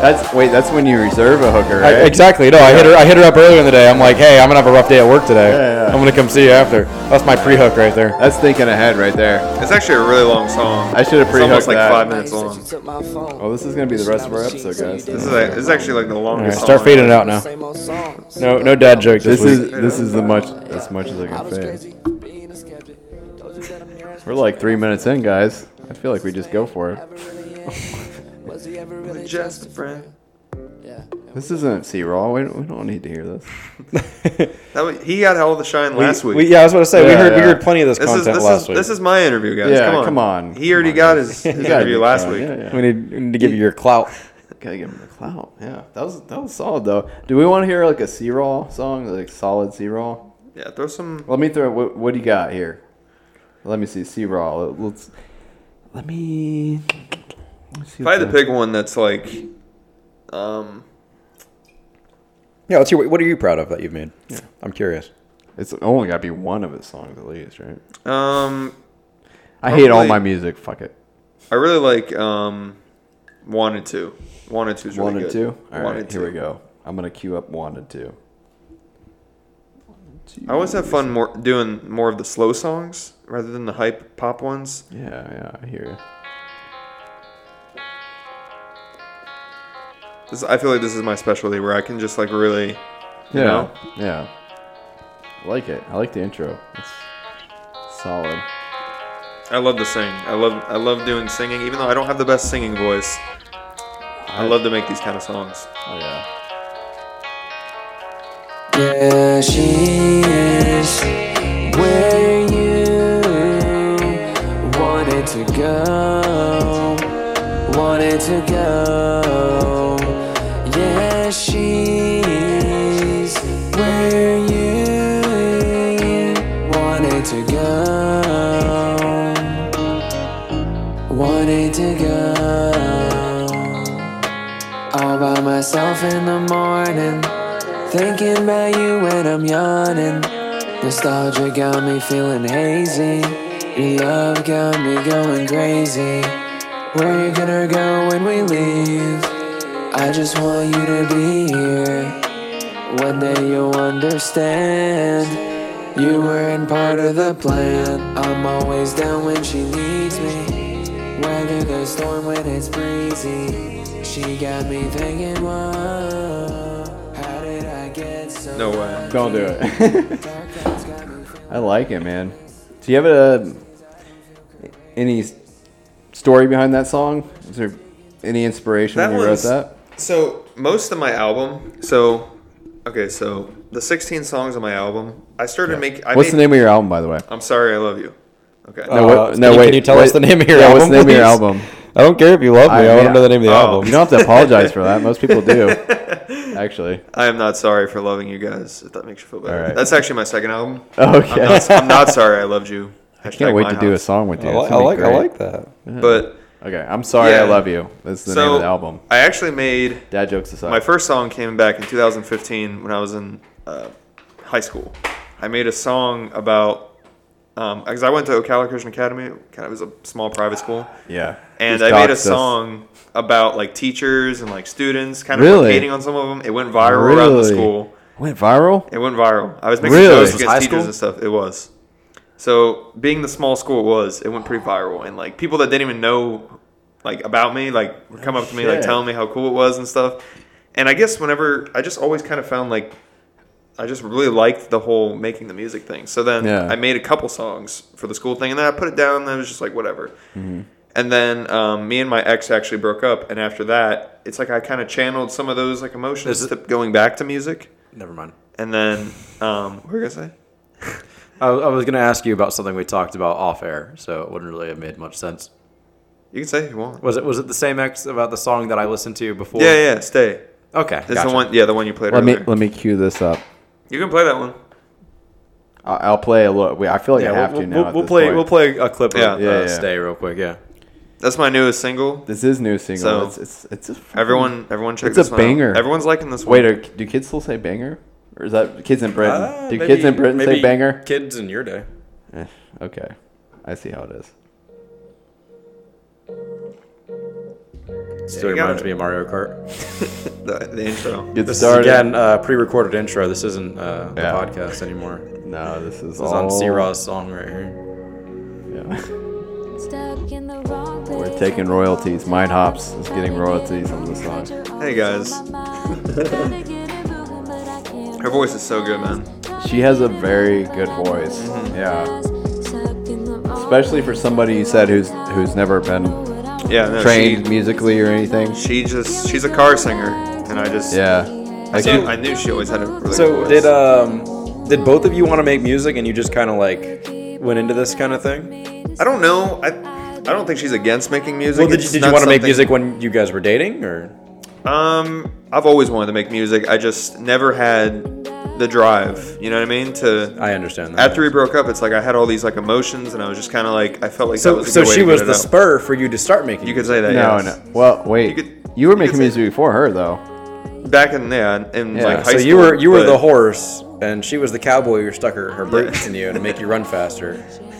S5: That's wait, that's when you reserve a hooker,
S4: I-
S5: right?
S4: exactly. No, I hit her. I hit her up earlier in the day. I'm like, hey, I'm gonna have a rough day at work today.
S5: Yeah, yeah.
S4: I'm gonna come see you after. That's my pre-hook right there.
S5: That's thinking ahead right there.
S6: It's actually a really long song.
S5: I should've
S6: It's
S5: pre-hooked
S6: almost like
S5: that.
S6: five minutes long.
S5: Well,
S8: Well,
S5: this is gonna be the rest of our episode, guys.
S6: This is, a, this is actually like the
S4: All right,
S6: longest.
S4: start
S6: song.
S4: fading it out now. No, no dad joke. This,
S5: This
S4: week.
S5: is this is the much as much as I
S8: I
S5: can
S8: was
S5: say.
S8: crazy, being a skeptic. Told you that I'm here.
S5: We're like three minutes in, guys. I feel like we just go for it.
S8: Ever really am. Was he ever really
S6: Just a friend.
S5: This isn't C Raw. We, don't- we don't need to hear this.
S6: That was, he got all the shine last
S3: we,
S6: week.
S3: we- yeah, I was about to say we
S5: Yeah,
S3: heard we
S5: yeah.
S3: heard plenty of this,
S6: this is
S3: content
S6: this
S3: last
S6: is
S3: week.
S6: this is my interview, guys.
S5: Yeah,
S6: come on,
S5: come on.
S6: He already
S5: Come on,
S6: got
S5: guys.
S6: his, his interview last week.
S5: Yeah, yeah.
S3: we, need, we need to give you your clout.
S5: Gotta give him the clout. Yeah, that was that was solid though. Do we want to hear like a C roll song, like solid C roll?
S6: Yeah, throw some.
S5: Let me throw. What, what do you got here? Let me see C roll. Let's. Let me. Let's see
S6: If I had to
S5: what
S6: pick one that's like, um,
S3: Yeah, let's hear. What, what are you proud of that you've made? Yeah. I'm curious.
S5: the- It's only got to be one of his songs at least, right?
S6: um,
S5: I hate all
S6: Hopefully-
S5: my music. Fuck it.
S6: I really like um, wanted to. Wanted to is really
S5: one and
S6: good.
S5: two. All right,
S6: Wanted
S5: here
S6: To.
S5: we go. I'm gonna queue up one and two.
S6: I always have fun more doing more of the slow songs rather than the hype pop ones.
S5: Yeah, yeah, I hear you.
S6: 'Cause I feel like this is my specialty where I can just like really.
S5: Yeah,
S6: know?
S5: yeah. I like it. I like the intro. It's solid.
S6: I love to sing. I love I love doing singing, even though I don't have the best singing voice. I love to make these kind of songs.
S5: Oh yeah.
S9: Yeah, she is where you wanted to go. Wanted to go. Yeah, she's where you wanted to go. Wanted to go. All by myself in the morning. Thinking about you when I'm yawning. Nostalgia got me feeling hazy. Your love got me going crazy. Where you gonna go when we leave? I just want you to be here. One day you'll understand. You weren't part of the plan. I'm always down when she needs me. Weather the storm when it's breezy. She got me thinking, whoa, how did I get so
S6: No way.
S5: Don't do it. I like it, man. Do you have a any s- story behind that song? Is there any inspiration
S6: That
S5: when you wrote
S6: was-
S5: that?
S6: So most of my album, so okay, so the 16 songs on my album, I started making. I
S5: What's
S6: made,
S5: the name Oh, of your album, by the way?
S6: I'm sorry, I love you. Okay.
S3: Uh,
S5: what-
S3: can you- Can you tell us the name of your
S5: yeah,
S3: album?
S5: What's the name of your
S3: please?
S5: album?
S3: I don't care if you love me. I,
S5: I-
S3: want
S5: yeah.
S3: to know the name of the
S6: Oh.
S3: album.
S5: You don't have to apologize for that. Most people do, actually.
S6: I am not sorry for loving you guys. If that makes you feel better.
S5: All right.
S6: That's actually my second album.
S5: Okay.
S6: I'm not, I'm not sorry. I loved you.
S5: I can't wait to do a song with you.
S3: I,
S5: It's
S3: like, I,
S5: gonna be
S3: like, I
S5: great.
S3: like that.
S6: But
S5: Okay, I'm sorry. I
S6: Yeah.
S5: love you. That's the
S6: so
S5: name of the album.
S6: I actually made
S5: Dad jokes aside.
S6: my first song came back in 2015 when I was in uh, high school. I made a song about because I went to Ocala Christian Academy. Kind of it was a small private school.
S5: yeah.
S6: and
S5: Just
S6: I made a
S5: doxed us.
S6: song about like teachers and like students kind of
S5: Really?
S6: hating on some of them. It went viral around the
S5: Really?
S6: school.
S5: Went viral.
S6: It went viral. I was making
S5: Really?
S6: jokes
S5: High
S6: against teachers
S5: school?
S6: and stuff. It was. So being the small school it was, it went pretty viral, and like people that didn't even know like about me, like would come up to me, like
S5: Shit.
S6: telling me how cool it was and stuff. And I guess whenever I just always kind of found like I just really liked the whole making the music thing. So then
S5: Yeah.
S6: I made a couple songs for the school thing, and then I put it down, and I was just like whatever.
S5: Mm-hmm.
S6: And then um, me and my ex actually broke up, and after that, it's like I kind of channeled some of those like emotions to going back to music.
S4: Never mind.
S6: And then, um, what were you gonna say?
S4: I, I was going to ask you about something we talked about off air, so it wouldn't really have made much sense.
S6: You can say if you want.
S4: Was it was it the same ex about the song that I listened to before?
S6: Yeah, yeah, stay.
S4: Okay.
S6: It's
S4: gotcha.
S6: the one. Yeah, the one you played
S5: Let me
S6: earlier.
S5: let me cue this up.
S6: you can play that one.
S5: I- I'll play a little. wait, I feel like
S4: Yeah,
S5: I have
S4: we'll,
S5: to now.
S4: we'll,
S5: at
S4: we'll
S5: this
S4: play.
S5: point.
S4: We'll play a clip
S6: Yeah.
S4: of uh,
S5: Yeah, yeah.
S4: "Stay" real quick. Yeah.
S6: That's my newest single.
S5: This is new single.
S6: So-
S5: it's it's it's a fucking-
S6: Everyone, everyone, check
S5: It's a
S6: this one out.
S5: banger.
S6: Everyone's liking this one.
S5: Wait, are, do kids still say banger, or is that kids in Britain?
S4: Uh,
S5: do
S4: maybe-
S5: kids in Britain
S4: maybe
S5: say banger?
S4: Kids in your day.
S5: Eh, okay, I see how it is.
S4: Still
S6: you got
S4: reminds
S6: it.
S4: me of Mario Kart.
S6: the, the intro.
S5: Get
S4: This
S5: started.
S4: is again uh, pre-recorded intro. This isn't uh,
S5: Yeah. Oh.
S4: the podcast anymore. This
S5: No, this is
S4: is
S5: all.
S4: on C Raw's song right here.
S5: Yeah.
S10: Stuck in the wrong place.
S5: We're taking royalties. Mind Hops is getting royalties on this song.
S6: Hey, guys. Her voice is so good, man.
S5: She has a very good voice. Yeah, especially for somebody you said who's who's never been
S6: Yeah, no,
S5: trained
S6: She,
S5: musically or anything.
S6: she just she's a car singer, and and I just
S5: Yeah. I
S6: I,
S5: can,
S6: knew, I knew she always had a really good
S4: So
S6: voice.
S4: did um did both of you want to make music and you just kind of like went into this kind of thing?
S6: I don't know. I I don't think she's against making music.
S4: Well, did you,
S6: It's
S4: did you
S6: not
S4: want to make
S6: something-
S4: music when you guys were dating or?
S6: Um, I've always wanted to make music. I just never had the drive. You know what I mean? To
S4: I understand that.
S6: after we broke up, it's like I had all these like emotions, and I was just kind of like I felt like that
S4: so
S6: was a
S4: so
S6: good way
S4: she
S6: to get
S4: was
S6: it
S4: the
S6: out.
S4: spur for you to start making.
S6: You could say that.
S5: no,
S6: yes.
S5: no. Well, wait.
S6: You
S5: You,
S6: could-
S5: were
S6: you could
S5: making
S6: say-
S5: music before her, though.
S6: Back in yeah, in
S5: Yeah.
S6: like high
S4: so
S6: school.
S4: you were you were
S6: but-
S4: the horse and she was the cowboy who stuck her, her brakes in you to make you run faster.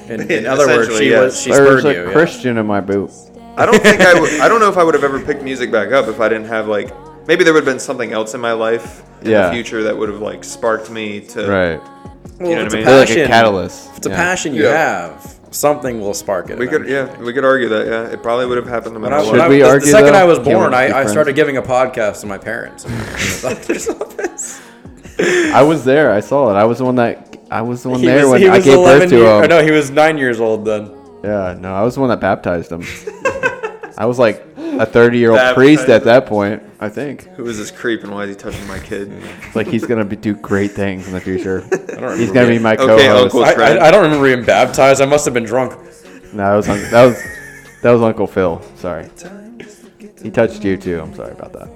S4: In, in other words,
S6: Essentially,
S4: she
S6: yes.
S4: was she
S5: There's
S4: spurred
S5: a
S4: you. yeah.
S5: Christian in my boot.
S6: I don't think I would. I don't know if I would have ever picked music back up if I didn't have like maybe there would have been something else in my life in
S5: Yeah.
S6: the future that would have like sparked me
S5: Right.
S6: to
S4: Well,
S6: You know
S4: it's
S6: what I
S4: a
S6: mean?
S5: Like
S4: passion.
S5: a catalyst.
S4: If it's a
S5: Yeah.
S4: passion you
S6: Yeah.
S4: have, something will spark it.
S6: We could
S4: eventually.
S6: yeah, we could argue that yeah, it probably would have happened no
S4: When I,
S6: matter
S4: when
S5: Should
S6: what.
S4: I-
S5: we
S4: the, the
S5: argue,
S4: second
S5: though?
S4: I was
S5: Can we
S4: born,
S5: be
S4: I, I
S5: friends?
S4: started giving a podcast to my parents. in the doctor's office.
S5: I was there. I saw it. I was the one that I was the one there when
S4: he
S5: I gave birth to
S4: year-
S5: him.
S4: or No, he was nine years old then.
S5: Yeah, no, I was the one that baptized him. I was like a 30 year old priest
S6: Baptized
S5: at that point. I think
S6: Who is this creep and why is he touching my kid?
S5: it's like he's gonna be, do great things in the future. He's gonna be my
S6: Okay,
S5: co-host.
S6: Uncle-
S4: I,
S6: Trent.
S4: I, I don't remember being baptized. I must have been drunk.
S5: No, that was un- that was that was Uncle Phil. Sorry, he touched you too. I'm sorry about that.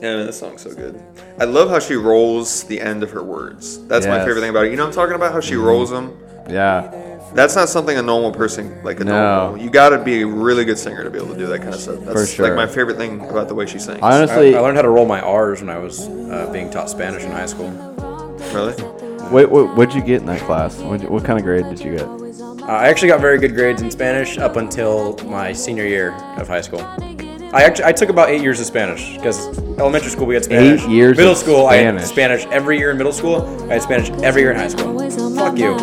S6: Yeah, man, this song's so good. I love how she rolls the end of her words. That's my
S5: Yes.
S6: favorite thing about it. You know, I'm talking about how she rolls them.
S5: Yeah,
S6: That's not something a normal person like a
S5: No.
S6: normal. You got to be a really good singer to be able to do that kind of stuff. That's
S5: For
S6: like
S5: sure.
S6: my favorite thing about the way she sings.
S5: I
S4: I,
S5: honestly,
S4: I learned how to roll my R's when I was uh, being taught Spanish in high school.
S6: really?
S5: what, what what'd you get in that class? What, what kind of grade did you get?
S4: Uh, I actually got very good grades in Spanish up until my senior year of high school. I actually I took about eight years of Spanish because elementary school we had Spanish.
S5: Eight years
S4: Middle
S5: of
S4: school I had
S5: Spanish.
S4: Spanish every year in middle school. I had Spanish every year in high school. Fuck you.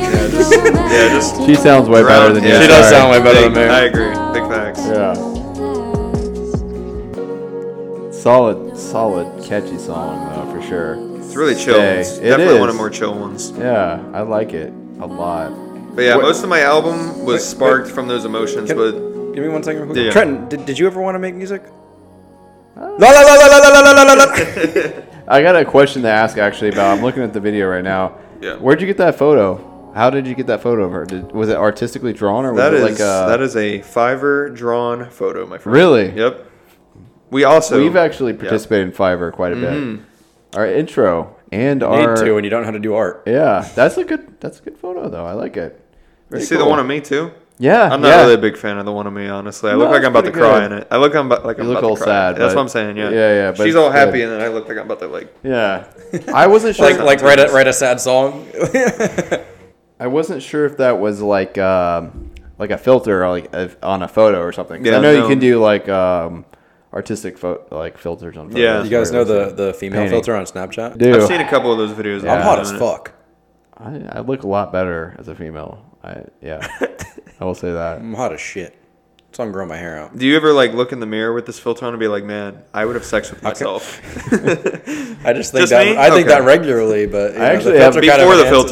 S6: Yeah, just
S5: She sounds way better
S6: Round-
S5: than you.
S6: yeah.
S4: She does
S5: sorry.
S4: sound way better
S6: Big-
S4: than me.
S6: I agree. Big facts.
S5: Yeah, solid, solid, catchy song though for sure.
S6: It's really chill.
S5: Hey,
S6: It's
S5: it
S6: definitely
S5: is.
S6: one of the more chill ones.
S5: Yeah, I like it a lot.
S6: But yeah, most of my album was sparked from those emotions.
S4: Can-
S6: but
S4: Give me one second. real quick.
S6: Yeah.
S4: Trenton, did, did you ever want to make music?
S5: Uh,
S4: La la la la la la la la la la.
S5: I got a question to ask actually about. I'm looking at the video right now.
S6: Yeah.
S5: Where'd you get that photo? How did you get that photo of her? Did, was it artistically drawn or was
S6: that
S5: it
S6: is
S5: like uh, a?
S6: that is a Fiverr drawn photo, my friend.
S5: Really?
S6: Yep. We also
S5: We've actually participated in Fiverr quite a bit.
S6: Mm-hmm.
S5: Our intro and
S4: You
S5: our
S4: need to when you don't know how to do art.
S5: yeah, that's a good that's a good photo though. I like it.
S6: You
S5: Very
S6: see the
S5: cool.
S6: one of me too?
S5: Yeah,
S6: I'm not
S5: yeah.
S6: really a big fan of the one of me, honestly. I look
S5: No,
S6: like I'm about
S5: it's
S6: to
S5: pretty
S6: cry in
S5: good.
S6: it. I look I'm about, like I'm
S5: look
S6: about
S5: all
S6: to cry.
S5: sad,
S6: That's
S5: but-
S6: what I'm saying. Yeah,
S5: yeah, yeah, but
S6: She's
S5: it's
S6: all happy,
S5: good.
S6: and then I look like I'm about to like.
S5: Yeah, I wasn't sure.
S4: Like like write a write a sad song.
S5: I wasn't sure if that was like um, like a filter or like a, on a photo or something. 'Cause
S6: Yeah,
S5: I know
S6: no.
S5: you can do like um, artistic pho- like filters on photos.
S6: Yeah.
S5: or
S4: you guys know the
S5: whatever.
S4: the female
S5: Painting.
S4: filter on Snapchat.
S5: Dude,
S6: I've seen a couple of those videos.
S4: I'm
S6: of
S4: hot
S6: them
S4: as
S6: in it.
S4: fuck.
S5: I, I look a lot better as a female. I yeah, I will say that.
S4: I'm hot as shit. So I'm growing my hair out.
S6: Do you ever like look in the mirror with this filter on and be like, man, I would have sex with myself
S4: I just think
S6: Just
S4: that
S6: me?
S4: I think
S6: Okay.
S4: that regularly, but you know,
S5: actually
S4: the
S5: have-
S4: filter kind of
S6: before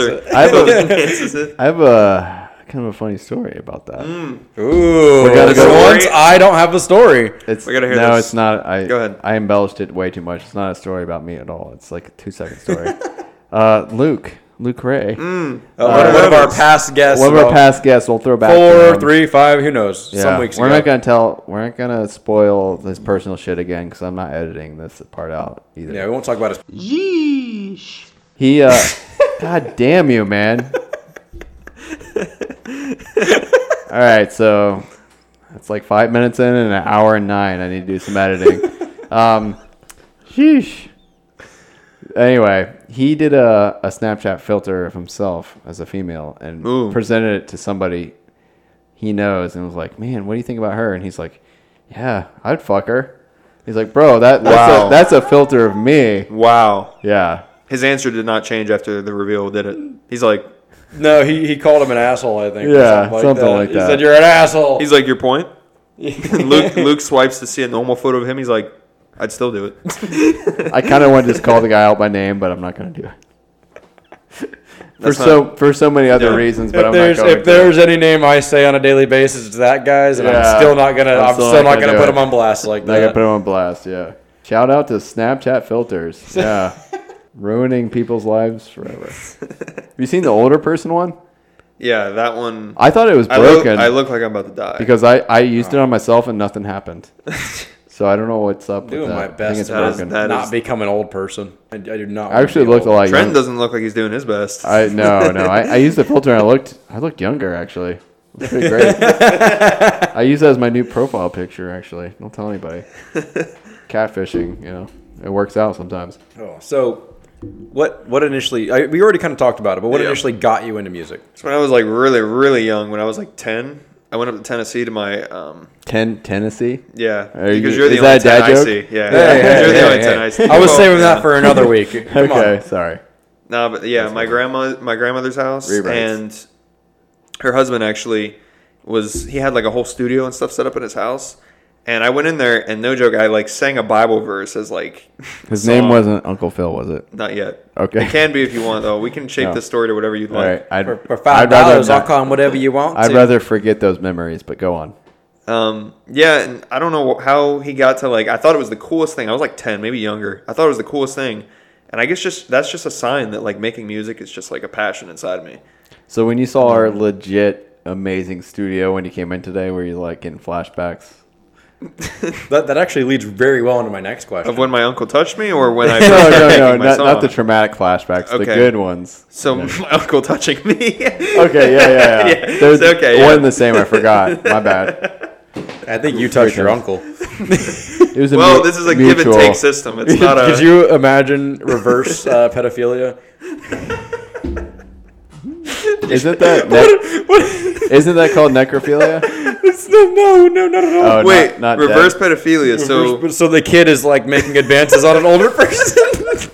S6: the
S4: enhances
S6: filter?
S4: it.
S5: I have a,
S6: Enhances it.
S5: I have a kind of a funny story about that.
S6: Mm,
S4: Ooh,
S5: gotta
S4: for
S6: go-
S4: once I don't have a story.
S5: It's
S6: We gotta hear
S5: no,
S6: this.
S5: it's not. I
S6: Go ahead.
S5: I embellished it way too much. It's not a story about me at all. It's like a two second story. uh, Luke, Luke Ray,
S6: Mm,
S4: one, of- one of our
S6: Whatever.
S4: past guests.
S5: one of our
S4: about
S5: past guests. We'll throw back to
S4: Four,
S5: him.
S4: three, five. Who knows?
S5: Yeah.
S4: Some weeks
S5: we're
S4: ago.
S5: not gonna tell. We're not gonna spoil this personal shit again because I'm not editing this part out either.
S4: yeah, we won't talk about his
S5: He, uh, god damn you, man. All right, so it's like five minutes in and an hour and nine. I need to do some editing. Um, sheesh. Anyway, he did a, a Snapchat filter of himself as a female and
S6: Ooh.
S5: presented it to somebody he knows and was like, man, what do you think about her? And he's like, yeah, I'd fuck her. He's like, bro, that, that's,
S6: Wow.
S5: a, that's a filter of me.
S6: Wow.
S5: Yeah.
S6: His answer did not change after the reveal, did it? He's like,
S4: No, he, he called him an asshole, I think. or
S5: Yeah,
S4: something like,
S5: something
S4: that.
S5: like
S4: He
S5: that.
S4: said, You're an asshole.
S6: he's like, your point. And Luke Luke swipes to see a normal photo of him. He's like, I'd still do it.
S5: I kind of want to just call the guy out by name, but I'm not going to do it. for
S6: That's
S5: so for so many other
S6: Yeah.
S5: reasons, but
S4: if
S5: I'm
S4: there's,
S5: not going
S4: if
S5: to.
S4: there's any name I say on a daily basis, it's that guy's, and I'm
S5: Yeah.
S4: still not gonna
S5: I'm
S4: I'm,
S5: still
S4: still,
S5: not
S4: not
S5: gonna
S4: gonna,
S5: do
S4: put
S5: it.
S4: him on blast like
S5: I got to
S4: that.
S5: put him on blast. Yeah. Shout out to Snapchat filters. Yeah. Ruining people's lives forever. Have you seen the older person one?
S6: Yeah, that one.
S5: I thought it was
S6: I look,
S5: broken
S6: I look like I'm about to die.
S5: because I, I used it on myself and nothing happened. so I don't know what's up
S4: Doing
S5: with that.
S4: my
S5: I think
S4: best
S5: it's
S4: to
S6: That is-
S5: broken.
S6: that
S4: not
S6: is-
S4: become an old person. I, I do not.
S5: I actually looked like
S6: Trent doesn't look like he's doing his best.
S5: I no no. I, I used the filter and I looked I looked younger actually. It was Pretty great. I use that as my new profile picture actually. Don't tell anybody. Catfishing, you know, it works out sometimes.
S4: Oh, so, what what initially? I, we already kind of talked about it, but what
S6: Yeah.
S4: initially got you into music?
S6: It's when I was like really, really young, when I was like 10, I went up to Tennessee to my, um,
S5: Ten Tennessee.
S6: yeah.
S5: Are you-
S6: because you're the
S5: is
S6: only
S5: that a dad
S6: 10 I
S5: joke?
S6: see. Yeah.
S4: Hey, hey,
S6: you're
S4: hey,
S6: the only
S4: hey.
S6: 10 I see.
S4: I was
S6: Well,
S4: saving that
S6: yeah.
S4: for another week. Come on.
S5: okay, sorry.
S6: No, but yeah, my grandma, my grandmother's house,
S5: Rewrites.
S6: and her husband actually was he had like a whole studio and stuff set up in his house, and I went in there and no joke, I like sang a Bible verse as like
S5: His
S6: song.
S5: name wasn't Uncle Phil, was it?
S6: not yet.
S5: Okay.
S6: it can be if you want though. We can shape
S5: No.
S6: the story to whatever you'd
S5: All right.
S6: like.
S5: I'd,
S4: For, for
S5: I'd
S4: five
S5: rather
S4: dollars, I'll
S5: not-
S4: call him whatever you want.
S5: I'd
S4: to.
S5: rather forget those memories, but go on.
S6: Um, yeah, and I don't know how he got to like. I thought it was the coolest thing. I was like ten, maybe younger. I thought it was the coolest thing, and I guess just that's just a sign that like making music is just like a passion inside of me.
S5: So when you saw our
S4: Mm-hmm.
S5: legit amazing studio when you came in today, were you like getting flashbacks?
S4: That, that actually leads very well into my next question.
S6: Of when my uncle touched me, or when I
S5: No,
S6: first started
S5: no,
S6: making
S5: no,
S6: my
S5: not, not
S6: song?
S5: the traumatic flashbacks, the
S6: Okay.
S5: good ones.
S6: So my uncle touching me.
S5: Okay, yeah, yeah, yeah.
S6: Yeah,
S5: They're
S6: it's okay, yeah.
S5: one and the same. I forgot. My bad.
S4: I think you touched your uncle.
S5: It was a
S6: well,
S5: mu-
S6: this is a give
S5: mutual-
S6: and take system. It's not
S4: Could
S6: a.
S4: you imagine reverse uh, pedophilia?
S5: Isn't that ne- isn't that called necrophilia?
S4: no, no, no, not at all.
S5: Oh,
S6: wait,
S5: not, not
S6: reverse
S5: dead.
S6: pedophilia. So
S4: so the kid is like making advances on an older person.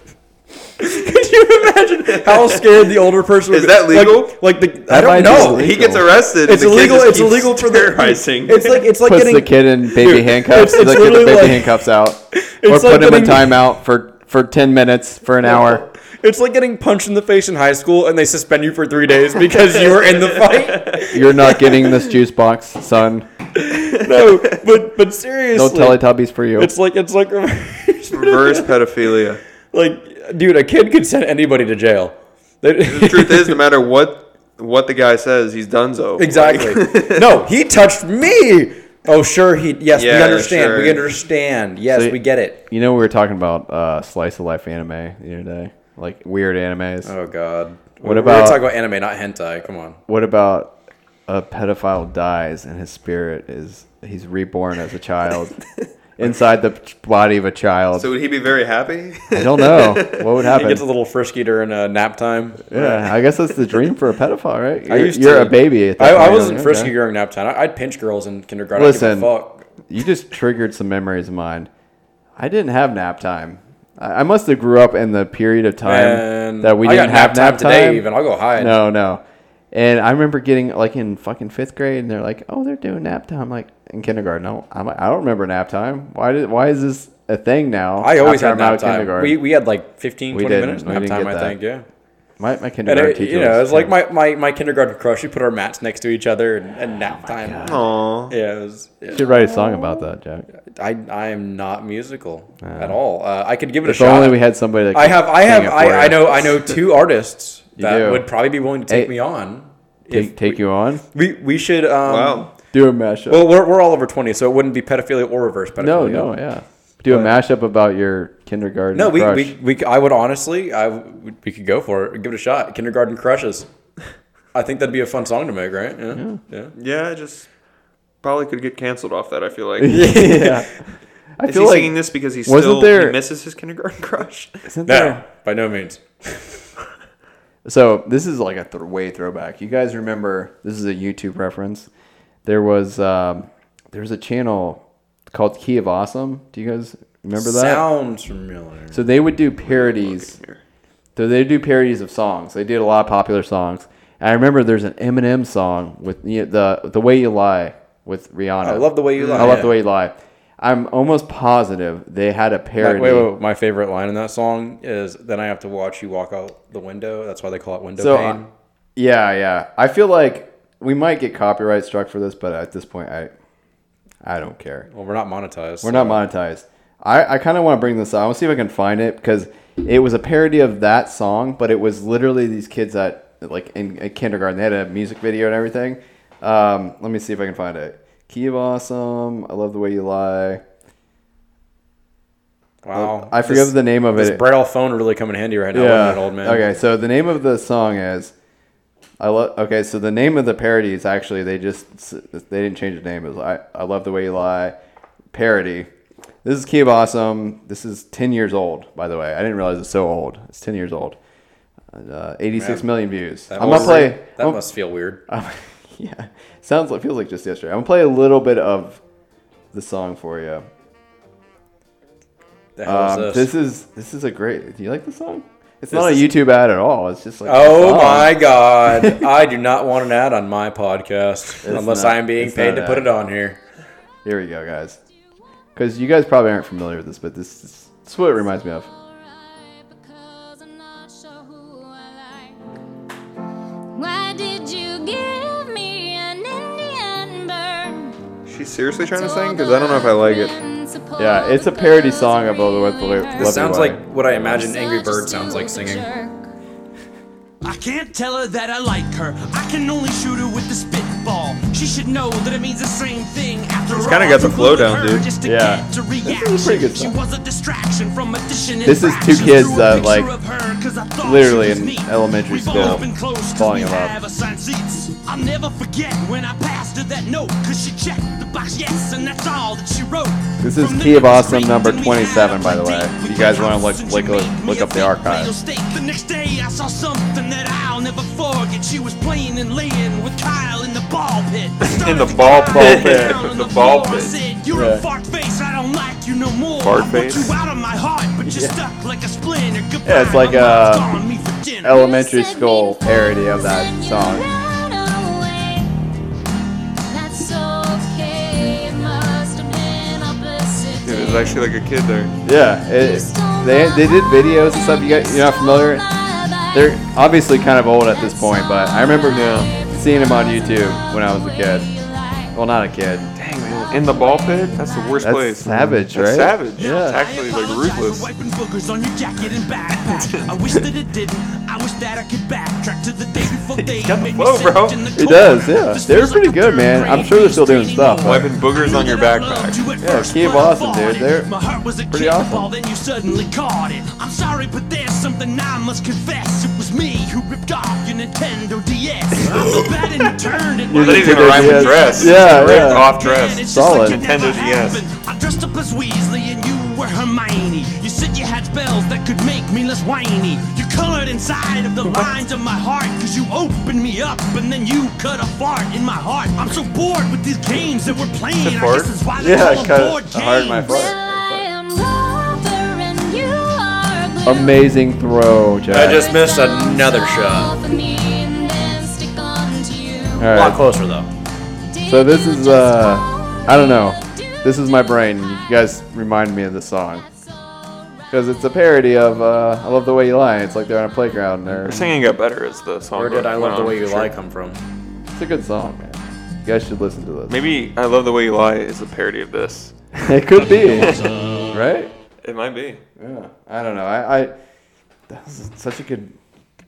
S4: Could you imagine how scared the older person? would
S6: Is
S4: be?
S6: that legal?
S4: Like, like the I don't
S5: might be
S4: know.
S5: illegal.
S6: oh, he gets arrested.
S4: It's
S6: and the kid
S4: illegal.
S6: just
S4: It's
S6: keeps
S4: illegal for the
S6: terrorizing.
S4: It's like it's like
S5: puts
S4: getting
S5: the kid in baby
S4: Dude, it's-
S5: handcuffs. It's,
S4: it's
S5: like, get the
S4: literally
S5: baby
S4: like-
S5: handcuffs out, or
S4: it's
S5: put
S4: like
S5: him in
S4: getting-
S5: timeout for for ten minutes for an hour.
S4: It's like getting punched in the face in high school and they suspend you for three days because you were in the fight.
S5: You're not getting this juice box, son.
S4: No, but but seriously,
S5: No Teletubbies for you.
S4: it's like it's like reverse.
S6: reverse pedophilia.
S4: like dude, a kid could send anybody to jail.
S6: The truth is, no matter what what the guy says, he's donezo.
S4: exactly. no, he touched me. Oh sure, he yes, we
S6: Yeah,
S4: understand.
S6: sure.
S4: We understand. Yes,
S5: So-
S4: we get it.
S5: you know we were talking about uh, slice of life anime the other day, like weird animes.
S4: Oh god.
S5: What about-
S4: talking about anime, not hentai? Come on.
S5: What about a pedophile dies and his spirit is he's reborn as a child inside the ch- body of a child?
S6: So would he be very happy?
S5: I don't know what would
S4: He
S5: happen.
S4: gets a little frisky during uh, nap time.
S5: yeah, I guess that's the dream for a pedophile, right? You're,
S4: I used
S5: you're
S4: to-
S5: a baby. At
S4: I,
S5: that
S4: I
S5: point.
S4: wasn't
S5: Okay.
S4: frisky during nap time. I, I'd pinch girls in kindergarten. I didn't give a
S5: Listen.
S4: fuck.
S5: You just triggered some memories of mine. I didn't have nap time. I, I must have grew up in the period of time
S4: Man,
S5: that we
S4: I
S5: didn't
S4: got
S5: have nap time.
S4: today. Even I'll go hide.
S5: No, no. And I remember getting like in fucking fifth grade, and they're like, "Oh, they're doing nap time." I'm like in kindergarten, no, I'm like, I don't remember nap time. Why did? Why is this a thing now?
S4: I always
S5: after
S4: had
S5: I'm out
S4: nap
S5: of
S4: time.
S5: kindergarten?
S4: We, we had like 15,
S5: We
S4: 20
S5: didn't.
S4: minutes
S5: We
S4: nap
S5: didn't
S4: time,
S5: get
S4: I
S5: that.
S4: think, yeah.
S5: my, my
S4: And
S5: kindergarten
S4: it,
S5: teacher,
S4: you know, it was like
S5: my
S4: my, my, my kindergarten crush. We put our mats next to each other and, and nap
S5: Oh
S4: time.
S6: Aw.
S4: Yeah, it was, yeah.
S5: should write a song about that, Jack.
S4: I I am not musical at all. Uh, I could give it a
S5: If
S4: shot.
S5: only we had somebody. That
S4: I
S5: could
S4: have I
S5: sing
S4: have
S5: it for
S4: I, I
S5: you.
S4: know I know two artists that
S5: do.
S4: would probably be willing to take
S5: Hey,
S4: me on.
S5: Take,
S4: if
S5: take you on.
S4: we we should um,
S6: Wow.
S5: Do a mashup.
S4: Well, we're, we're all over twenty, so it wouldn't be pedophilia or reverse pedophilia.
S5: no, no, yeah. Do a mashup about your kindergarten.
S4: No, we,
S5: crush.
S4: we, we, I would honestly, I, would- we could go for it. Give it a shot. Kindergarten crushes. I think that'd be a fun song to make, right? Yeah. Yeah.
S6: Yeah, I just probably could get canceled off that. I feel like.
S5: yeah. I
S6: Is
S5: feel
S6: he
S5: like
S6: singing this because he's
S5: wasn't
S6: still
S5: there-
S6: he misses his kindergarten crush?
S5: isn't
S4: No,
S5: there-
S4: by no means.
S5: So this is like a th- way throwback. You guys remember? This is a YouTube reference. There was um, there was a channel called Key of Awesome. Do you guys remember that?
S4: Sounds familiar.
S5: So they would do parodies. So they do parodies of songs. They did a lot of popular songs. And I remember there's an Eminem song with you know, the the way you lie with Rihanna.
S4: I love the way you lie.
S5: I love
S4: yeah.
S5: the way you lie. I'm almost positive they had a parody.
S4: Wait, wait, wait. My favorite line in that song is, "Then I have to watch you walk out the window." That's why they call it window
S5: So,
S4: pane.
S5: uh, yeah, yeah. I feel like we might get copyright struck for this, but at this point, I, I don't care.
S4: well, we're not monetized.
S5: We're not monetized. I, I kind of want to bring this up. I want to see if I can find it because it was a parody of that song, but it was literally these kids that like in, in kindergarten. They had a music video and everything. Um, let me see if I can find it. Key of Awesome. I love the way you lie.
S4: Wow.
S5: uh, I forget the name of
S4: This
S5: it.
S4: braille phone would really come in handy right now, yeah. it, old man?
S5: Okay, so the name of the song is I love. Okay, so the name of the parody is actually they just they didn't change the name. It was I, I love the way you lie parody. This is Cube Awesome. This is ten years old, by the way. I didn't realize it's so old. It's ten years old. Uh, Eighty-six
S4: Man.
S5: million views.
S4: That
S5: I'm gonna
S4: must-
S5: play.
S4: That
S5: I'm-
S4: must feel weird.
S5: yeah, sounds like feels like just yesterday. I'm gonna play a little bit of the song for you.
S4: The hell
S5: Um,
S4: is
S5: this?
S4: this?
S5: is this is a great. Do you like the song? It's not a
S4: is-
S5: YouTube ad at all. It's just like a
S4: Oh
S5: song.
S4: my God! I do not want an ad on my podcast unless
S5: not-
S4: I am being
S5: it's
S4: paid
S5: not
S4: to
S5: an
S4: put
S5: ad.
S4: it on here.
S5: Here we go, guys. Because you guys probably aren't familiar with this, but this is, this is what it reminds me of.
S10: Alright, because I'm not sure who I like. Why did you give me an Indian bird?
S6: She's seriously trying to sing because I don't know if I like it.
S5: Yeah, it's a parody song of All the Way to the Left.
S4: This sounds
S5: Way.
S4: like what I imagine Angry Bird sounds like singing.
S8: I can't tell her that I like her. I can only shoot her with the spitball. She should know that it means the same thing after all.
S6: kinda got the flow down, dude.
S5: Yeah.
S8: yeah.
S5: This is a pretty good
S8: She
S5: song.
S8: was a distraction from addition and
S5: This is two
S8: fraction.
S5: kids
S8: Drew a
S5: that,
S8: picture
S5: like,
S8: of her 'cause I thought
S5: literally
S8: she was
S5: in
S8: neat.
S5: elementary
S8: We've
S5: school,
S8: always been close 'cause
S5: falling
S8: we
S5: in love.
S8: have assigned seats. I'll never forget when I passed her that note because she checked the box yes and that's all that she wrote.
S5: This is
S8: From
S5: Key of
S8: there,
S5: Awesome
S8: we
S5: number
S8: had a
S5: 27, by the way.
S8: date.
S5: If
S8: We
S5: you guys
S8: played
S5: wanna look-
S8: house and
S5: look-
S8: she made
S5: look
S8: me
S5: up the
S8: a fake
S5: archive.
S8: real estate. The next day I saw something that I'll never forget. She was playing and laying with Kyle in the ball pit. I started
S6: the
S8: to
S6: ball
S8: cry.
S6: pit.
S8: Down on
S6: The ball
S8: floor, I
S6: pit.
S8: said, You're a fart face. I don't like you no more.
S6: Fart
S8: I want
S6: face?
S8: you out of my heart, but you're stuck like a splinter. Goodbye.
S5: Yeah, it's like uh,
S8: my mom's
S5: a
S8: calling me for dinner.
S5: elementary school parody of that song.
S6: Dude, there's actually like a kid there.
S5: Yeah, it, they they did videos and stuff. You guys, you're not familiar. They're obviously kind of old at this point, but I remember seeing them on YouTube when I was a kid. Well, not a kid.
S6: Dang, man. In the ball pit? That's the worst
S5: That's
S6: place.
S5: savage,
S6: That's
S5: right?
S6: savage.
S5: Yeah.
S6: It's actually like ruthless.
S8: Wiping boogers on your jacket and backpack. I wish that it didn't. I wish that I could backtrack to the day before they
S6: got the
S8: made
S6: flow,
S8: me sit
S6: bro.
S8: in the
S5: He does,
S8: corner.
S5: yeah.
S8: This
S5: They were
S8: feels
S5: pretty
S8: like a
S5: good,
S8: third
S5: man. I'm
S8: grade
S5: sure they're still doing
S8: painting
S5: stuff.
S8: more.
S6: Wiping boogers
S8: I knew
S6: on your
S8: that I loved
S6: backpack.
S8: you at
S5: Yeah,
S8: first,
S5: Key of
S8: but I
S5: Awesome, dude.
S8: fought it.
S5: They're
S8: My heart was a
S5: pretty
S8: kid,
S5: awesome.
S8: but then you suddenly caught it. I'm sorry, but there's something I must confess. It was me who ripped off your Nintendo DS. I felt bad and you turned it.
S6: I thought he was gonna rhyme with dress.
S5: Yeah,
S6: Ripped
S5: yeah.
S6: Off
S8: Man,
S6: dress.
S8: it's just
S5: Solid.
S8: Like it never
S6: Nintendo DS.
S8: happened. I dressed up as Weasley and you were Hermione. You said you had spells that could make me less whiny. You colored inside of the lines of my heart because you opened me up and then you cut a fart in my heart. I'm so bored with these games that we're playing. I
S6: fart?
S8: guess that's why they
S5: Yeah, I
S8: call
S5: cut
S8: them board
S5: it hard in my
S8: games.
S5: foot.
S10: Amazing.
S5: Amazing throw,
S4: I
S5: Jack.
S4: just missed another shot.
S5: All
S4: A lot
S5: right.
S4: closer though.
S5: So this is uh, I don't know. This is my brain. You guys remind me of this song because it's a parody of uh, "I Love the Way You Lie." It's like they're on a playground. There,
S6: Her
S5: it's
S6: singing got better as the song.
S4: Where did
S6: went
S4: I love the
S6: on,
S4: way
S6: for
S4: you
S6: sure.
S4: lie come from?
S5: a good song, man. You guys should listen to this.
S6: Maybe I love the way you lie is a parody of this.
S5: it could be, right?
S6: It might be.
S5: Yeah, I don't know. I, I that was such a good,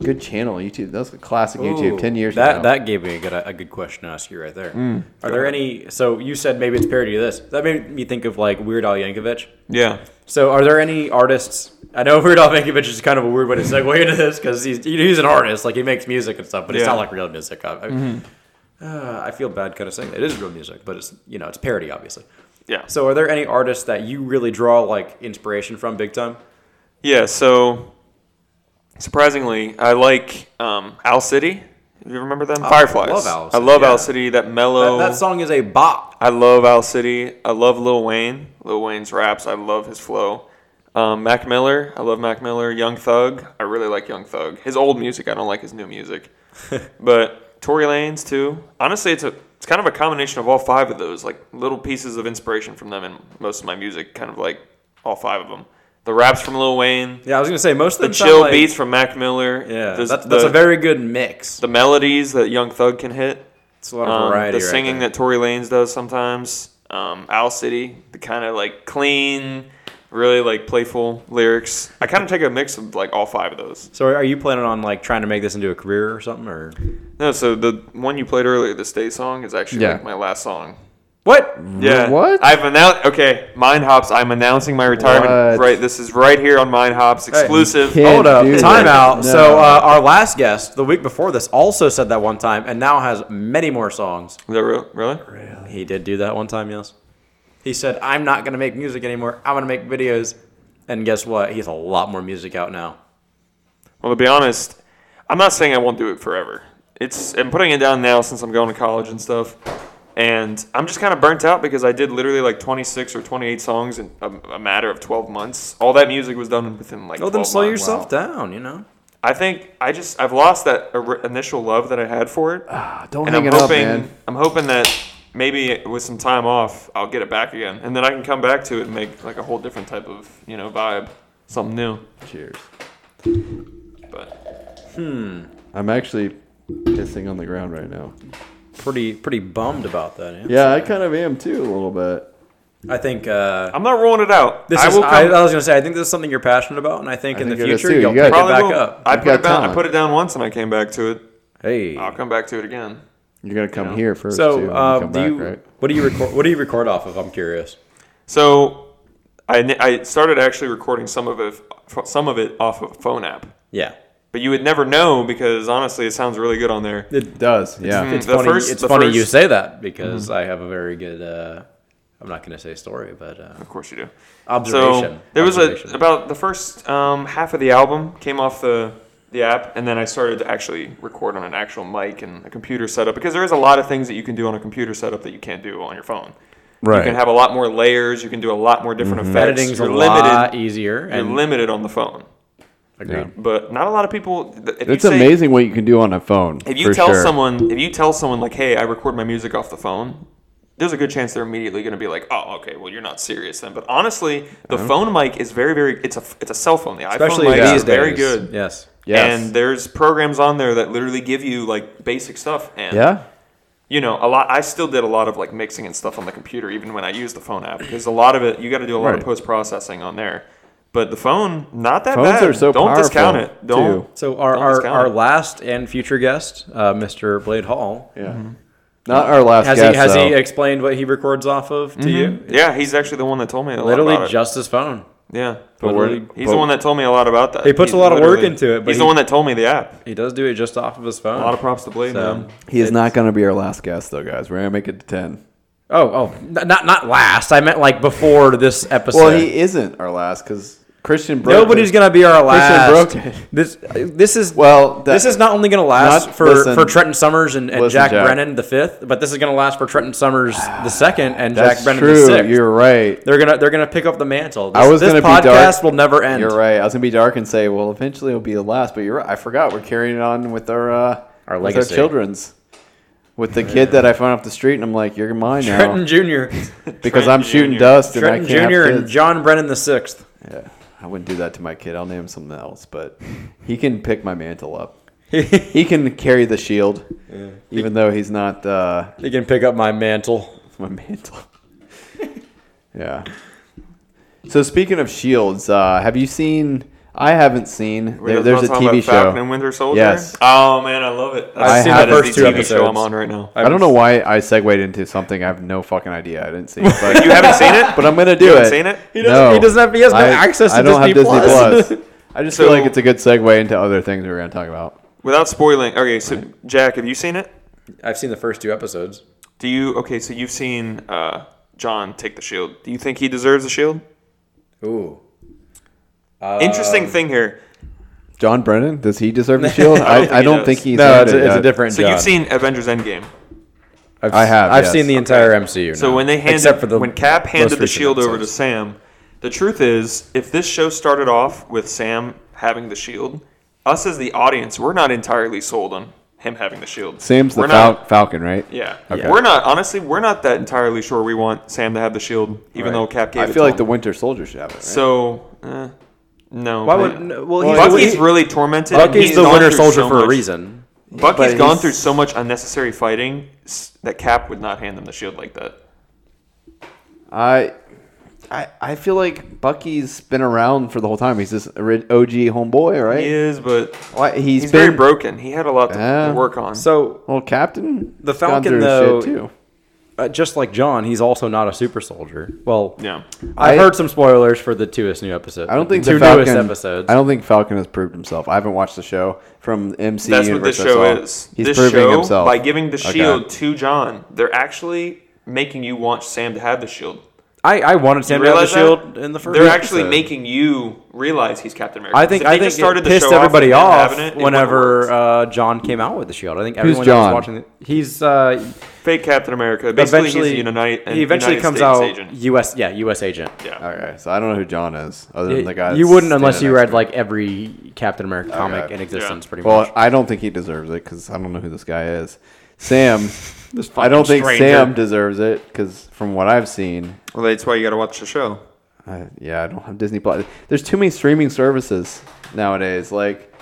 S5: good channel. YouTube. That was a classic YouTube. Ten years
S4: That
S5: ago.
S4: that gave me a good a good question to ask you right there. Are there any? So you said maybe it's parody of this. That made me think of like Weird Al Yankovic.
S6: Yeah.
S4: So are there any artists? I know Weird Al Yankovic is kind of a weird way to segue into this because he's he's an artist, like he makes music and stuff, but it's
S6: Yeah. Mm-hmm.
S4: not like real music. I, I, uh, I feel bad kind of saying that. it is real music, but it's you know it's parody obviously.
S6: Yeah.
S4: So are there any artists that you really draw like inspiration from big time?
S6: Yeah, so surprisingly, I like um, Owl City. You remember them? Fireflies.
S4: Oh, love Owl
S6: I
S4: City,
S6: love
S4: yeah.
S6: Owl City. That mellow.
S4: That, that song is a bop.
S6: I love Owl City. I love Lil Wayne. Lil Wayne's raps. I love his flow. Um, Mac Miller. I love Mac Miller. Young Thug. I really like Young Thug. His old music. I don't like his new music. but Tory Lanez too. Honestly, it's a it's kind of a combination of all five of those, like little pieces of inspiration from them in most of my music. Kind of like all five of them. The raps from Lil Wayne.
S4: Yeah, I was gonna say most of
S6: The
S4: them sound
S6: chill
S4: like-
S6: beats from Mac Miller.
S4: Yeah,
S6: the,
S4: that's,
S6: the,
S4: that's a very good mix.
S6: the melodies that Young Thug can hit.
S4: It's a lot
S6: Um,
S4: of variety.
S6: the
S4: right
S6: singing
S4: there.
S6: that Tory Lanez does sometimes. Um, Owl City, the kind of like clean
S8: really like playful lyrics. I kind of take a mix of like all five of those.
S4: So are you planning on like trying to make this into a career or something or
S8: No, so the one you played earlier, the stay song, is actually
S5: Yeah.
S8: like my last song.
S4: what?
S8: Yeah.
S5: What?
S8: I've announced. Okay, Mind Hops. I'm announcing my retirement.
S5: What?
S8: Right. This is right here on Mind Hops, exclusive.
S5: can't
S4: Hold up,
S5: do
S4: Uh, time
S5: that.
S4: out.
S5: No.
S4: So uh, our last guest the week before this also said that one time and now has many more songs.
S8: Is that real? Really?
S4: He did do that one time, yes. He said, "I'm not going to make music anymore. I'm going to make videos." And guess what? He has a lot more music out now.
S8: Well, to be honest, I'm not saying I won't do it forever. It's I'm putting it down now since I'm going to college and stuff, and I'm just kind of burnt out because I did literally like 26 or 28 songs in a, a matter of 12 months. All that music was done within like.
S4: Oh, then
S8: 12
S4: slow
S8: months.
S4: yourself down, you know.
S8: I think I just I've lost that or- initial love that I had for it,
S5: Don't
S8: and
S5: hang
S8: I'm
S5: it up,
S8: hoping
S5: man.
S8: I'm hoping that maybe with some time off I'll get it back again, and then I can come back to it and make like a whole different type of you know vibe, something new.
S5: Cheers.
S8: But
S5: I'm actually pissing on the ground right now.
S4: Pretty pretty bummed about that. Yeah.
S5: Yeah, I kind of am too a little bit.
S4: I think uh,
S8: I'm not ruling it out.
S4: this
S8: I
S4: is.
S8: will
S4: I,
S8: come-
S4: I was going to say I think this is something you're passionate about, and I think in
S5: think
S4: the
S5: it is
S4: future
S5: too.
S4: you'll
S5: You
S4: pick it
S5: gotta-
S8: Probably
S4: back
S8: will.
S4: up.
S8: I
S5: You've
S8: put
S5: got
S8: it down. I
S5: talent.
S8: put it down once, and I came back to it.
S4: Hey.
S8: I'll come back to it again.
S5: You're gonna come here first. too, when
S4: So
S5: you
S8: um,
S4: uh,
S5: come
S4: do
S5: back,
S4: you?
S5: right?
S4: What do you record? What do you record off of? I'm curious.
S8: So, I, n- I started actually recording some of it, some of it off of phone app,
S4: Yeah.
S8: but you would never know because honestly, it sounds really good on there.
S5: It does. Yeah.
S4: It's
S8: Hmm, The
S4: funny.
S8: first-
S4: it's
S8: the
S4: funny you
S8: first- Hmm.
S4: say that because I have a very good. Uh, I'm not going to say story, but uh,
S8: Of course, you do.
S4: Observation.
S8: So there was
S4: Observation.
S8: a about the first um, half of the album came off the the app, and then I started to actually record on an actual mic and a computer setup because there is a lot of things that you can do on a computer setup that you can't do on your phone. You
S5: Right.
S8: can have a lot more layers. You can do a lot more different effects.
S4: editing's
S8: You're
S4: a
S8: limited.
S4: lot easier.
S8: You're
S4: And
S8: limited on the phone.
S5: Yeah.
S8: but not a lot of people. th- If
S5: It's
S8: you say-
S5: amazing what you can do on a phone.
S8: If you
S5: for
S8: tell
S5: sure.
S8: someone, if you tell someone like, "Hey, I record my music off the phone," there's a good chance they're immediately going to be like, "Oh, okay, well you're not serious then." But honestly, the phone mic is very, very. It's a it's a cell phone. The
S4: especially
S8: iPhone mics
S4: these
S8: are very
S4: days.
S8: good.
S4: Yes.
S5: Yes.
S8: And there's programs on there that literally give you like basic stuff. And
S5: yeah,
S8: you know, a lot. I still did a lot of like mixing and stuff on the computer, even when I used the phone app, because a lot of it you got to do a lot
S5: Right.
S8: of post processing on there. But the phone, not that
S5: Phones
S8: bad.
S5: are so
S8: Don't discount
S5: powerful,
S8: it. Don't.
S5: too.
S4: So our
S8: Don't
S4: our,
S8: discount
S4: our
S8: it.
S4: last and future guest, uh, Mr. Blade Hall,
S5: yeah. Not our last
S4: Mm-hmm. has
S5: guest.
S4: he has he
S5: though.
S4: explained what he records off of to you?
S5: Mm-hmm.
S8: Yeah, he's actually the one that told me a lot about
S4: Literally
S8: it.
S4: just his phone.
S8: Yeah,
S4: But
S8: Literally-
S4: we're-
S8: he's
S5: but-
S8: the one that told me a lot about that.
S4: He puts
S8: He's
S4: a lot of work
S8: literally-
S4: into it, but
S8: he's
S4: he-
S8: the one that told me the app.
S4: He does do it just off of his phone.
S8: A lot of props to Blade,
S4: So-
S8: man.
S5: he is not going to be our last guest, though, guys. We're going to make it to ten.
S4: Oh, oh, n- not not last. I meant like before this episode.
S5: Well, he isn't our last because Christian. Broke
S4: Nobody's gonna be our last.
S5: Christian broke it.
S4: This this is
S5: Well, that-
S4: this is not only gonna last
S5: Not-
S4: for,
S5: listen.
S4: for Trenton Summers and, and
S5: Listen,
S4: Jack,
S5: Jack. Ah,
S4: Brennan the fifth, but this is gonna last for Trenton Summers the second and
S5: That's
S4: Jack Brennan the
S5: true.
S4: 6th
S5: You're right.
S4: they're gonna they're gonna pick up the mantle. This,
S5: I was
S4: this
S5: gonna be
S4: podcast
S5: dark.
S4: will never end.
S5: You're right. I was gonna be dark and say, well, eventually it'll be the last. But you're right. I forgot we're carrying it on with our uh,
S4: Our
S5: with
S4: legacy.
S5: our children's, with the kid that I found off the street, and I'm like, you're mine now
S4: Trenton Jr.
S5: because I'm shooting
S8: Jr.
S5: dust and
S4: Trenton
S5: I can't
S4: Jr.
S5: have
S4: and
S5: kids.
S4: John Brennan the sixth.
S5: Yeah, I wouldn't do that to my kid. I'll name him something else, but he can pick my mantle up. he can carry the shield, even though he's not uh,
S4: You can pick up my mantle.
S5: my mantle. yeah. So speaking of shields, uh, have you seen? I haven't seen.
S8: We're
S5: There,
S8: not
S5: there's a
S8: talking
S5: TV
S8: about Falcon
S5: show.
S8: and Winter Soldier.
S5: Yes.
S8: Oh man, I love it. That's-
S5: I've seen the
S8: that is
S4: first two
S8: TV show
S4: episodes.
S8: I'm on right now.
S5: I don't know why I segued into something. I have no fucking idea. I didn't see. It, but,
S8: you haven't seen it,
S5: but I'm gonna do
S8: You
S5: it.
S8: haven't seen it? He
S4: doesn't- he doesn't have- he has no
S5: I-
S4: access to
S5: I don't
S4: Disney
S5: have
S4: Plus.
S5: Disney Plus. I just
S8: So-
S5: feel like it's a good segue into other things we were gonna talk about.
S8: without spoiling. Okay, so Jack, have you seen it?
S4: I've seen the first two episodes.
S8: Do you? Okay, so you've seen uh, John take the shield. Do you think he deserves the shield?
S4: Ooh, um,
S8: Interesting thing here.
S5: John Brennan, does he deserve the shield? I,
S8: think
S5: I
S8: he
S5: don't
S8: does.
S5: think he's
S4: no,
S5: earned
S4: it's
S5: it
S4: a, it's
S5: yet.
S4: a different.
S8: So
S4: John.
S8: you've seen Avengers Endgame.
S4: I've,
S5: I have,
S4: I've
S5: yes.
S4: seen the entire MCU. Now,
S8: So when they handed
S4: except for the
S8: when Cap handed
S4: most
S8: the
S4: recent
S8: shield over to
S4: episodes.
S8: Sam, the truth is, if this show started off with Sam having the shield, us as the audience, we're not entirely sold on him having the shield.
S5: Sam's the
S8: we're
S5: Fal-
S8: not,
S5: Falcon, right?
S8: yeah.
S5: Okay.
S8: We're not honestly, we're not that entirely sure we want Sam to have the shield, even though Cap gave it.
S5: I feel
S8: to
S5: like
S8: him.
S5: the Winter Soldier should have it. Right?
S8: So, eh, no.
S4: why would no, well he's,
S8: Bucky's
S4: he-
S8: really tormented. and
S4: Bucky's
S8: he's
S4: the
S8: gone
S4: Winter
S8: through
S4: Soldier
S8: so
S4: for a
S8: much-
S4: reason.
S8: Bucky's
S5: But
S8: gone
S5: he's-
S8: through so much unnecessary fighting s- that Cap would not hand him the shield like that.
S5: I I, I feel like Bucky's been around for the whole time. He's this ori- OG homeboy, right?
S6: He is, but
S5: Why-
S6: he's,
S5: been
S6: very broken. He had a lot to
S5: Yeah.
S6: work on.
S4: So
S5: Well, Captain.
S4: The
S5: gone
S4: Falcon,
S5: through
S4: though,
S5: too.
S4: uh, just like John, he's also not a super soldier. Well,
S6: Yeah.
S4: I've
S5: I-
S4: heard some spoilers for the twoest new episode.
S5: I don't think
S4: the
S5: the
S4: newest
S5: Falcon-
S4: episodes.
S5: I don't think Falcon has proved himself. I haven't watched the show from MCU.
S6: That's what this
S5: universe I
S6: show
S5: saw.
S6: is.
S5: He's
S6: this
S5: proving
S6: show,
S5: himself
S6: by giving the
S5: Okay.
S6: shield to John, they're actually making you want Sam to have the shield.
S4: I, I wanted Sam to have the
S6: Realize that?
S4: shield in the first.
S6: They're actually
S4: episode.
S6: making you realize he's Captain America.
S4: I think
S6: If they
S4: I think
S6: just started
S4: it
S6: the
S4: pissed
S6: show
S4: everybody
S6: and
S4: off,
S6: having it, it wouldn't have
S4: whenever
S6: worked.
S4: uh, John came out with the shield. I think everyone that was
S5: John?
S4: watching. The, he's uh,
S6: fake Captain America. Basically, he's a United.
S4: he eventually
S6: United
S4: comes
S6: States
S4: out
S6: Agent.
S4: U.S. Yeah, U.S. agent.
S6: Yeah.
S5: Okay, so I don't know who John is, other than the guy.
S4: you
S5: that's
S4: wouldn't unless
S5: standing
S4: you
S5: next
S4: read
S5: to him.
S4: like every Captain America comic in existence, pretty
S5: Well,
S4: much.
S5: I don't think he deserves it because I don't know who this guy is. Sam. I
S6: fucking
S5: don't think
S6: stranger.
S5: Sam deserves it because from what I've seen,
S6: Well, that's why you got to watch the show.
S5: I, yeah, I don't have Disney Plus. There's too many streaming services nowadays. Like,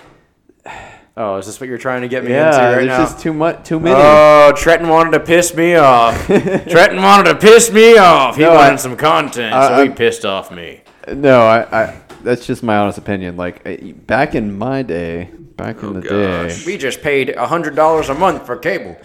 S4: Oh, is this what you're trying to get me into
S5: yeah,
S4: right
S5: there's
S4: now?
S5: just too much, too many.
S4: Oh, Trenton wanted to piss me off. Trenton wanted to piss me off. He
S5: No,
S4: wanted
S5: I-
S4: some content,
S5: I-
S4: so he
S5: I'm-
S4: pissed off me.
S5: No, I, I. That's just my honest opinion. Like I- back in my day, back
S4: Oh,
S5: in the day,
S4: We just paid hundred dollars a month for cable.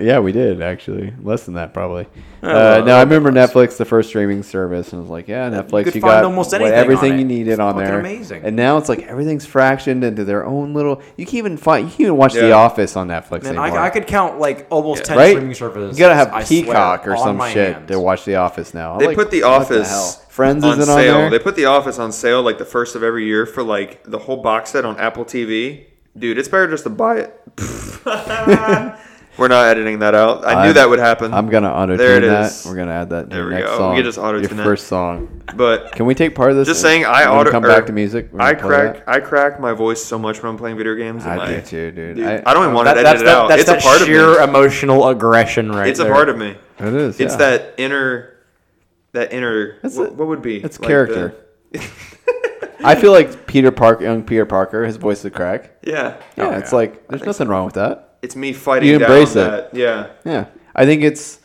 S5: yeah, we did actually less than that probably.
S4: Oh,
S5: Uh, no, I remember Netflix, the first streaming service, and I was like, yeah, Netflix, you,
S4: could find
S5: got
S4: almost
S5: what-
S4: anything on
S5: everything
S4: it.
S5: you needed on
S4: fucking
S5: there.
S4: amazing.
S5: And now it's like everything's fractioned into their own little. You can even find. You can even watch The
S6: Yeah.
S5: Office on Netflix
S4: Man,
S5: anymore.
S4: I, I could count like almost ten
S5: right?
S4: streaming services.
S5: You gotta have
S4: I swear,
S5: Peacock or
S4: on
S5: some
S4: my
S5: shit
S4: hands.
S5: to watch The Office now. I'm
S6: They
S5: like,
S6: put the
S5: what
S6: Office
S5: hell? Friends
S6: on
S5: isn't
S6: sale.
S5: on there.
S6: They put the Office on sale like the first of every year for like the whole box set on Apple TV. Dude, it's better just to buy it. We're not editing that out. I knew
S5: I'm-
S6: that would happen.
S5: I'm gonna auto
S6: There it
S5: tune that.
S6: is.
S5: We're gonna add that. to
S6: There
S5: the
S6: we
S5: next
S6: go. We
S5: Song,
S6: can just auto-tune
S5: Your
S6: that.
S5: first song.
S6: but
S5: Can we take part of this?
S6: just
S5: and-
S6: saying, I
S5: and
S6: auto
S5: come
S6: or
S5: back to music. We're
S6: I
S5: gonna play
S6: crack,
S5: that?
S6: I crack my voice so much when I'm playing video games. and
S5: I
S6: my-
S5: do too, dude.
S6: Dude,
S5: I-
S6: I, don't even want
S4: That-
S6: to edit
S4: that's
S6: it
S4: that-
S6: out.
S4: that's
S6: It's a
S4: that
S6: part of
S4: sheer
S6: me.
S4: emotional aggression right
S6: It's a
S4: there.
S6: part of me.
S5: It is.
S6: It's
S5: yeah.
S6: that inner, that inner.
S5: It's
S6: what,
S5: a-
S6: what would be?
S5: It's
S6: like
S5: character. I feel like Peter Parker, young Peter Parker, his voice is crack.
S6: the- Oh, yeah.
S5: Yeah, it's like there's nothing wrong with that.
S6: It's me fighting.
S5: You embrace
S6: down
S5: it.
S6: That, yeah.
S5: Yeah, I think it's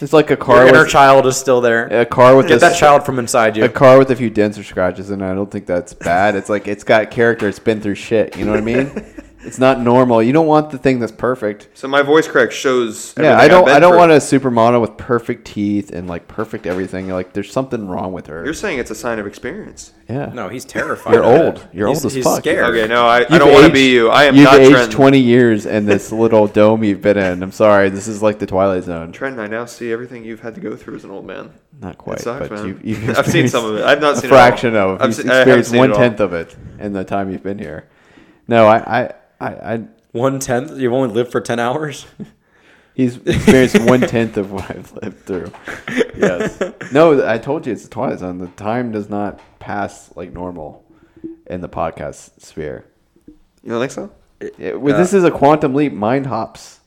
S5: it's like a
S4: Your
S5: car
S4: inner
S5: with
S4: child is still there.
S5: a car with
S4: Get
S5: a,
S4: that child from inside you.
S5: a car with a few dents or scratches, and I don't think that's bad. It's like it's got character. It's been through shit. You know what I mean? it's not normal. You don't want the thing that's perfect.
S6: So my voice crack shows.
S5: Yeah, I don't. I don't want a supermodel with perfect teeth and like perfect everything. You're like, there's something wrong with her.
S6: You're saying it's a sign of experience.
S5: yeah.
S4: No, he's terrified.
S5: You're
S4: of it.
S5: old. You're
S4: He's-
S5: old as
S4: he's
S5: fuck.
S4: scared.
S6: Okay, no, I, I
S5: You've
S6: don't want to
S5: aged-
S6: be you. I am
S5: You've
S6: not
S5: aged
S6: Trent.
S5: 20 years in this little dome you've been in. I'm sorry. This is like the Twilight Zone.
S6: Trent, I now see everything you've had to go through as an old man.
S5: Not quite,
S6: sucks,
S5: but
S6: man.
S5: you, you've
S6: I've seen
S5: experienced
S6: some of it. I've not
S5: a
S6: seen it all.
S5: fraction of.
S6: I've
S5: You've
S6: se- I haven't
S5: experienced
S6: seen it
S5: one
S6: all.
S5: tenth of it in the time you've been here. No, I, I, I, I
S4: One tenth. You've only lived for ten hours.
S5: he's experienced one tenth of what I've lived through. Yes. No, I told you it's the Twilight Zone. The time does not pass like normal in the podcast sphere.
S6: You don't think so?
S5: Yeah, well, this is a quantum leap. Mind hops.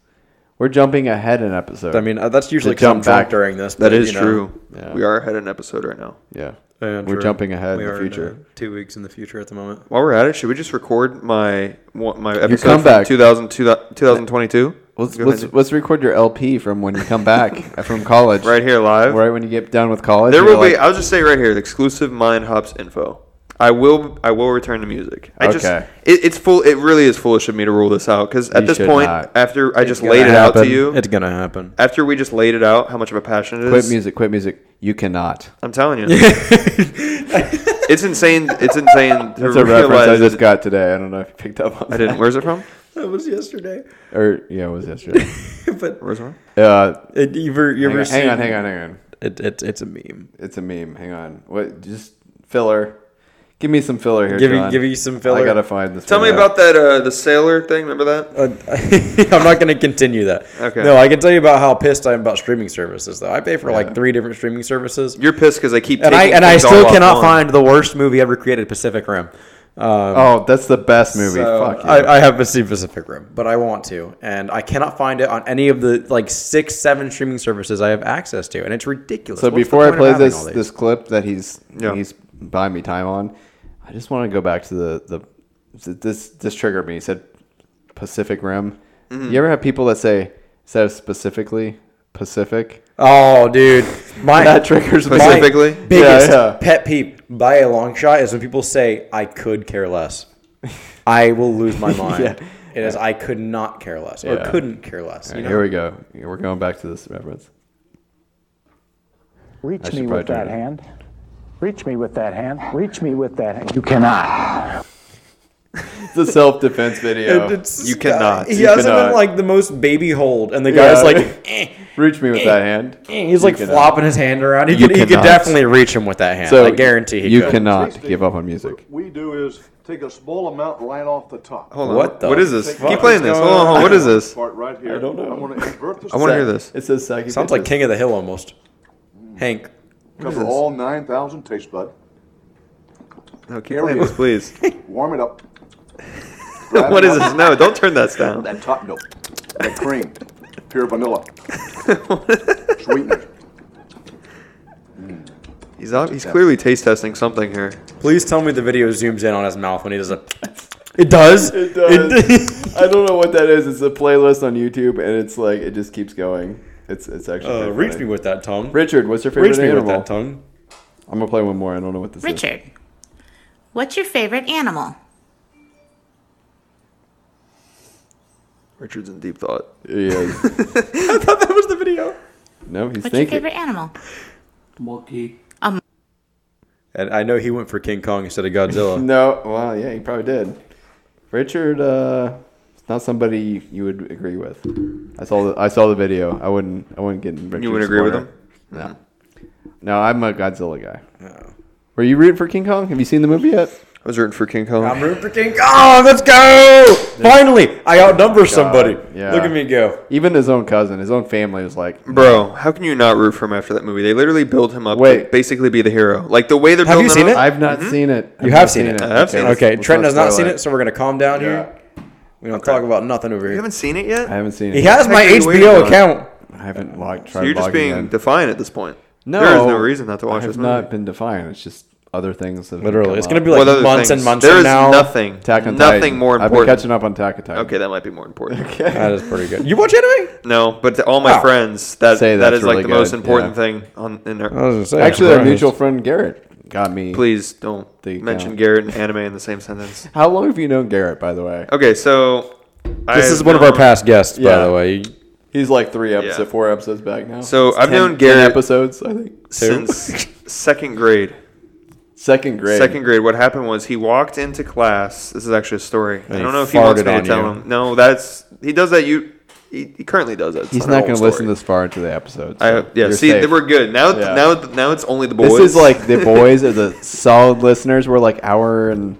S5: We're jumping ahead an episode.
S4: I mean, uh, that's usually
S5: To
S4: because I'm
S5: jump
S4: drunk
S5: back.
S4: during this.
S6: That
S4: but,
S6: is
S4: you know,
S6: true.
S5: Yeah.
S6: We are ahead of an episode right now.
S5: yeah,
S4: and
S5: we're jumping ahead
S4: we
S5: in the
S4: are
S5: future.
S4: uh, two weeks in the future at the moment.
S6: While we're at it, should we just record my one- my episode from
S5: comeback.
S6: 2000, 2022?
S5: Let's
S6: Go ahead
S5: let's, let's record your LP from when you come back from college.
S6: right here live.
S5: Right when you get done with college.
S6: There
S5: you're
S6: will be.
S5: like,
S6: I'll just say right here, the exclusive mind hops info. I will. I will return to music. I just.
S5: Okay.
S6: It, it's full. It really is foolish of me to rule this out because at
S5: You
S6: this
S5: should
S6: point,
S5: not.
S6: after I just
S5: gonna
S6: laid it out to
S5: happen.
S6: you,
S4: It's gonna happen.
S6: after we just laid it out, how much of a passion it is.
S5: quit music, quit music. You cannot.
S6: I'm telling you, it's insane. It's insane to
S5: That's a
S6: realize.
S5: reference I just
S6: that-
S5: got today. I don't know if you picked up on
S6: I didn't.
S5: That.
S6: Where's it from?
S4: That was yesterday.
S5: Or yeah, it was yesterday.
S6: Where's it from?
S5: Uh,
S4: It, you ever, you
S5: hang,
S4: ever
S5: on, hang on,
S4: seen-
S5: hang on, hang on.
S4: It, it, it's a meme.
S5: It's a meme. Hang on. What? Just filler. Give me some filler here.
S4: Give me-
S5: John.
S4: give you some filler.
S5: I gotta find this.
S6: Tell me
S5: one out.
S6: about that. Uh, the sailor thing. Remember that?
S4: Uh, I'm not going to continue that.
S6: Okay.
S4: No, I can tell you about how pissed I am about streaming services. Though I pay for like three different streaming services,
S6: You're pissed because I keep.
S4: and I
S6: taking
S4: and I
S6: things
S4: still
S6: all off
S4: cannot
S6: one.
S4: find the worst movie ever created, Pacific Rim. Um,
S5: Oh, that's the best movie.
S4: So,
S5: Fuck you.
S4: I, I haven't seen Pacific Rim, but I want to, and I cannot find it on any of the like six, seven streaming services I have access to, and it's ridiculous.
S5: So
S4: What's the
S5: before I
S4: point of
S5: play
S4: having
S5: this
S4: all these?
S5: this clip that he's
S6: Yeah.
S5: he's buying me time on, I just want to go back to the the this this triggered me. He said
S4: Mm-hmm.
S5: Pacific Rim. You ever have people that say instead of specifically Pacific?
S4: Oh, dude, my
S5: That triggers me.
S4: my
S6: Specifically?
S4: biggest
S5: Yeah, yeah.
S4: pet peeve by a long shot is when people say I could care less. I will lose my mind.
S5: Yeah.
S4: It is I could not care less or
S5: Yeah.
S4: couldn't care less. You know?
S5: Here we go. We're going back to this reference. I
S8: Reach
S5: should
S8: me
S5: probably
S8: with
S5: turn
S8: that
S5: it.
S8: hand. Reach me with that hand. Reach me with that hand. You cannot.
S5: It's a self-defense video.
S4: And it's-
S6: You cannot.
S4: He
S5: You
S4: has him in
S5: cannot.
S4: like the most baby hold, and the
S5: Yeah.
S4: guy's like, eh,
S5: Reach me with that hand.
S4: eh, he's like
S5: You cannot.
S4: flopping his hand around. He
S5: You
S4: could, he could
S5: cannot.
S4: definitely reach him with that hand. I guarantee he
S5: you
S4: could.
S5: cannot give up on music.
S8: we do is take a small amount right off the top.
S6: Hold on.
S4: What the
S6: What is this?
S8: fuck
S6: Keep playing
S5: is
S6: this.
S5: going
S6: Hold on. hold on.
S5: on?
S6: What is this?
S8: Part right here. I
S5: don't know.
S8: I want to invert this.
S6: I want to hear this.
S5: It says psychic.
S4: Sounds like
S5: bitches.
S4: King of the Hill almost. Hank,
S8: cover all 9,000 taste bud.
S6: No, keep playing this, please.
S8: Warm it up.
S6: what is this? No, don't turn that down.
S8: That top note. That cream. Pure vanilla. Sweetener.
S6: He's ob- he's clearly taste testing something here.
S4: please tell me the video zooms in on his mouth when he does a. It does.
S5: It does. I don't know what that is. It's a playlist on YouTube, and it's like it just keeps going. It's it's actually.
S4: Uh,
S5: pretty
S4: reach
S5: funny.
S4: me with that tongue.
S5: Richard, what's your favorite
S4: reach me
S5: animal?
S4: with that tongue.
S5: I'm gonna play one more. I don't know what this is.
S10: Richard, what's your favorite animal?
S6: Richard's in deep thought.
S5: He is.
S4: That was the video.
S5: No, he's
S10: What's your
S5: thinking.
S10: favorite animal?
S4: And I know he went for King Kong instead of Godzilla.
S5: No, well, yeah, he probably did. Richard, uh, it's not somebody you would agree with. I saw the I saw the video. I wouldn't I wouldn't get in Richard's
S6: wouldn't agree with
S5: corner. No, no, I'm a Godzilla guy. Were you rooting for King Kong? Have you seen the movie yet?
S6: I was rooting for King Kong.
S4: I'm rooting for King Kong. Let's go! Finally, I outnumber somebody.
S5: yeah.
S4: Look at me go.
S5: Even his own cousin, his own family was like,
S6: Bro, how can you not root for him after that movie? They literally build him up to
S5: Wait.
S6: basically be the hero. Like the way they're
S4: Have you
S6: building
S4: seen
S6: him
S4: it?
S6: up-
S5: "I've not seen it." I've
S4: You
S5: not
S4: have seen it.
S6: Mm-hmm. I have seen it.
S5: let's-
S4: Okay,
S5: let's
S4: Trent has not seen
S5: spoil
S4: it, so we're gonna calm down
S5: Yeah.
S4: here. We don't talk about nothing over
S6: You
S4: here.
S6: haven't seen it yet?
S5: I haven't seen it.
S4: He has my
S6: Technically
S4: HBO
S6: waiting on it.
S4: account.
S5: I haven't logged. Tried
S6: So you're just
S5: logging
S6: being
S5: in.
S6: defiant at this point.
S5: no,
S6: there is no reason not to watch
S5: I have
S6: this
S5: Not
S6: movie.
S5: been defiant. It's just other things. That have come
S4: Literally, it's
S5: up.
S4: gonna be like
S6: What other
S4: months
S6: things?
S4: and months
S6: There
S4: from
S6: is
S4: now.
S6: nothing.
S5: Attack on
S6: nothing
S5: Titan.
S6: more
S5: I've been
S6: important.
S5: catching up on Attack on Titan.
S6: Okay, that might be more important.
S4: That is pretty good. You watch anime?
S6: No, but to all my
S4: Wow.
S6: friends, that
S5: Say
S6: that
S5: that's
S6: is like
S5: really
S6: the most
S5: good,
S6: important
S5: yeah.
S6: thing on in
S4: I was
S6: our.
S4: gonna say,
S5: Actually, our
S4: Brian's-
S5: mutual friend Garrett got me.
S6: Please don't
S5: There you
S6: mention
S5: go.
S6: Garrett and anime in the same sentence.
S5: How long have you known Garrett, by the way?
S6: Okay, so
S4: This is one of our past guests, by
S5: Yeah.
S4: the way.
S5: He's like three episodes,
S6: Yeah.
S5: four episodes back now.
S6: So
S5: It's
S6: I've known Garrett-
S5: episodes, I think.
S6: since second grade.
S5: Second grade.
S6: Second grade. What happened was he walked into class. This is actually a story. I
S4: he
S6: don't know if he wants
S4: farted
S6: me to
S4: on
S6: tell
S4: you.
S6: him. No, that's he does that. You he, he currently does that. It's
S5: He's
S6: an
S5: not
S6: old
S5: going to listen
S6: story.
S5: this far into the episode. so
S6: I, yeah,
S5: you're
S6: see,
S5: safe.
S6: they we're good now.
S5: Yeah.
S6: Now, now it's only the boys.
S5: This is like the boys are the solid listeners. We're like hour and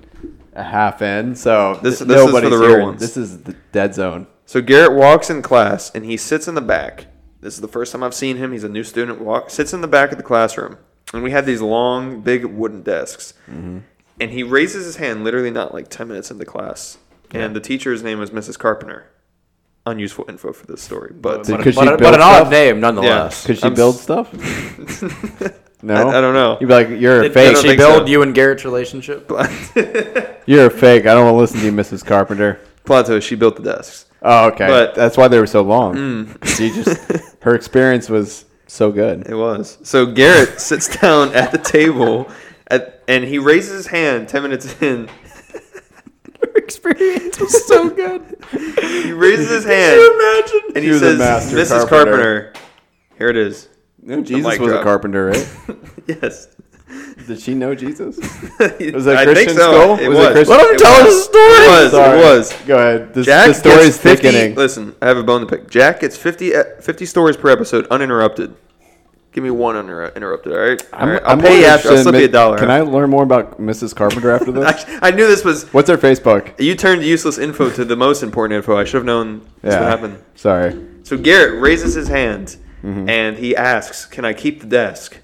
S5: a half in, so
S6: This-
S5: th-
S6: this is for
S5: nobody's
S6: the real
S5: hearing.
S6: ones.
S5: This is the dead zone.
S6: So Garrett walks in class and he sits in the back. This is the first time I've seen him. He's a new student. Walk sits in the back of the classroom, and we have these long, big wooden desks.
S5: Mm-hmm.
S6: And he raises his hand, literally not like ten minutes into class. And the teacher's name was Mrs. Carpenter. Unuseful info for this story, but
S5: Did- could she
S4: But,
S5: build
S4: but an
S5: stuff?
S4: odd name,
S6: yeah,
S4: nonetheless.
S5: Could she
S6: I'm s-
S5: build stuff? no,
S6: I don't know.
S5: You'd be like, "You're a
S6: I don't
S5: fake.
S4: Could she
S6: think so.
S4: build you and Garrett's relationship?
S5: You're a fake. I don't want to listen to you, Mrs. Carpenter."
S6: Plato? She built the desks.
S5: Oh, okay.
S6: But- Hmm.
S5: That's why they were so long. She just her experience was so good.
S6: It was. So Garrett sits down at the table, at, and he raises his hand ten minutes in. Her experience was so good. he raises his hand.
S5: imagine?
S6: And he says, "Mrs. Carpenter. uh, here it is."
S5: No, Jesus
S6: mic
S5: was a
S6: drop.
S5: carpenter, right?
S6: Yes.
S5: Did she know Jesus?
S6: It
S5: Was it Christian Skull?
S6: It
S5: Was
S6: was.
S5: it Christian-
S6: Let him tell us a story. It was.
S5: Sorry.
S6: It was.
S5: Go ahead. This,
S6: Jack
S5: the story's
S6: gets 50,
S5: thickening.
S6: Listen, I have a bone to pick. Jack gets 50, e- 50 stories per episode uninterrupted. Give me one uninter- interrupted, all right? All right, I'll pay you
S5: more
S6: after. I'll
S5: interested
S6: slip
S5: in
S6: you a
S5: mi-
S6: dollar.
S5: Can I learn more about Mrs. Carpenter after this?
S6: I, I knew this was.
S5: What's her Facebook?
S6: You turned useless info to the most important info. I should have known that's what happened.
S5: Sorry.
S6: So Garrett raises his hand
S5: Mm-hmm.
S6: and he asks, "Can I keep the desk?"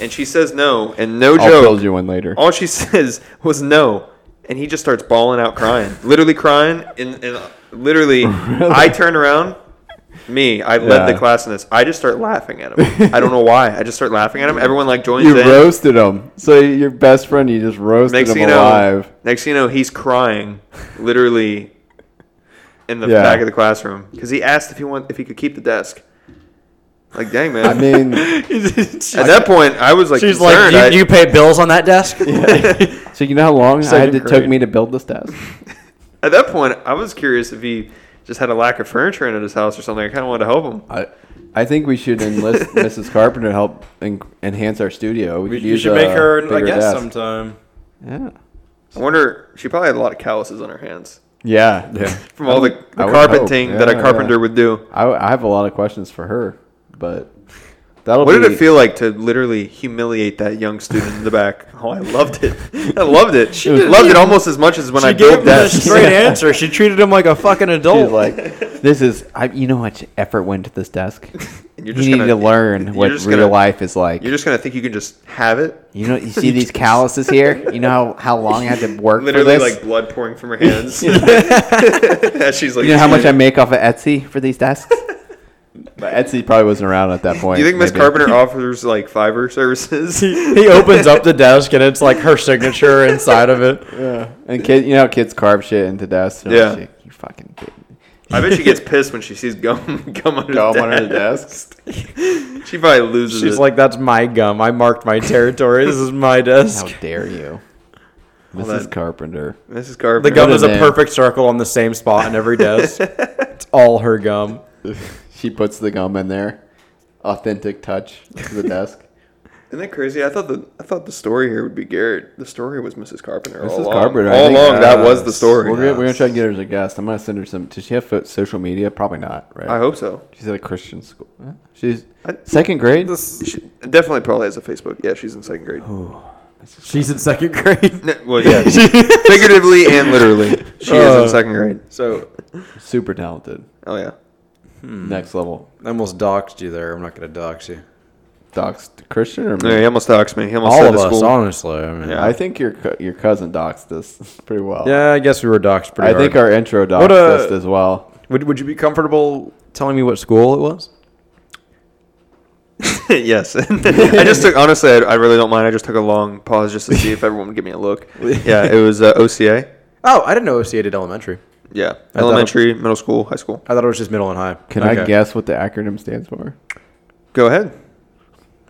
S6: And she says no, and no
S5: I'll
S6: joke.
S5: build you one later.
S6: All she says was no, and he just starts bawling out, crying, literally crying, and, and literally, I turn around. Me, I led the
S5: Yeah.
S6: class in this. I just start laughing at him. I don't know why. I just start laughing at him. Everyone like joins
S5: You
S6: in.
S5: roasted him. So your best friend, you just roasted
S6: next
S5: him
S6: thing you know,
S5: alive.
S6: next thing you know, he's crying, literally, in the
S5: Yeah.
S6: back of the classroom because he asked if he want if he could keep the desk. Like, dang, man.
S5: I mean,
S6: at that point, I was like,
S3: She's like,
S6: concerned.
S3: you,
S6: I-
S3: you pay bills on that desk?
S5: so you know how long I had
S6: Second
S5: it took
S6: grade.
S5: me to build this desk?
S6: At that point, I was curious if he just had a lack of furniture in his house or something. I kind of wanted to help him.
S5: I, I think we should enlist Mrs. Carpenter to help en- enhance our studio. We,
S11: We,
S5: could
S11: you
S5: use
S11: should uh,
S5: a
S11: make her a
S5: bigger
S11: guest
S5: desk.
S11: sometime.
S5: Yeah.
S6: I wonder. She probably had a lot of calluses on her hands
S5: Yeah. Yeah.
S6: from all the, the
S5: I would
S6: carpeting
S5: hope.
S6: that a
S5: Yeah,
S6: carpenter
S5: yeah.
S6: would do.
S5: I, I have a lot of questions for her, but that'll.
S6: What did
S5: be-
S6: it feel like to literally humiliate that young student in the back? Oh, I loved it. I loved it. She
S5: didn't
S6: loved it almost as much as when
S11: She
S6: I
S11: gave
S6: built
S11: him the
S6: that.
S11: straight answer. She treated him like a fucking
S5: She's
S11: adult.
S5: like, this is. I, you know how much effort went to this desk.
S6: And
S5: you
S6: you're just
S5: need
S6: gonna-
S5: to learn
S6: you're
S5: what real
S6: just gonna-
S5: life is like.
S6: You're just gonna think you can just have it.
S5: You know, you see these calluses here. You know how, how long I had to work
S6: Literally,
S5: for this.
S6: like blood pouring from her hands. As she's like,
S5: you know how much I make off of Etsy for these desks. but Etsy probably wasn't around at that point.
S6: Do you think Miss
S5: maybe.
S6: Carpenter offers like fiber services?
S11: he opens up the desk and it's like her signature inside of it.
S5: Yeah. And kid, you know, how kids carve shit into desks. They're like,
S6: Yeah.
S5: you fucking.
S6: I bet she gets pissed when she sees gum gum under,
S5: Gum
S6: the,
S5: under the
S6: desk. she probably loses
S11: She's
S6: it.
S11: like, "That's my gum. I marked my territory. This is my
S5: How
S11: desk."
S5: dare you,
S6: All
S5: Mrs.
S6: that-
S5: Carpenter?
S6: Mrs. Carpenter.
S11: The gum is a
S5: name.
S11: perfect circle on the same spot on every desk. it's all her gum.
S5: She puts the gum in there. Authentic touch to the desk.
S6: Isn't that crazy? I thought the I thought the story here would be Garrett. The story was Mrs. Carpenter. all
S5: Mrs.
S6: along.
S5: Carpenter. I
S6: All
S5: think,
S6: along, that
S5: uh,
S6: was the story.
S5: We're, gonna, we're gonna try to get her as a guest. I'm gonna send her some. Does she have fo- social media? Probably not. Right.
S6: I hope so.
S5: she's at a Christian school. Huh? She's
S6: I-
S5: second grade.
S6: She definitely probably has a Facebook. Yeah, she's in second grade.
S11: She's in second grade.
S6: No, well, yeah, figuratively and literally, she is in second grade.
S11: So
S5: Super talented.
S6: Oh yeah, Mm.
S5: Next level.
S11: I almost doxed you there. I'm not gonna dox you.
S5: Docs Christian or me?
S6: yeah he almost doxed me. He almost
S11: All
S6: said
S11: of us,
S6: the school.
S11: honestly. I mean,
S6: Yeah.
S5: I think your co- your cousin doxed us pretty well.
S11: yeah, I guess we were doxed pretty
S5: I
S11: hard.
S5: think our intro doxed
S11: What a-
S5: us as well.
S11: would would you be comfortable telling me what school it was?
S6: yes, I just took honestly. I, I really don't mind. I just took a long pause just to see if everyone would give me a look. Yeah, it was uh, OCA.
S11: Oh, I didn't know OCA did elementary.
S6: Yeah,
S11: thought it-
S6: elementary, middle school, high school.
S11: I thought it was just middle and high.
S5: Can I
S11: Okay.
S5: guess what the acronym stands for?
S6: Go ahead.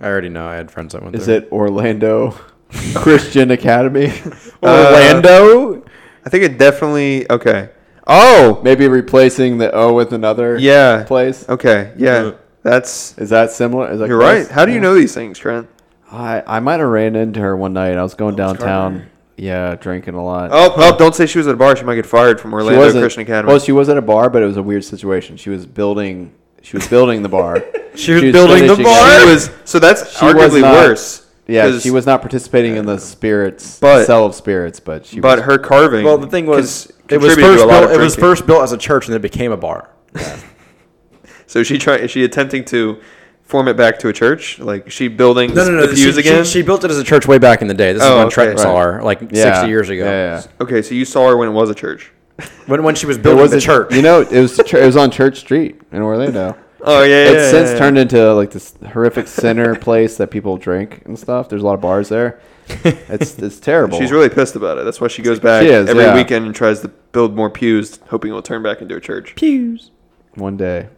S11: I already know. I had friends that went
S5: Is
S11: there.
S5: it Orlando Christian Academy?
S6: Uh,
S11: Orlando?
S6: I think it definitely okay. Oh
S5: Maybe replacing the O with another
S6: yeah,
S5: place.
S6: Okay, yeah,
S11: Uh,
S6: that's
S5: Is that similar? Is that
S6: you're
S5: close?
S6: right. How do you
S5: Yeah.
S6: know these things, Trent?
S5: I, I might have ran into her one night. I was going downtown. Yeah, drinking a lot.
S6: Oh, oh, don't say she was at a bar. She might get fired from
S5: She
S6: Orlando
S5: wasn't-
S6: Christian Academy.
S5: Well, she was at a bar, but it was a weird situation. She was building. She was building the bar.
S11: She was building the
S5: finishing
S11: bar?
S5: it.
S6: she was so that's
S5: She was
S6: arguably
S5: not-
S6: worse.
S5: Yeah,
S6: 'cause-
S5: she was not participating in the spirits,
S6: But-
S5: sell of spirits, but she
S6: But
S5: was.
S6: her carving.
S11: Well, the thing was,
S6: cons-
S11: it was
S6: contributed to
S11: first
S6: a lot
S11: built.
S6: of
S11: It was
S6: drinking.
S11: first built as a church, and then it became a bar.
S6: So she try is she attempting to form it back to a church? Like is she building the pews
S11: she,
S6: again?
S11: She, built it as a church way back in the day. This
S6: Oh,
S11: is when
S6: okay.
S11: Trent saw
S5: Right.
S11: her, like
S5: Yeah,
S11: sixty years ago.
S5: Yeah, yeah.
S6: okay, so you saw her when it was a church.
S11: When when she was
S5: It
S11: building
S5: was
S11: the
S5: a
S11: church.
S5: You know, it was chur- it was on Church Street in Orlando.
S6: Oh yeah,
S5: it's since turned into like this horrific center place that people drink and stuff. There's a lot of bars there. It's it's terrible.
S6: She's really pissed about it. That's why she goes back
S5: She is,
S6: every
S5: yeah.
S6: weekend and tries to build more pews, hoping it will turn back into a church.
S5: one day,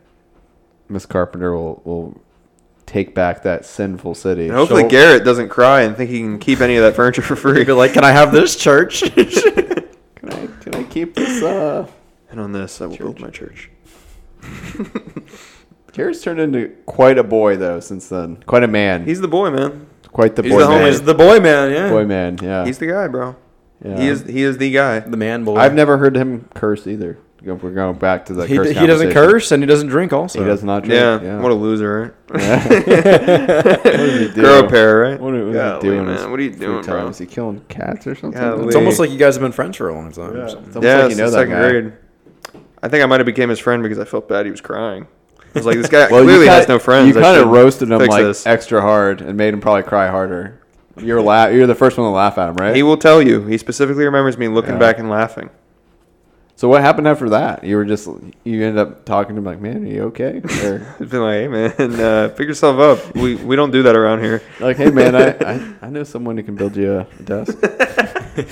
S5: Miss Carpenter will will take back that sinful city.
S6: And hopefully Garrett doesn't cry and think he can keep any of that furniture for free.
S11: Be like, can I have this church?
S5: Can I, can I keep this? Uh,
S6: and on this, I will build my church.
S5: Garrett's turned into quite a boy though since then. Quite a man.
S6: He's the boy, man.
S5: quite the
S6: he's
S5: boy
S6: the
S5: man.
S11: He's the boy man. Yeah,
S5: boy man. Yeah.
S6: He's the guy, bro.
S5: yeah.
S6: He is. He is the guy.
S11: the man boy.
S5: I've never heard him curse either. If We're going back to the
S11: He,
S5: curse
S11: he doesn't
S5: conversation.
S11: curse and he doesn't drink. Also,
S5: He does not drink.
S6: Yeah,
S5: Yeah.
S6: What a loser, right?
S5: does he
S6: Grow
S5: do?
S6: a pair, right?
S5: What are, what
S6: Golly,
S5: is he doing?
S6: man,
S5: His
S6: What are you
S5: free
S6: doing,
S5: time?
S6: bro?
S5: Is he killing cats or something?
S6: Golly.
S5: It's
S11: It's almost like you guys have been friends for a long time. or something.
S5: almost
S6: Yeah,
S5: like you know that
S6: since second
S5: guy.
S6: grade. I think I might have became his friend because I felt bad he was crying. I was like, this guy
S5: Well, you
S6: clearly
S5: kinda-
S6: has no friends.
S5: You
S6: I
S5: kind of
S6: should
S5: roasted him
S6: fix
S5: like
S6: this.
S5: extra hard and made him probably cry harder. You're la- You're the first one to laugh at him, right?
S6: He will tell you. He specifically remembers me looking back and laughing.
S5: so what happened after that? You were just you ended up talking to him like, man, are you okay? Or
S6: I've been like, hey man, uh, pick yourself up. We we don't do that around here.
S5: like, hey man, I, I, I know someone who can build you a desk.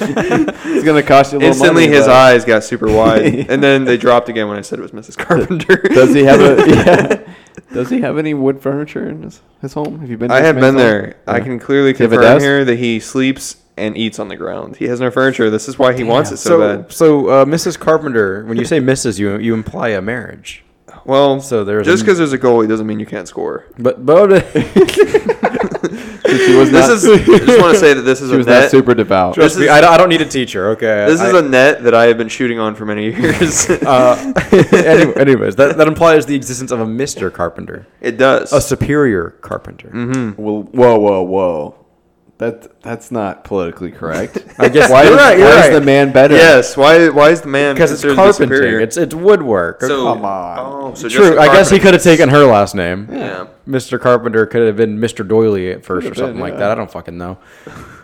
S5: it's gonna cost you a little
S6: Instantly,
S5: money,
S6: his
S5: but-
S6: eyes got super wide, and then they dropped again when I said it was Mrs. Carpenter.
S5: Does he have a? Yeah. Does he have any wood furniture in his, his home? Have you been? to
S6: I
S5: this
S6: have
S5: man's
S6: been
S5: home?
S6: there. I
S5: Yeah.
S6: can clearly
S5: Does he have a
S6: confirm
S5: desk?
S6: here that he sleeps and eats on the ground. He has no furniture. This is why he wants it so, bad.
S4: So, uh, Mrs. Carpenter, when you say Mrs., you you imply a marriage.
S6: Well,
S4: so there's
S6: Just because there's a goalie doesn't mean you can't score.
S4: but but
S6: was This not- is- I just wanna say that this is She a was not net- super devout.
S4: Trust
S6: This
S4: me,
S6: is-
S4: I, don't- I don't need a teacher. Okay,
S6: This
S4: I-
S6: is a net that I have been shooting on for many years.
S4: uh, any- anyways, that, that implies the existence of a Mr. Carpenter.
S6: It does.
S4: A superior carpenter.
S5: Mm-hmm. Well, whoa, whoa, whoa. That that's not politically correct.
S4: I guess
S5: why,
S4: you're
S5: is,
S4: right, you're
S5: why is
S4: right.
S5: the man better?
S6: Yes. Why? Why is the man?
S4: Because it's
S6: considered the
S4: carpentering.
S6: superior?
S4: It's- it's woodwork.
S6: So,
S4: Come
S5: on.
S6: Oh, so
S4: True.
S6: Just
S4: I guess he
S6: carpentering.
S4: could have taken her last name.
S6: Yeah.
S4: Mr. Carpenter could have been Mr. Doily at first or
S6: Could've
S4: something
S6: been,
S4: like
S6: yeah.
S4: that. I don't fucking know.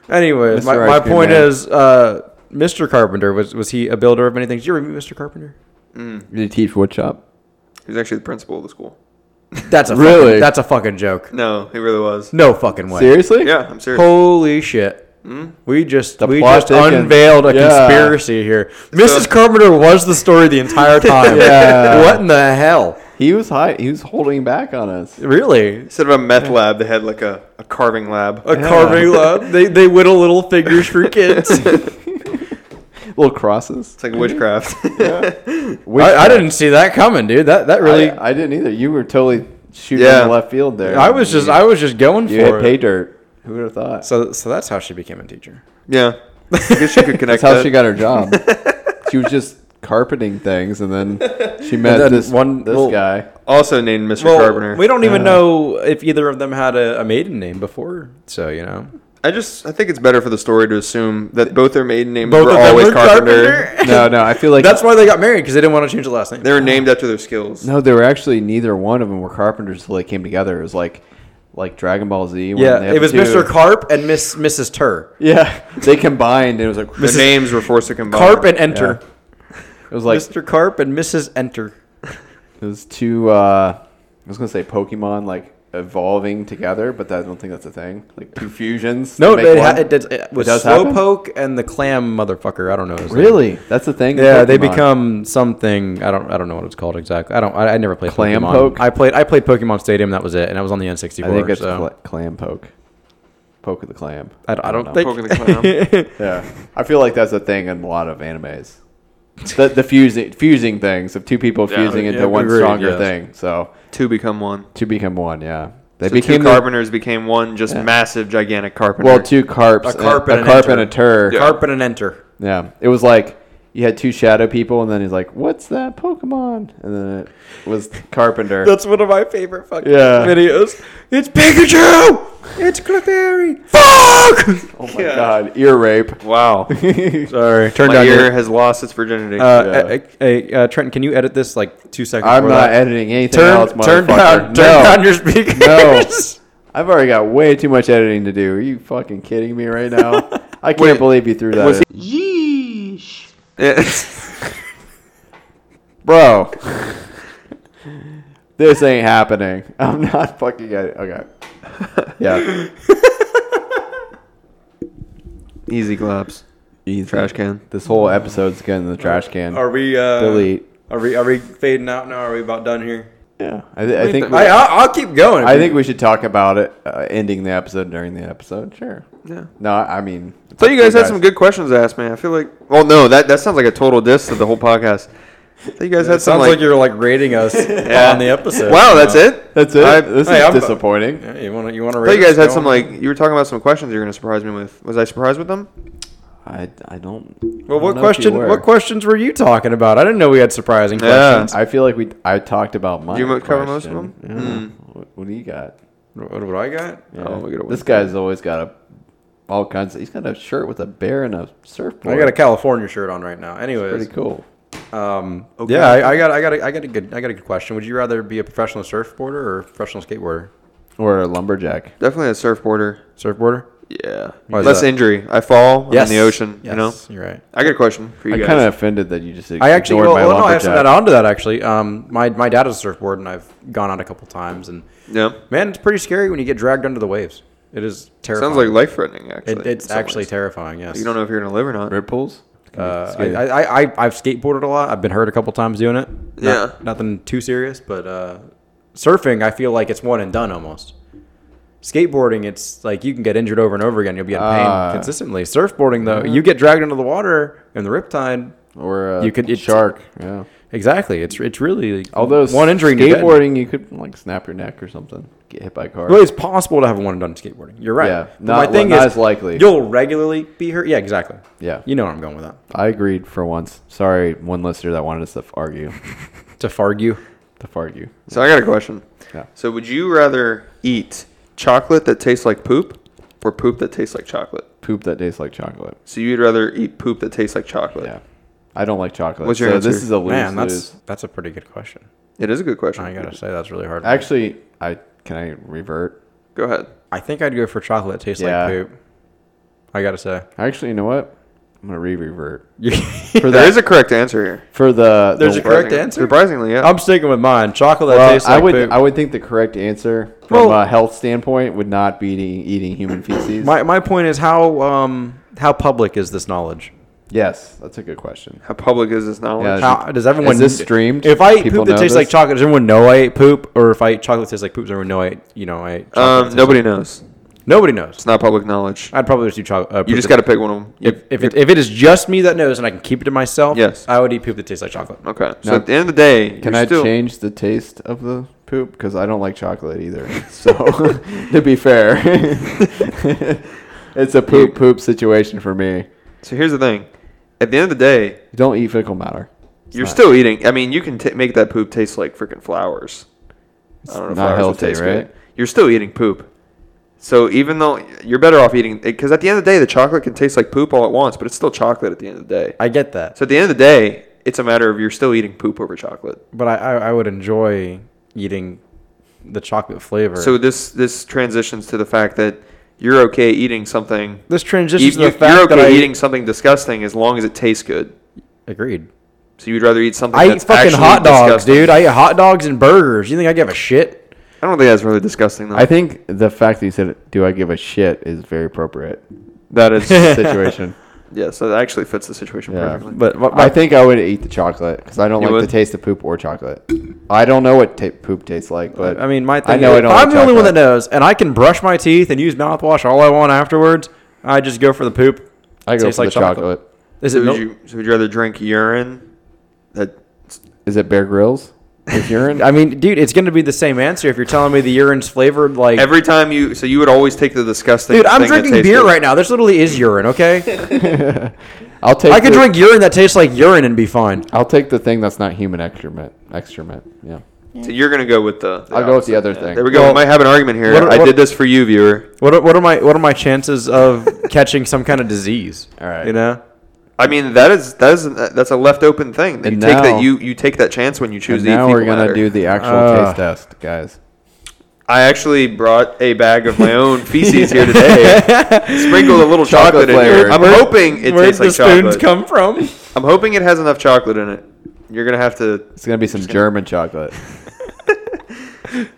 S4: Anyways,
S6: Mr.
S4: my,
S6: Ice
S4: my
S6: Cream
S4: point
S6: Man.
S4: is, uh, Mr. Carpenter was was he a builder of many things? Did you ever meet Mr. Carpenter?
S5: Did he teach woodshop?
S6: He's actually the principal of the school.
S4: That's a
S5: Really?
S4: Fucking, that's a fucking joke.
S6: No, he really was.
S4: No fucking way. Hmm?
S5: Seriously?
S6: Yeah, I'm serious.
S4: Holy shit.
S6: Mhm.
S4: We just
S5: The
S4: we
S5: plot
S4: just
S5: thickens.
S4: unveiled a
S5: Yeah.
S4: conspiracy here. Mrs. Carpenter was the story the entire time.
S5: Yeah.
S4: What in the hell?
S5: He was high. He was holding back on us.
S4: Really?
S6: Instead of a meth lab, they had like a, a carving lab.
S4: A carving lab. They they whittle little figures for kids.
S5: Little crosses.
S6: It's like witchcraft.
S4: I, I didn't see that coming, dude. That that really.
S5: I, I didn't either. You were totally shooting
S6: Yeah.
S5: in the left field there.
S4: I was just I was just going
S5: You
S4: for
S5: hit pay
S4: it.
S5: dirt. Who would have thought?
S4: So so that's how she became a teacher.
S6: yeah. I guess you could
S5: That's
S6: connect.
S5: how
S6: that.
S5: she got her job. she was just carpeting things, and then she met
S4: then
S5: this
S4: one-
S5: one this
S4: well-
S5: guy.
S6: Also named Mr. Carpenter.
S4: we don't even know if either of them had a, a maiden name before. So you know,
S6: I just I think it's better for the story to assume that both their maiden names
S4: Both
S6: were
S4: of them
S6: always
S4: were
S6: Carpenter.
S4: Carpenter?
S5: No, no. I feel like
S4: that's why they got married because they didn't want to change the last name.
S6: They were named after their skills.
S5: no. They were actually neither one of them were carpenters until they came together. It was like like Dragon Ball Z. When they
S4: yeah,
S5: had
S4: it was
S5: the two-
S4: Mr. Carp and Miss Mrs. Tur.
S5: Yeah, they combined. And it was like
S6: Their names were forced to combine.
S4: Carp and Enter.
S5: Yeah. It was like
S4: Mr. Carp and Mrs. Enter.
S5: It was two. Uh, I was gonna say Pokemon like evolving together, but that, I don't think that's a thing. Like two fusions. to
S4: No,
S5: make
S4: it,
S5: one.
S4: ha- it, did- it was
S5: does happen?
S4: Slowpoke and the Clam motherfucker. I don't know. his name.
S5: Really, that's a thing. in
S4: Yeah, they
S5: Pokemon.
S4: become something. I don't. I don't know what it's called exactly. I don't. I, I never played
S5: Clam
S4: Pokemon.
S5: poke?
S4: I played. I played Pokemon Stadium. That was it, and I was on the N
S5: I
S4: sixty
S5: think
S4: four.
S5: it's
S4: So
S5: cla- clam poke. Poke of the clam.
S4: I, don't- I don't
S5: know.
S4: think.
S6: Poking the clown.
S5: yeah, I feel like that's a thing in a lot of animes. The, the fusing fusing things of two people
S6: Yeah.
S5: fusing into
S4: Yeah,
S5: one
S4: agreed,
S5: stronger
S4: yes.
S5: thing. So
S6: Two become one.
S5: to become one, yeah, they
S6: So
S5: became
S6: two
S5: the-
S6: carpenters became one, just massive, gigantic carpenter.
S5: well two carps,
S4: A carp and
S5: a
S4: an
S5: carp
S4: enter.
S5: and a tur.
S6: Yeah.
S4: Carp and an Enter.
S5: Yeah, it was like you had two shadow people, and then he's like, "What's that Pokemon?" And then it was Carpenter.
S4: That's one of my favorite fucking
S5: Yeah.
S4: videos. It's Pikachu. It's Clefairy. Fuck.
S5: oh my god, ear rape.
S6: wow.
S4: Sorry, turned
S6: My
S4: down.
S6: ear
S4: Your,
S6: has lost its virginity.
S4: uh, uh, uh, uh, Trent, can you edit this like two seconds?
S5: I'm
S4: before
S5: not
S4: that?
S5: editing anything
S4: Turn,
S5: else,
S4: turn down, turn
S5: motherfucker. no,
S4: down your speakers.
S5: no. I've already got way too much editing to do. Are you fucking kidding me right now? I can't believe you threw that,
S6: was
S5: in.
S6: Yes.
S5: bro. this ain't happening. I'm not fucking edit. Okay. Yeah.
S6: Easy claps.
S5: Easy.
S6: Trash can.
S5: This whole episode's going in the trash can.
S4: Are we? Uh,
S5: Delete.
S4: Are we? Are we fading out now? Are we about done here?
S5: Yeah. I, th- I think
S4: I, I'll, I'll keep going.
S5: I think we should talk about it, uh, ending the episode during the episode. Sure.
S6: Yeah.
S5: No, I I mean,
S6: So you guys had some good questions to ask me. I feel like. Well, no, that that sounds like a total diss to the whole podcast. I thought you guys had some
S4: Sounds
S6: like.
S4: like, you're like rating us on the episode.
S6: wow, that's it.
S5: That's it.
S6: I,
S5: this
S4: hey,
S5: is
S4: I'm-
S5: disappointing.
S4: Yeah, you want to you want to
S6: I
S4: rate?
S6: thought you guys
S4: us?
S6: had
S4: Go
S6: some
S4: on.
S6: like you were talking about some questions you were gonna surprise me with. Was I surprised with them?
S5: I,
S4: Well,
S5: I don't. I don't
S4: what
S5: know if you
S4: question?
S5: were.
S4: What questions were you talking about? I didn't know we had surprising
S6: Yeah.
S4: questions.
S5: I feel like we. I talked about mine.
S6: you mo- cover most of
S5: Yeah.
S6: them? Hmm.
S5: What, what do you got?
S4: What, what I got?
S5: Yeah.
S6: look at it.
S5: this guy's always got a all kinds. Of, he's got a shirt with a bear and a surfboard.
S4: I got a California shirt on right now. Anyways,
S5: pretty cool.
S4: um, yeah, I, I got I got a, I got a good I got a good question. Would you rather be a professional surfboarder or a professional skateboarder?
S5: Or a lumberjack.
S6: Definitely a surfboarder.
S4: Surfboarder?
S6: Yeah.
S4: is
S6: Less
S4: that?
S6: injury. I fall. I'm in the ocean. You know.
S4: Yes, you're right.
S6: I got a question for you
S5: I
S6: guys.
S5: kind of offended that you just.
S4: I actually, well,
S5: ignored my
S4: well, no, I have to
S5: lumberjack.
S4: add on to that actually. Um, my my dad is a surfboard, and I've gone out a couple times, and
S6: Yeah.
S4: man, it's pretty scary when you get dragged under the waves. It is terrifying.
S6: Sounds like life threatening. Actually,
S4: It, it's
S6: in some
S4: actually
S6: ways.
S4: terrifying. Yes,
S6: You don't know if you're gonna live or not.
S5: Red pulls.
S4: Uh, I, I, I I've skateboarded a lot. I've been hurt a couple times doing it. Not-
S6: Yeah.
S4: nothing too serious, but uh, surfing, I feel like it's one and done almost. Skateboarding, it's like you can get injured over and over again. You'll be in pain
S5: Ah.
S4: consistently. Surfboarding, though,
S6: Mm-hmm.
S4: you get dragged into the water in the riptide,
S5: or a
S4: you could it's-
S5: shark. Yeah.
S4: Exactly. It's it's really
S5: Although
S4: one injury. and you're dead.
S5: skateboarding, you could like snap your neck or something, get hit by a car.
S4: Well, it's possible to have a one and done skateboarding. You're right.
S5: Yeah,
S4: But
S5: not- not as likely.
S4: You'll regularly be hurt. Yeah, exactly.
S5: Yeah.
S4: You know where I'm going with that.
S5: I agreed for once. Sorry, one listener that wanted us to argue.
S4: To fargue.
S5: to fargue.
S6: So I got a question.
S5: Yeah.
S6: So would you rather eat chocolate that tastes like poop or poop that tastes like chocolate?
S5: Poop that tastes like chocolate.
S6: So you'd rather eat poop that tastes like chocolate.
S5: Yeah. I don't like chocolate.
S6: What's your
S5: so
S6: answer?
S5: this is a lose.
S4: Man, that's
S5: lose.
S4: that's a pretty good question.
S6: It is a good question.
S4: I gotta say that's really hard.
S5: Actually, I can I revert.
S6: Go ahead.
S4: I think I'd go for chocolate that tastes
S5: Yeah.
S4: like poop. I gotta say.
S5: Actually, you know what? I'm gonna re-revert
S6: There
S5: for
S6: is
S5: that
S6: a correct answer here.
S5: for the.
S4: There's
S5: the,
S4: a correct answer? Um,
S6: Surprisingly, yeah.
S4: I'm sticking with mine. Chocolate that
S5: well,
S4: tastes
S5: I
S4: like
S5: would
S4: poop.
S5: I would think the correct answer from
S4: Well-
S5: a health standpoint would not be eating, eating human feces.
S4: my my point is how um how public is this knowledge?
S5: yes, that's a good question.
S6: How public is this knowledge? Um,
S5: Yeah.
S4: How, does everyone
S5: Is this streamed?
S4: If I eat
S5: People
S4: poop that
S5: know
S4: tastes like
S5: this?
S4: chocolate, does everyone know I ate poop? Or if I eat chocolate that tastes like poop, does everyone know I ate, you know I ate
S5: Uh,
S4: chocolate?
S6: um, nobody knows.
S4: Nobody knows.
S6: It's not public knowledge.
S4: I'd probably just do chocolate. Uh,
S6: You
S4: poop
S6: just
S4: that-
S6: got to pick one of them.
S4: If if it, if it is just me that knows and I can keep it to myself,
S6: Yes.
S4: I would eat poop that tastes like chocolate.
S6: okay. So
S5: Now-
S6: at the end of the day,
S5: Can
S6: you're
S5: I
S6: still,
S5: change the taste of the poop? Because I don't like chocolate either. So, to be fair, it's a poop poop situation for me.
S6: So here's the thing. At the end of the day,
S5: Don't eat fecal matter.
S6: you're still eating. I mean, you can t- make that poop taste like freaking flowers. I don't know.
S5: not
S6: if flowers will
S5: healthy,
S6: taste
S5: right?
S6: Good. You're still eating poop. So even though you're better off eating, because at the end of the day, the chocolate can taste like poop all at once, but it's still chocolate at the end of the day.
S4: I get that,
S6: so at the end of the day, it's a matter of you're still eating poop over chocolate.
S4: but I, I I would enjoy eating the chocolate flavor.
S6: So this this transitions to the fact that you're okay eating something.
S4: this
S6: You,
S4: transitions to
S6: you,
S4: the fact
S6: you're okay
S4: that I
S6: eating something disgusting as long as it tastes good.
S4: agreed.
S6: So you'd rather eat something.
S4: I eat
S6: that's
S4: fucking
S6: actually
S4: hot dogs,
S6: disgusting.
S4: dude. I eat hot dogs and burgers. You think I give a shit?
S6: I don't think that's really disgusting though.
S5: I think the fact that you said, "Do I give a shit?" is very appropriate
S6: that is
S5: situation.
S6: yeah. So that actually fits the situation
S5: Yeah.
S6: perfectly.
S4: But what
S5: I think I would eat the chocolate because I don't
S6: You
S5: like
S6: would?
S5: the taste of poop or chocolate. I don't know what ta- poop tastes like, but
S4: I mean, my thing.
S5: I know
S4: is,
S5: I don't.
S4: if
S5: like
S4: I'm the only one that
S5: chocolate.
S4: knows, and I can brush my teeth and use mouthwash all I want afterwards. I just go for the poop.
S5: I go
S4: Tastes
S5: for
S4: like
S5: the chocolate.
S4: Is
S6: So
S4: it
S6: would,
S4: milk?
S6: you, so would you rather drink urine? That
S5: Is it Bear Grylls? Is urine?
S4: I mean, dude, it's gonna be the same answer if you're telling me the urine's flavored like.
S6: every time you, so you would always take the disgusting.
S4: Dude, I'm
S6: thing that
S4: drinking
S6: tastes
S4: beer
S6: good.
S4: right now. This literally is urine, okay?
S5: I'll take.
S4: I could
S5: the-
S4: drink urine that tastes like urine and be fine.
S5: I'll take the thing that's not human excrement. Excrement. Yeah.
S6: So you're gonna go with the.
S5: I'll go with the other
S6: Yeah,
S5: thing.
S6: There we go.
S5: Well,
S6: we might have an argument here.
S4: what-
S6: I
S4: what-
S6: did this for you, viewer.
S4: What are, what are my what are my chances of catching some kind of disease? All
S5: right.
S4: you know,
S6: I mean, that is that is that's a left open thing. You
S5: And
S6: take
S5: now-
S6: that you you take that chance when you choose
S5: And
S6: to eat
S5: now
S6: fecal
S5: we're gonna
S6: matter.
S5: do the actual
S4: Ah.
S5: taste test, guys.
S6: I actually brought a bag of my own feces here today. Sprinkled a little chocolate,
S5: Chocolate
S6: in here.
S5: flavored.
S6: I'm hoping it
S4: where'd
S6: tastes
S4: the
S6: like
S4: spoons
S6: chocolate.
S4: come from?
S6: I'm hoping it has enough chocolate in it. You're gonna have to.
S5: It's gonna be some German chocolate.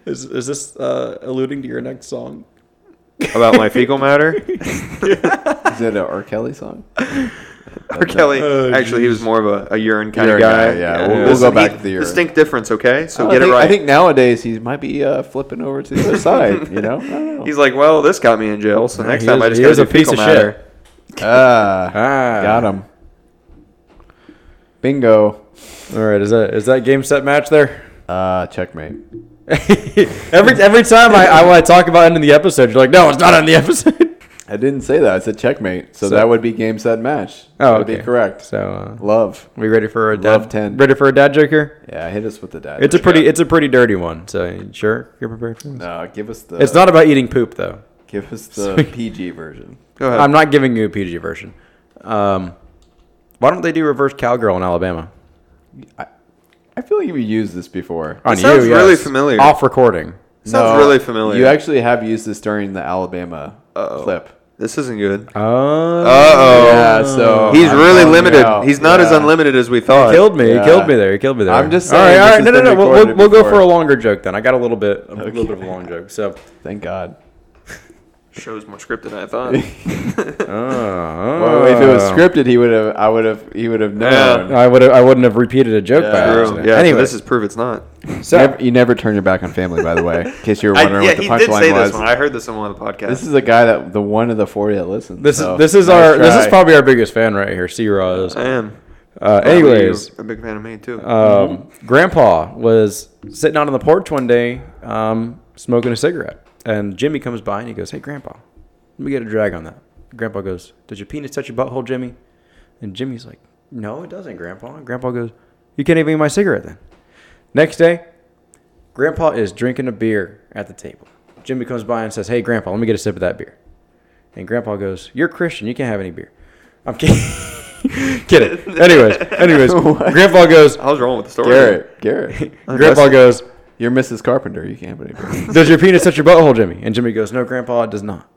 S4: Is, is this uh, alluding to your next song?
S6: about my fecal matter.
S5: Is it an R. Kelly song?
S6: R. Kelly, actually, he was more of a, a urine kind
S5: Urine
S6: of guy.
S5: guy, yeah. We'll- we'll go
S6: Listen,
S5: back to the urine. Oh,
S6: Distinct difference, okay? So
S5: I
S6: get
S5: think,
S6: it right.
S5: I think nowadays he might be uh, flipping over to the other side. You know. I don't know.
S6: He's like, well, this got me in jail, so next
S4: he
S6: time
S4: is-
S6: I just
S4: he
S6: got
S4: is
S6: to
S4: a
S6: do
S4: piece
S6: fecal
S4: of shit.
S6: matter.
S5: ah,
S4: Ah.
S5: got him. Bingo.
S4: All right, is that is that game set match there?
S5: Uh, checkmate.
S4: every every time I, I want to talk about ending the episode, you're like, no, it's not on the episode.
S5: I didn't say that. I said checkmate. So,
S4: So-
S5: that would be game set match.
S4: Oh,
S5: that would
S4: okay.
S5: be correct.
S4: So, uh,
S5: love.
S4: we ready for a dad?
S5: Love 10.
S4: Ready for a dad joke here?
S5: Yeah, hit us with the dad.
S4: It's a
S5: joke.
S4: pretty it's a pretty dirty one. So sure, you're prepared for this.
S5: No, Uh, give us the.
S4: It's not about eating poop though.
S5: Give us the PG version.
S6: Go ahead.
S4: I'm not giving you a PG version. Um, why don't they do reverse cowgirl in Alabama?
S5: I feel like you used this before.
S4: On
S6: sounds really familiar.
S4: Off recording.
S6: Sounds really familiar.
S5: You actually have used this during the Alabama clip.
S6: this isn't good.
S4: Oh,
S6: Uh oh.
S5: Yeah, so
S6: He's
S5: I'm
S6: really
S5: calling you
S6: limited.
S5: out.
S6: He's not as
S5: Yeah.
S6: unlimited as we thought.
S4: killed me.
S5: Yeah.
S4: He killed me there. He killed me there.
S5: I'm just
S4: all
S5: saying
S4: right. All
S5: this
S4: right. No, no,
S5: has been
S4: no. We'll, we'll,
S5: recorded
S4: we'll go
S5: before.
S4: for a longer joke then. I got a little bit, a little bit of a long joke. So,
S5: Thank God.
S6: Show's more scripted than I thought.
S4: Uh.
S5: Well, if it was scripted, he would have. I would have. He would have known.
S4: I would I wouldn't have repeated a joke by
S5: Yeah.
S6: True.
S4: accident.
S6: Yeah.
S4: anyway,
S6: So this is proof it's not.
S5: So never, you never turn your back on family, by the way. In case you were
S6: I-
S5: wondering
S6: yeah,
S5: what the
S6: he did say
S5: punchline
S6: this
S5: was.
S6: one. I heard this on one of the podcasts.
S5: This is a guy that the one of the forty that listens.
S4: This
S5: so,
S4: is this is
S5: nice
S4: our this is
S5: try.
S4: probably our biggest fan right here. C Raw is.
S6: I am.
S4: Uh,
S6: Wow, you
S4: anyways,
S6: a big fan of me, too.
S4: Um,
S5: Uh,
S4: Grandpa was sitting out on the porch one day, um, smoking a cigarette, and Jimmy comes by and he goes, "Hey, Grandpa, let me get a drag on that." Grandpa goes, "Does your penis touch your butthole, Jimmy?" And Jimmy's like, "No, it doesn't, Grandpa." And Grandpa goes, "You can't even eat my cigarette then." Next day, Grandpa is drinking a beer at the table. Jimmy comes by and says, "Hey, Grandpa, let me get a sip of that beer." And Grandpa goes, "You're Christian. You can't have any beer." I'm kidding. kidding. Anyways, anyways,
S5: What?
S4: Grandpa goes.
S6: I was wrong with the story.
S5: Garrett. Garrett.
S4: Grandpa goes,
S5: "You're Mrs. Carpenter. You can't believe it."
S4: "Does your penis touch your butthole, Jimmy?" And Jimmy goes, "No, Grandpa, it does not."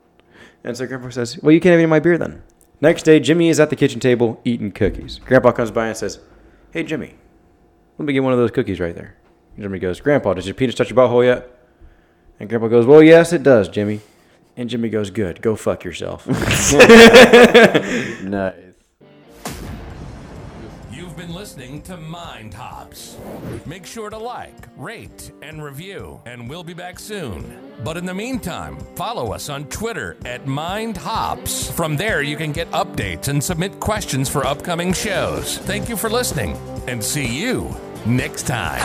S4: And so Grandpa says, "Well, you can't have any of my beer then." Next day, Jimmy is at the kitchen table eating cookies. Grandpa comes by and says, "Hey, Jimmy, let me get one of those cookies right there." And Jimmy goes, "Grandpa, does your penis touch your butthole yet?" And Grandpa goes, "Well, yes, it does, Jimmy." And Jimmy goes, "Good, go fuck yourself."
S5: nice.
S1: You've been listening to Mind Hops. Make sure to like, rate, and review, and we'll be back soon. But in the meantime, follow us on Twitter at Mind Hops. From there, you can get updates and submit questions for upcoming shows. Thank you for listening, and see you next time.